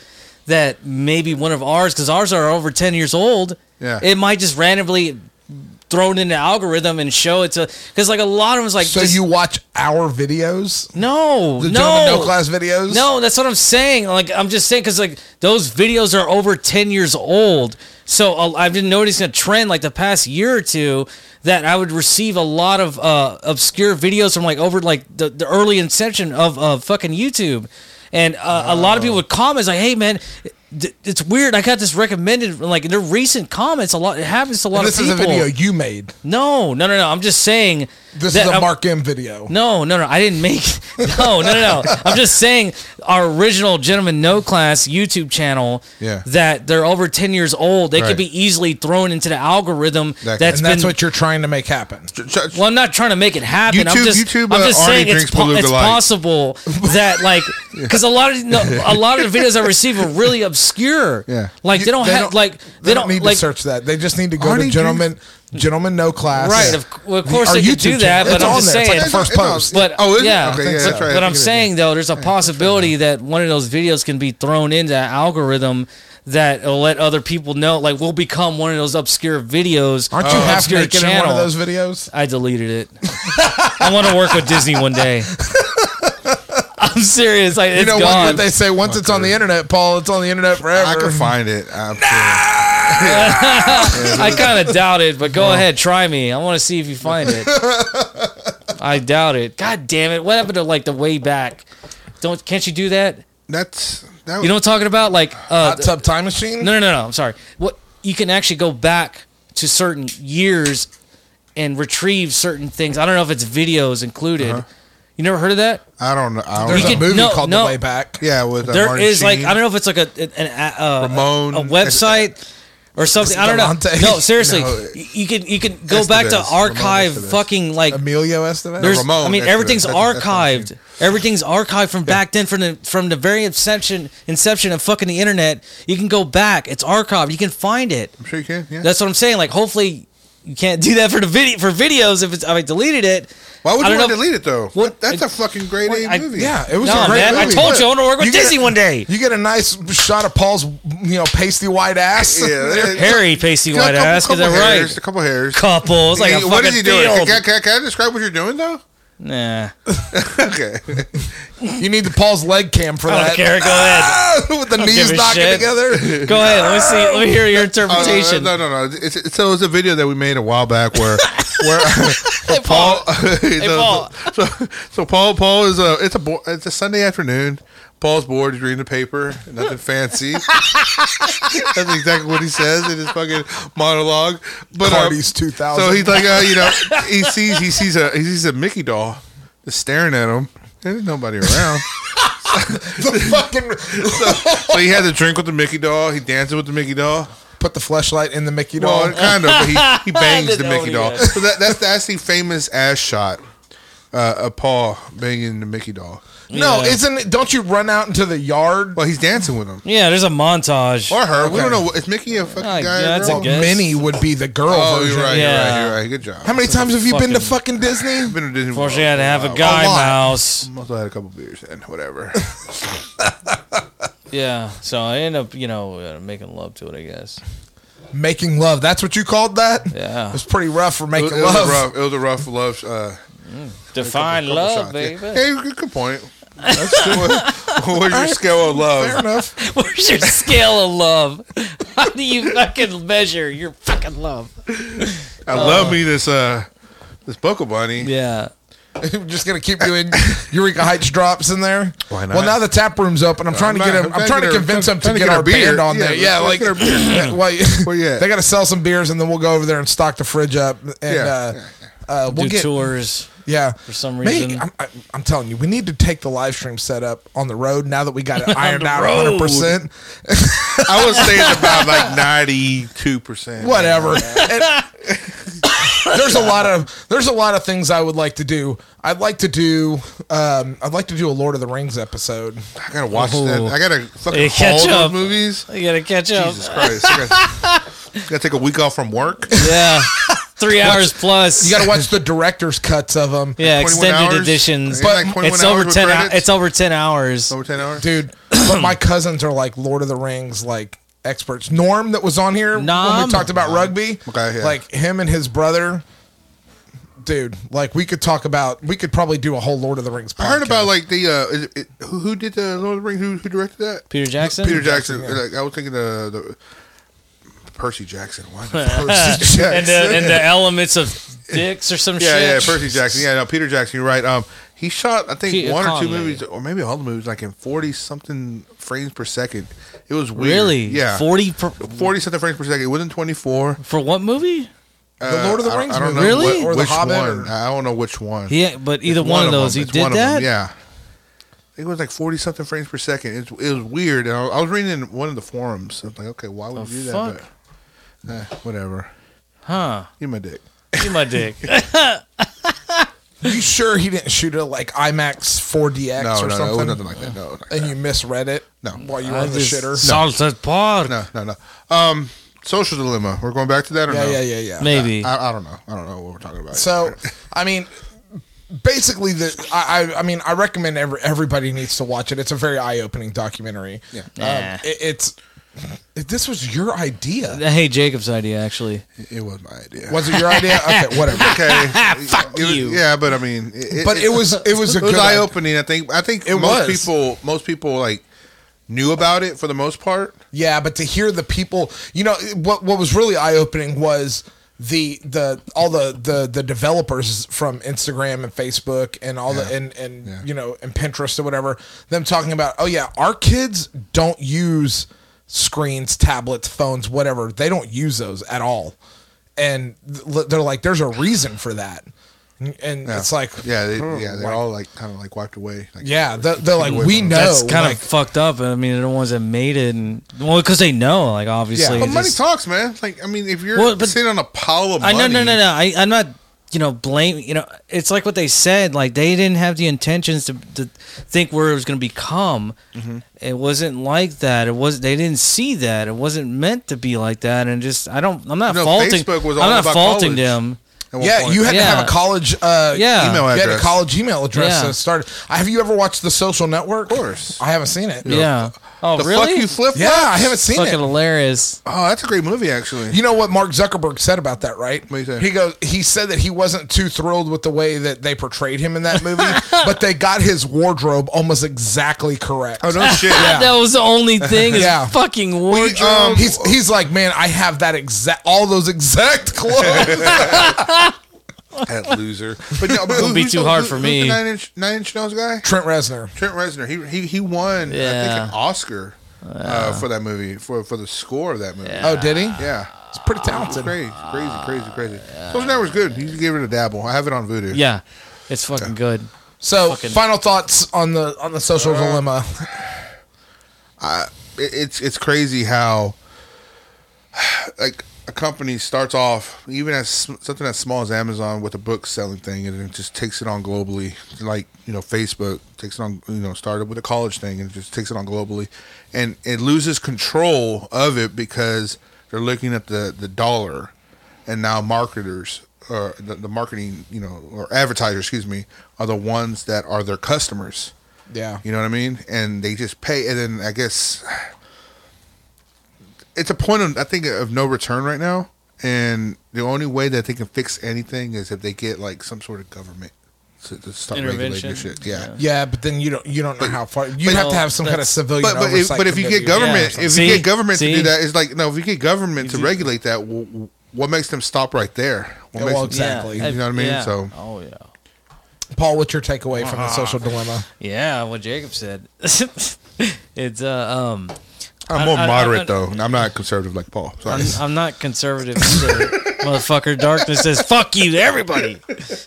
Speaker 4: that maybe one of ours, because ours are over ten years old.
Speaker 3: Yeah.
Speaker 4: it might just randomly thrown in the algorithm and show it to because like a lot of them is like
Speaker 1: so
Speaker 4: just-
Speaker 1: you watch our videos?
Speaker 4: no
Speaker 1: The
Speaker 4: no
Speaker 1: no class videos?
Speaker 4: No, that's what I'm saying. Like I'm just saying because like those videos are over ten years old. So uh, I've been noticing a trend like the past year or two that I would receive a lot of uh, obscure videos from like over like the, the early inception of uh, fucking YouTube, and uh, a lot of people would comment like, "Hey man." th- It's weird. I got this recommended, like their recent comments. A lot it happens to a lot
Speaker 1: This
Speaker 4: of
Speaker 1: is a
Speaker 4: people.
Speaker 1: video you made.
Speaker 4: No, no, no, no. I'm just saying.
Speaker 1: This
Speaker 4: that
Speaker 1: is a
Speaker 4: I'm-
Speaker 1: Mark M video.
Speaker 4: no, no, no. I didn't make. No, no, no, no. I'm just saying our original Gentleman No Class YouTube channel.
Speaker 3: Yeah.
Speaker 4: That they're over ten years old. They
Speaker 3: Right.
Speaker 4: could be easily thrown into the algorithm.
Speaker 3: That-
Speaker 4: that's
Speaker 1: and
Speaker 4: been.
Speaker 1: that's what you're trying to make happen.
Speaker 3: Ch- ch-
Speaker 4: well, I'm not trying to make it happen. I'm
Speaker 3: YouTube-
Speaker 4: just,
Speaker 3: YouTube,
Speaker 4: I'm
Speaker 3: uh,
Speaker 4: just
Speaker 3: Arnie
Speaker 4: saying it's,
Speaker 3: drinks
Speaker 4: po-
Speaker 3: Beluga
Speaker 4: it's
Speaker 3: Light.
Speaker 4: possible that like because a lot of no, a lot of the videos I receive are really obscure.
Speaker 3: Yeah.
Speaker 4: Like they
Speaker 1: You-
Speaker 4: don't have like they, don't,
Speaker 1: need
Speaker 4: like
Speaker 1: to search that. They just need to go
Speaker 3: Arnie
Speaker 1: to
Speaker 3: Drew-
Speaker 1: gentlemen, gentlemen no class.
Speaker 4: Right, of c- well, of course
Speaker 1: Our
Speaker 4: they could do that,
Speaker 1: channel.
Speaker 4: but I'm just saying-
Speaker 1: It's like the first
Speaker 3: It's on-
Speaker 1: post.
Speaker 4: But
Speaker 3: Oh, is it?
Speaker 4: yeah,
Speaker 3: Okay, yeah,
Speaker 4: but,
Speaker 3: that's right.
Speaker 4: but
Speaker 3: I
Speaker 4: I'm
Speaker 3: think it is,
Speaker 4: saying though, there's a possibility that one of those videos can be thrown into that algorithm that will let other people know. Like, will become one of those obscure videos.
Speaker 1: Aren't
Speaker 3: Oh,
Speaker 1: you
Speaker 4: or
Speaker 1: half
Speaker 4: obscure
Speaker 1: naked in one of those videos?
Speaker 4: I deleted it. I want to work with Disney one day. I'm serious. Like, it's
Speaker 1: You know what-
Speaker 4: gone.
Speaker 1: what they say? Once it's on the internet, Paul, it's on the internet forever.
Speaker 3: I can find it. I'm
Speaker 4: I kind of doubt it, but go ahead, try me. I want to see if you find it. I doubt it. God damn it! What happened to like the way back? Don't can't you do that?
Speaker 3: That's that.
Speaker 4: You know what I'm talking about? Like uh,
Speaker 1: Hot tub time machine.
Speaker 4: No, no, no, no. I'm sorry. What you can actually go back to certain years and retrieve certain things. I don't know if it's videos included.
Speaker 3: Uh-huh.
Speaker 4: You never heard of that?
Speaker 3: I don't know. I don't
Speaker 1: There's
Speaker 3: know.
Speaker 4: You
Speaker 1: a
Speaker 4: can-
Speaker 1: movie
Speaker 4: no,
Speaker 1: called
Speaker 4: no.
Speaker 1: The Way Back.
Speaker 3: yeah, with uh,
Speaker 4: There is
Speaker 3: Martin
Speaker 4: like
Speaker 3: Sheen.
Speaker 4: I don't know if it's like a an, an a, uh,
Speaker 3: Ramon.
Speaker 4: a website or something. I don't
Speaker 1: Escalante.
Speaker 4: know. No, seriously,
Speaker 3: No.
Speaker 4: you you can you can go
Speaker 3: Estevez.
Speaker 4: back to
Speaker 3: Ramon
Speaker 4: archive
Speaker 3: Estevez.
Speaker 4: fucking like
Speaker 1: Emilio Estevez.
Speaker 4: there's
Speaker 3: Ramon
Speaker 4: I mean
Speaker 3: Estevez.
Speaker 4: everything's
Speaker 3: That's- that's what I'm
Speaker 4: archived. Everything's archived from back then from the from the very inception inception of fucking the internet. You can go back. It's archived. You can find it.
Speaker 3: I'm sure you can. Yeah.
Speaker 4: That's what I'm saying. Like hopefully you can't do that for the video for videos if it's I deleted it.
Speaker 3: Why would
Speaker 4: I
Speaker 3: you
Speaker 4: don't
Speaker 3: want to
Speaker 4: know-
Speaker 3: delete it though?
Speaker 4: What-
Speaker 3: That's a fucking great A
Speaker 4: I-
Speaker 3: movie.
Speaker 1: yeah, it was
Speaker 4: No,
Speaker 1: a great
Speaker 4: man, I
Speaker 1: movie.
Speaker 4: told you I want to work with
Speaker 1: You get
Speaker 4: Disney
Speaker 1: a-
Speaker 4: one day.
Speaker 1: You get a nice shot of Paul's, you know, pasty white ass.
Speaker 3: Yeah.
Speaker 4: Hairy pasty
Speaker 3: Got a
Speaker 4: white
Speaker 3: couple-
Speaker 4: ass. Cause
Speaker 3: couple
Speaker 4: they're
Speaker 3: hairs,
Speaker 4: right.
Speaker 3: A couple hairs.
Speaker 4: Couple. It's like
Speaker 3: Yeah,
Speaker 4: a
Speaker 3: what
Speaker 4: fucking
Speaker 3: is he doing? Can,
Speaker 4: field.
Speaker 3: can, can- can I describe what you're doing though?
Speaker 4: Nah.
Speaker 3: Okay.
Speaker 1: you need the Paul's leg cam for
Speaker 4: I don't
Speaker 1: that.
Speaker 4: care. Go ahead.
Speaker 1: With the
Speaker 4: give
Speaker 1: knees
Speaker 4: a
Speaker 1: knocking
Speaker 4: shit.
Speaker 1: together.
Speaker 4: Go ahead. Let's see. Let me hear your
Speaker 3: Oh, no,
Speaker 4: interpretation.
Speaker 3: no, no, no. It's, it's, so it was a video that we made a while back where, where Paul, so,
Speaker 4: Paul.
Speaker 3: So, so Paul, Paul is a it's a bo- it's a Sunday afternoon. Paul's bored. He's reading the paper. Nothing fancy. That's exactly what he says in his fucking monologue. But um,
Speaker 1: Cardi's 2000.
Speaker 3: So he's like, uh, you know, he sees he sees a he sees a Mickey doll just staring at him. There's nobody around.
Speaker 1: the fucking
Speaker 3: so he has a drink with the Mickey doll. He dances with the Mickey doll.
Speaker 1: put the flashlight in the Mickey doll.
Speaker 3: Well, kind of. But he, he bangs the
Speaker 4: Didn't know
Speaker 3: Mickey
Speaker 4: what
Speaker 3: doll.
Speaker 4: he
Speaker 3: So that, that's that's the famous ass shot uh, of Paul banging the Mickey doll.
Speaker 1: no,
Speaker 4: Yeah.
Speaker 1: isn't it? Don't you run out into the yard?
Speaker 3: Well, he's dancing with him
Speaker 4: Yeah, there's a montage.
Speaker 3: or her. We don't know. Is Mickey a fucking
Speaker 4: Oh,
Speaker 3: guy? or
Speaker 4: yeah, that's a
Speaker 3: girl?
Speaker 4: good- Yes.
Speaker 1: Minnie would be the girl
Speaker 3: Oh,
Speaker 1: version.
Speaker 3: you're right.
Speaker 4: Yeah.
Speaker 3: You're right. You're right. Good job.
Speaker 1: How many times have you been to
Speaker 4: Fucking-
Speaker 1: fucking
Speaker 3: Been
Speaker 1: Disney?
Speaker 3: to Disney World.
Speaker 4: Unfortunately, I had to have a
Speaker 3: Wow.
Speaker 4: guy
Speaker 1: lot.
Speaker 4: mouse.
Speaker 3: I'm also had a couple beers and whatever.
Speaker 4: Yeah, so I end up, you know, uh, making love to it. I guess.
Speaker 1: Making love. That's what you called that?
Speaker 4: Yeah.
Speaker 1: It was pretty rough for
Speaker 3: It
Speaker 1: making
Speaker 3: was, it was a
Speaker 1: love.
Speaker 3: rough. It was a rough love. Uh,
Speaker 4: Define
Speaker 3: couple
Speaker 4: love,
Speaker 3: shots,
Speaker 4: baby.
Speaker 3: Yeah. Hey, good, good point. That's good. What, what's your scale of love?
Speaker 1: Fair enough.
Speaker 4: Where's your scale of love? How do you fucking measure your fucking love?
Speaker 3: I love me this uh this Boca Bunny.
Speaker 4: Yeah.
Speaker 1: I'm just gonna keep doing Eureka Heights drops in there.
Speaker 3: Why not? Oh,
Speaker 1: Well, now the tap room's open. I'm trying
Speaker 3: not-
Speaker 1: to get
Speaker 3: I'm
Speaker 1: him. I'm
Speaker 3: trying
Speaker 1: trying
Speaker 3: to
Speaker 1: to
Speaker 3: get our-
Speaker 1: convince him to
Speaker 3: trying to
Speaker 1: get
Speaker 3: get
Speaker 1: our
Speaker 3: our beer.
Speaker 1: band on
Speaker 3: Yeah,
Speaker 1: there. Yeah,
Speaker 3: let's
Speaker 1: like
Speaker 3: get our
Speaker 1: well,
Speaker 3: Where you at?
Speaker 1: they got to sell some beers, and then we'll go over there and stock the fridge up. And
Speaker 3: Yeah,
Speaker 1: uh, Uh, we'll
Speaker 4: Do
Speaker 1: get
Speaker 4: tours.
Speaker 1: yeah.
Speaker 4: For some
Speaker 1: Maybe-
Speaker 4: reason.
Speaker 1: I'm, I- I'm telling you, we need to take the live stream setup on the road now that we got it ironed
Speaker 4: the
Speaker 1: out
Speaker 4: road.
Speaker 1: 100. percent
Speaker 3: I would say it's about like ninety two percent.
Speaker 1: whatever. And- there's a lot of there's a lot of things I would like to do. I'd like to do um, I'd like to do a Lord of the Rings episode.
Speaker 3: I gotta watch that. I gotta fucking
Speaker 4: Oh. Hey, catch
Speaker 3: haul those
Speaker 4: up.
Speaker 3: movies.
Speaker 4: You gotta catch up.
Speaker 3: Jesus Christ! I gotta, gotta take a week off from work.
Speaker 4: Yeah. Three hours plus.
Speaker 1: You got to watch the director's cuts of them.
Speaker 3: 21
Speaker 4: yeah, extended
Speaker 3: hours?
Speaker 4: editions.
Speaker 3: Isn't it like 21
Speaker 4: it's
Speaker 3: hours
Speaker 4: over
Speaker 3: with
Speaker 4: ten. hou-
Speaker 3: credits? Oh,
Speaker 4: it's over ten hours.
Speaker 3: Over ten hours.
Speaker 1: dude. But my cousins are like Lord of the Rings like experts. Norm that was on here when
Speaker 4: Nom.
Speaker 1: we talked about rugby.
Speaker 3: Okay, yeah.
Speaker 1: Like him and his brother. Dude, like we could talk about we could probably do a whole Lord of the Rings podcast.
Speaker 3: I heard about like the uh, is it, who, who did the Lord of the Rings? Who, who directed that?
Speaker 4: Peter Jackson.
Speaker 3: Peter Jackson. Like, I was thinking the, the Percy Jackson. Why the Percy Jackson?
Speaker 4: and the and the elements of dicks or some
Speaker 3: yeah,
Speaker 4: shit.
Speaker 3: yeah, Percy Jackson. Yeah, no, Peter Jackson. You're right. Um, he shot I think
Speaker 4: Peter
Speaker 3: one or two
Speaker 4: Conley.
Speaker 3: movies, or maybe all the movies, like in forty something frames per second. It was weird.
Speaker 4: Really?
Speaker 3: Yeah.
Speaker 4: Forty per,
Speaker 3: Forty something frames per second. It wasn't twenty four.
Speaker 4: for what movie?
Speaker 1: the Lord of the
Speaker 3: uh, I,
Speaker 1: Rings
Speaker 3: I don't know
Speaker 1: movie.
Speaker 4: Really?
Speaker 3: what-
Speaker 1: or the
Speaker 3: which
Speaker 1: Hobbit
Speaker 3: one.
Speaker 1: or-
Speaker 3: I don't know which one.
Speaker 4: Yeah, but either
Speaker 3: It's
Speaker 4: one, of
Speaker 3: them.
Speaker 4: those. He
Speaker 3: It's
Speaker 4: did
Speaker 3: one of them,
Speaker 4: that.
Speaker 3: Yeah. I think it was like forty something frames per second. It, it was weird. And I, I was reading in one of the forums. I was like, okay, why would
Speaker 4: The
Speaker 3: you do
Speaker 4: fuck?
Speaker 3: that? But eh, whatever.
Speaker 4: Huh.
Speaker 3: Give me my dick.
Speaker 4: Give my dick.
Speaker 1: You sure he didn't shoot it like IMAX
Speaker 3: No, no,
Speaker 1: 4DX or
Speaker 3: no, it
Speaker 1: something?
Speaker 3: was nothing like that. No, like
Speaker 1: and you misread it
Speaker 3: No.
Speaker 1: while you were in the shitter.
Speaker 4: Salted pork.
Speaker 3: No, no, no. Um, social dilemma. We're going back to that or
Speaker 1: Yeah,
Speaker 3: no?
Speaker 1: yeah, yeah, yeah.
Speaker 4: Maybe.
Speaker 3: I, I don't know. I don't know what we're talking about.
Speaker 1: So, I mean, basically, the I, I I mean, I recommend every everybody needs to watch it. It's a very eye opening documentary.
Speaker 3: Yeah.
Speaker 1: um,
Speaker 4: Nah.
Speaker 1: it, it's this was your idea.
Speaker 4: Hey, Jacob's idea actually.
Speaker 3: it, it was my idea.
Speaker 1: Was it your idea? Okay, whatever.
Speaker 3: okay.
Speaker 4: Fuck
Speaker 3: It was-
Speaker 4: you.
Speaker 3: Yeah, but I mean, it,
Speaker 1: But it was it was a
Speaker 3: it was
Speaker 1: good
Speaker 3: eye
Speaker 1: idea.
Speaker 3: opening. I think. I think
Speaker 1: It
Speaker 3: most
Speaker 1: was.
Speaker 3: people, most people like knew about it for the most part.
Speaker 1: Yeah, but to hear the people, you know, what what was really eye opening was the the all the the the developers from Instagram and Facebook and all the and and you know and Pinterest or whatever them talking about. Oh yeah, our kids don't use screens, tablets, phones, whatever. They don't use those at all, and th- they're like, there's a reason for that. And, and
Speaker 3: Yeah.
Speaker 1: it's like,
Speaker 3: yeah, they,
Speaker 4: hmm,
Speaker 3: yeah,
Speaker 1: like-
Speaker 3: they're all like kind of like wiped away. Like,
Speaker 1: yeah, they're, they're like,
Speaker 3: away
Speaker 1: we
Speaker 3: from
Speaker 1: know,
Speaker 4: That's kind
Speaker 1: like,
Speaker 4: of fucked up. I mean, they're the ones that made it, and well, because they know, like obviously.
Speaker 1: Yeah.
Speaker 3: But
Speaker 1: It
Speaker 3: money
Speaker 4: just-
Speaker 3: talks, man. Like, I mean, if you're
Speaker 4: Well, but-
Speaker 3: sitting on a pile of
Speaker 4: I
Speaker 3: money,
Speaker 4: no no no no. I I'm not you know blame you know it's like what they said like they didn't have the intentions to, to think where it was going to become
Speaker 3: Mm-hmm.
Speaker 4: it wasn't like that it was they didn't see that it wasn't meant to be like that and just i don't i'm not
Speaker 3: No,
Speaker 4: faulting
Speaker 3: Facebook was all
Speaker 4: i'm not
Speaker 3: about
Speaker 4: faulting
Speaker 3: college.
Speaker 4: them
Speaker 3: At one
Speaker 1: yeah,
Speaker 3: point.
Speaker 1: you had to have
Speaker 4: Yeah.
Speaker 1: a college uh,
Speaker 4: Yeah.
Speaker 1: email
Speaker 3: Email
Speaker 1: address. You had a
Speaker 3: address.
Speaker 1: college email address
Speaker 4: Yeah.
Speaker 1: that started. Have you ever watched The Social Network? Of
Speaker 3: course.
Speaker 1: I haven't seen it.
Speaker 4: yeah, oh
Speaker 3: the
Speaker 4: really
Speaker 3: fuck you flip
Speaker 1: Yeah, I haven't seen
Speaker 4: fucking
Speaker 1: it.
Speaker 4: hilarious
Speaker 3: Oh, that's a great movie, actually.
Speaker 1: You know what Mark Zuckerberg said about that, right?
Speaker 3: What he said?
Speaker 1: He goes, he said that he wasn't too thrilled with the way that they portrayed him in that movie, but they got his wardrobe almost exactly correct.
Speaker 3: oh no shit.
Speaker 1: Yeah.
Speaker 4: that was the only thing is
Speaker 1: Yeah.
Speaker 4: fucking wardrobe
Speaker 1: Um, he's he's like, man, I have that exact, all those exact clothes.
Speaker 3: That loser. But no, but who-
Speaker 4: be
Speaker 3: who's
Speaker 4: too
Speaker 3: the-
Speaker 4: hard
Speaker 3: who-
Speaker 4: for
Speaker 3: who's
Speaker 4: me.
Speaker 3: the Nine inch, nine inch nails guy.
Speaker 1: Trent Reznor.
Speaker 3: Trent Reznor. He he he won. I think
Speaker 4: Yeah.
Speaker 3: an Oscar uh, for that movie for for the score of that movie. Yeah.
Speaker 1: Oh, did he?
Speaker 3: yeah.
Speaker 1: He's pretty talented.
Speaker 3: Crazy, crazy, crazy, crazy. Social Network's good. You can give it a dabble. I have it on Voodoo.
Speaker 4: yeah it's fucking good
Speaker 1: So, final thoughts on the on the social dilemma.
Speaker 3: it, it's it's crazy how like a company starts off even as sm- something as small as Amazon with a book selling thing and it just takes it on globally like you know Facebook takes it on you know started with a college thing and just takes it on globally and it loses control of it because they're looking at the the dollar and now marketers or the, the marketing you know or advertisers excuse me are the ones that are their customers
Speaker 1: Yeah.
Speaker 3: you know what I mean? And they just pay, and then I guess it's a point of I think of no return right now. And the only way that they can fix anything is if they get like some sort of government to, to start regulating
Speaker 4: Intervention.
Speaker 3: this shit. Yeah.
Speaker 1: Yeah, but then you don't you don't know how far you
Speaker 4: but-
Speaker 1: have to have some kind of
Speaker 4: that's-
Speaker 1: civilian.
Speaker 3: But but if,
Speaker 1: oversight
Speaker 3: but if you get
Speaker 1: committee.
Speaker 3: government,
Speaker 4: Yeah.
Speaker 3: if
Speaker 4: See?
Speaker 3: you get government to
Speaker 4: See?
Speaker 3: do that, it's like no, if you get government to regulate that, w- w- what makes them stop right there? What
Speaker 1: Yeah,
Speaker 3: makes
Speaker 1: well,
Speaker 3: them-
Speaker 1: Exactly.
Speaker 4: Yeah.
Speaker 3: You know what I mean?
Speaker 4: Yeah.
Speaker 3: So-
Speaker 4: oh yeah
Speaker 1: Paul, what's your takeaway from the social
Speaker 4: Ah.
Speaker 1: dilemma?
Speaker 4: yeah what jacob said it's uh um
Speaker 3: I'm more
Speaker 4: I- I-
Speaker 3: moderate
Speaker 4: I-
Speaker 3: though. I'm not conservative like Paul. Sorry.
Speaker 4: I'm, I'm not conservative either, motherfucker. Darkness says fuck you to everybody.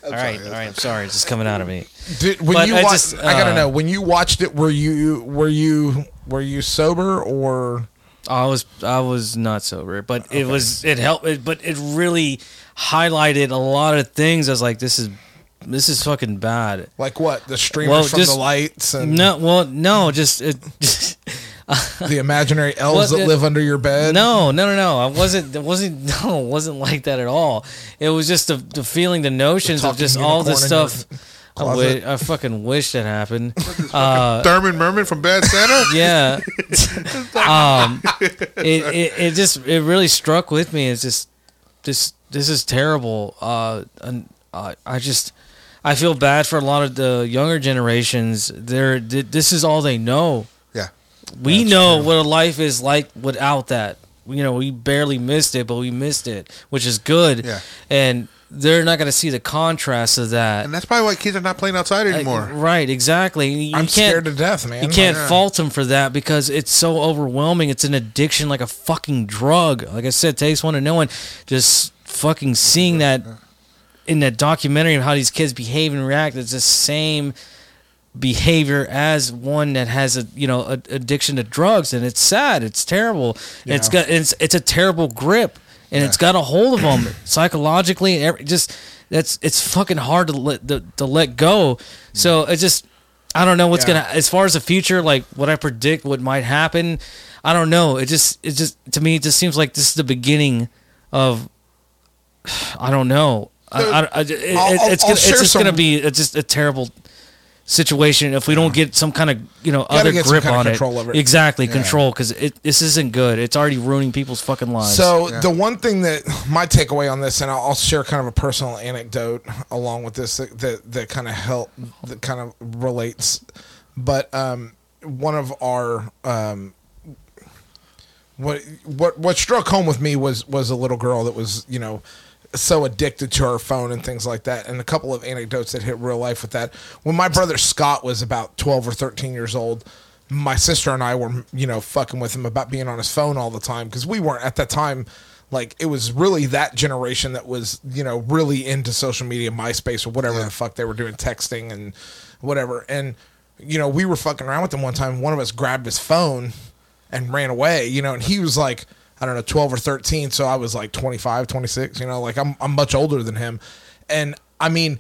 Speaker 4: all right, all right. I'm sorry. It's just coming out of me.
Speaker 1: Did, when
Speaker 4: But
Speaker 1: you
Speaker 4: I
Speaker 1: watched,
Speaker 4: just,
Speaker 1: I gotta
Speaker 4: uh,
Speaker 1: know when you watched it. Were you were you were you sober or?
Speaker 4: I was I was not sober, but it was it helped. It, but it really highlighted a lot of things. I was like, this is this is fucking bad.
Speaker 1: Like what the streamers
Speaker 4: Well,
Speaker 1: from
Speaker 4: just-
Speaker 1: the lights and
Speaker 4: No, well, no, just it.
Speaker 1: the imaginary elves
Speaker 4: Well,
Speaker 1: that
Speaker 4: it-
Speaker 1: live under your bed.
Speaker 4: No, no, no, no. I wasn't. It wasn't. No, it wasn't like that at all. It was just the, the feeling, the notions of
Speaker 1: talking
Speaker 4: just all this
Speaker 1: unicorn in
Speaker 4: stuff. I,
Speaker 1: closet.
Speaker 4: wi- I fucking wish that happened. Uh,
Speaker 3: Thurman Merman from Bad Santa.
Speaker 4: yeah. um, it, it it just it really struck with me. It's just this this is terrible. Uh, and uh, I just I feel bad for a lot of the younger generations. They're th- this is all they know.
Speaker 3: yeah.
Speaker 4: We know what a life is like without that. You know, we barely missed it, but we missed it, which is good.
Speaker 3: Yeah.
Speaker 4: And they're not going to see the contrast of that.
Speaker 3: And that's probably why kids are not playing outside anymore.
Speaker 4: Like, right, exactly. You
Speaker 1: I'm
Speaker 4: can't,
Speaker 1: scared to death, man.
Speaker 4: You can't
Speaker 1: Like,
Speaker 4: fault them for that because it's so overwhelming. It's an addiction like a fucking drug. Like I said, takes one to know one. Just fucking seeing that in that documentary of how these kids behave and react, it's the same behavior as one that has a you know a, addiction to drugs and it's sad it's terrible and it's got it's it's a terrible grip and it's got a hold of them psychologically and every, just that's it's fucking hard to let to, to let go so it just i don't know what's
Speaker 1: Mm. Yeah.
Speaker 4: gonna as far as the future like what i predict what might happen i don't know it just it just to me it just seems like this is the beginning of i don't know I, I, I, it,
Speaker 1: I'll-
Speaker 4: it's,
Speaker 1: I'll
Speaker 4: gonna, it's
Speaker 1: share
Speaker 4: just
Speaker 1: some-
Speaker 4: gonna be a, just a terrible situation if we don't get some kind of you know
Speaker 1: Gotta
Speaker 4: other
Speaker 1: get some
Speaker 4: grip
Speaker 1: kind of
Speaker 4: on it.
Speaker 1: control over it.
Speaker 4: Exactly, control because it this isn't good. It's already ruining people's fucking lives.
Speaker 1: So the one thing that my takeaway on this, and I'll, I'll share kind of a personal anecdote along with this that that, that kind of help that kind of relates, but um, one of our um, what what what struck home with me was was a little girl that was you know so addicted to her phone and things like that and a couple of anecdotes that hit real life with that when my brother scott was about 12 or 13 years old my sister and i were you know fucking with him about being on his phone all the time because we weren't at that time Like it was really that generation that was, you know, really into social media, MySpace or whatever the fuck they were doing, texting and whatever. And you know, we were fucking around with them one time. One of us grabbed his phone and ran away, you know, and he was like, I don't know, 12 or 13. So I was like 25, 26, you know, like I'm, I'm much older than him. And I mean,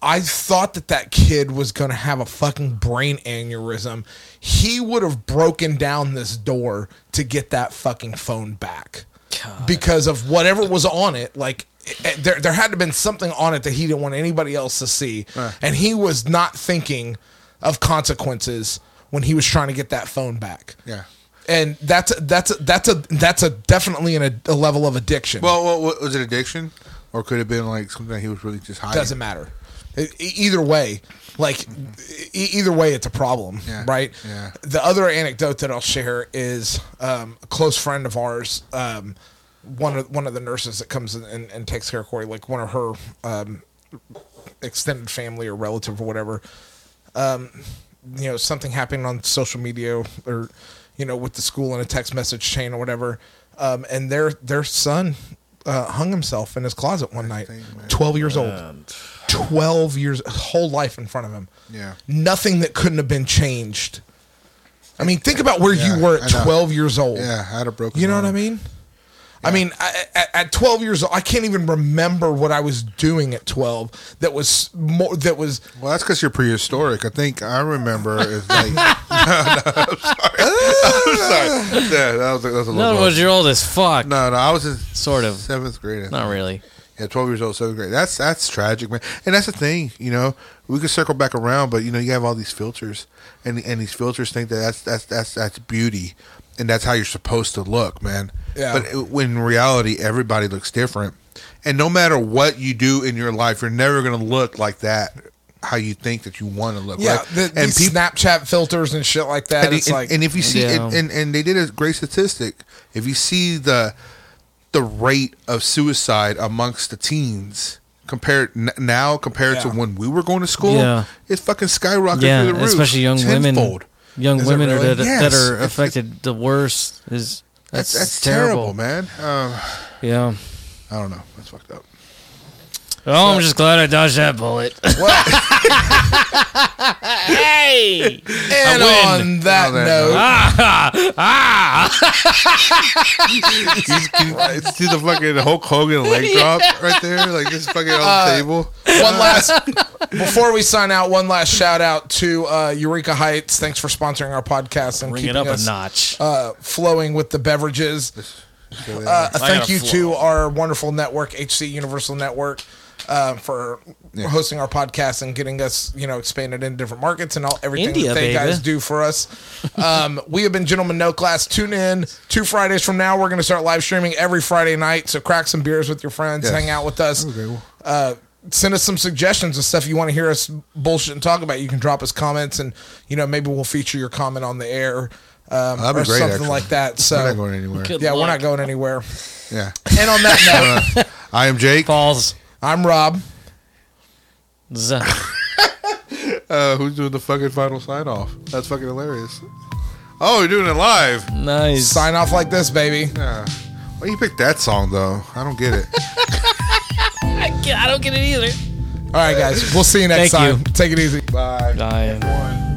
Speaker 1: I thought that that kid was going to have a fucking brain aneurysm. He would have broken down this door to get that fucking phone back because of whatever was on it. Like, it- it- there, there had to have been something on it that he didn't want anybody else to see. And he was not thinking of consequences when he was trying to get that phone back
Speaker 3: Yeah.
Speaker 1: and that's that's that's a that's a definitely in a, a level of addiction.
Speaker 3: Well, well, what- was it addiction, or could it have been like something that he was really just hiding?
Speaker 1: doesn't matter. E- e- either way, like e- either way, it's a problem,
Speaker 3: Yeah,
Speaker 1: right?
Speaker 3: yeah.
Speaker 1: The other anecdote that I'll share is um, a close friend of ours, um, one of one of the nurses that comes in and, and takes care of Corey, like one of her um, extended family or relative or whatever. you know something happening on social media or you know with the school in a text message chain or whatever um, and their their son uh, hung himself in his closet one night 12 years old 12 years whole life in front of him
Speaker 3: Yeah.
Speaker 1: nothing that couldn't have been changed i mean think about where
Speaker 3: Yeah,
Speaker 1: you were at
Speaker 3: I know.
Speaker 1: 12 years old
Speaker 3: Yeah, I had a broken.
Speaker 1: you know
Speaker 3: arm.
Speaker 1: what I mean? I mean, I, at, at 12 years old, I can't even remember what I was doing at 12. That was more. That was
Speaker 3: Well, that's because you're prehistoric. I think I remember. It's like, no, no, I'm sorry. I'm sorry. Yeah, that was, that was a
Speaker 4: No,
Speaker 3: little.
Speaker 4: it was you're old as fuck.
Speaker 3: no, no, I was in
Speaker 4: Sort of.
Speaker 3: seventh grade. I
Speaker 4: Not really.
Speaker 3: Yeah, twelve years old, seventh grade. That's that's tragic, man. And that's the thing, you know. We could circle back around, but you know, you have all these filters, and and these filters think that that's that's that's that's beauty, and that's how you're supposed to look, man.
Speaker 1: Yeah.
Speaker 3: But it- when in reality, everybody looks different, and no matter what you do in your life, you're never gonna look like that. How you think that you want to look?
Speaker 1: yeah.
Speaker 3: right?
Speaker 1: The,
Speaker 3: and
Speaker 1: these Snapchat filters and shit like that.
Speaker 3: and,
Speaker 1: it's
Speaker 3: and-
Speaker 1: like
Speaker 3: and if you see
Speaker 4: Yeah.
Speaker 3: and, and and they did a great statistic if you see the the rate of suicide amongst the teens compared n- now compared to
Speaker 1: Yeah.
Speaker 3: when we were going to school
Speaker 4: Yeah.
Speaker 3: it's fucking skyrocketed
Speaker 4: yeah,
Speaker 3: through the roof
Speaker 4: especially young
Speaker 3: tenfold.
Speaker 4: women. Young
Speaker 1: Is it
Speaker 4: women
Speaker 1: really?
Speaker 4: are that,
Speaker 3: Yes.
Speaker 4: that are
Speaker 3: It's-
Speaker 4: affected the worst. Is
Speaker 3: that's, that's
Speaker 4: that's,
Speaker 3: terrible,
Speaker 4: terrible.
Speaker 3: man um,
Speaker 4: Yeah.
Speaker 3: i don't know that's fucked up
Speaker 4: Oh, I'm just glad I dodged that bullet. hey!
Speaker 1: And
Speaker 4: A win.
Speaker 1: on that
Speaker 3: On that
Speaker 1: note,
Speaker 4: Ah!
Speaker 3: He's- he's- see the fucking hulk hogan leg drop right there like just fucking on the
Speaker 4: Uh,
Speaker 3: table
Speaker 1: one last before we sign out, one last shout out to uh, Eureka Heights. Thanks for sponsoring our podcast and
Speaker 4: Bring
Speaker 1: keeping
Speaker 4: it up a
Speaker 1: us
Speaker 4: notch.
Speaker 1: uh, flowing with the beverages. Uh, a
Speaker 4: I
Speaker 1: thank
Speaker 4: gotta
Speaker 1: you to
Speaker 4: flow.
Speaker 1: our wonderful network, HC Universal Network, uh, for hosting our podcast and getting us, you know, expanded in different markets and all everything
Speaker 4: India,
Speaker 1: that they
Speaker 4: baby.
Speaker 1: guys do for us. Um, we have been Gentlemen No Class. Tune in two Fridays from now. We're going to start live streaming every Friday night. So crack some beers with your friends,
Speaker 3: Yes.
Speaker 1: hang out with us.
Speaker 3: Okay, well.
Speaker 1: Uh, send us some suggestions of stuff you want to hear us bullshit and talk about. You can drop us comments, and you know maybe we'll feature your comment on the air.
Speaker 3: That'd
Speaker 1: Um,
Speaker 3: be
Speaker 1: or
Speaker 3: great,
Speaker 1: something
Speaker 3: actually.
Speaker 1: like that. So
Speaker 3: we're not going anywhere
Speaker 4: Good
Speaker 1: yeah, we're
Speaker 4: luck.
Speaker 1: not going anywhere.
Speaker 3: yeah
Speaker 1: And on that note,
Speaker 3: i am jake
Speaker 4: Balls.
Speaker 1: I'm Rob.
Speaker 4: Z-
Speaker 3: Uh, who's doing the fucking final sign off? That's fucking hilarious. Oh, you're doing it live.
Speaker 4: nice.
Speaker 1: Sign off like this, baby.
Speaker 3: Yeah. Why you pick that song though? I don't get it.
Speaker 4: I don't get it either.
Speaker 1: All right, guys. We'll see you next
Speaker 4: Thank
Speaker 1: time. Take it easy.
Speaker 3: Bye.
Speaker 4: Dying.
Speaker 3: One.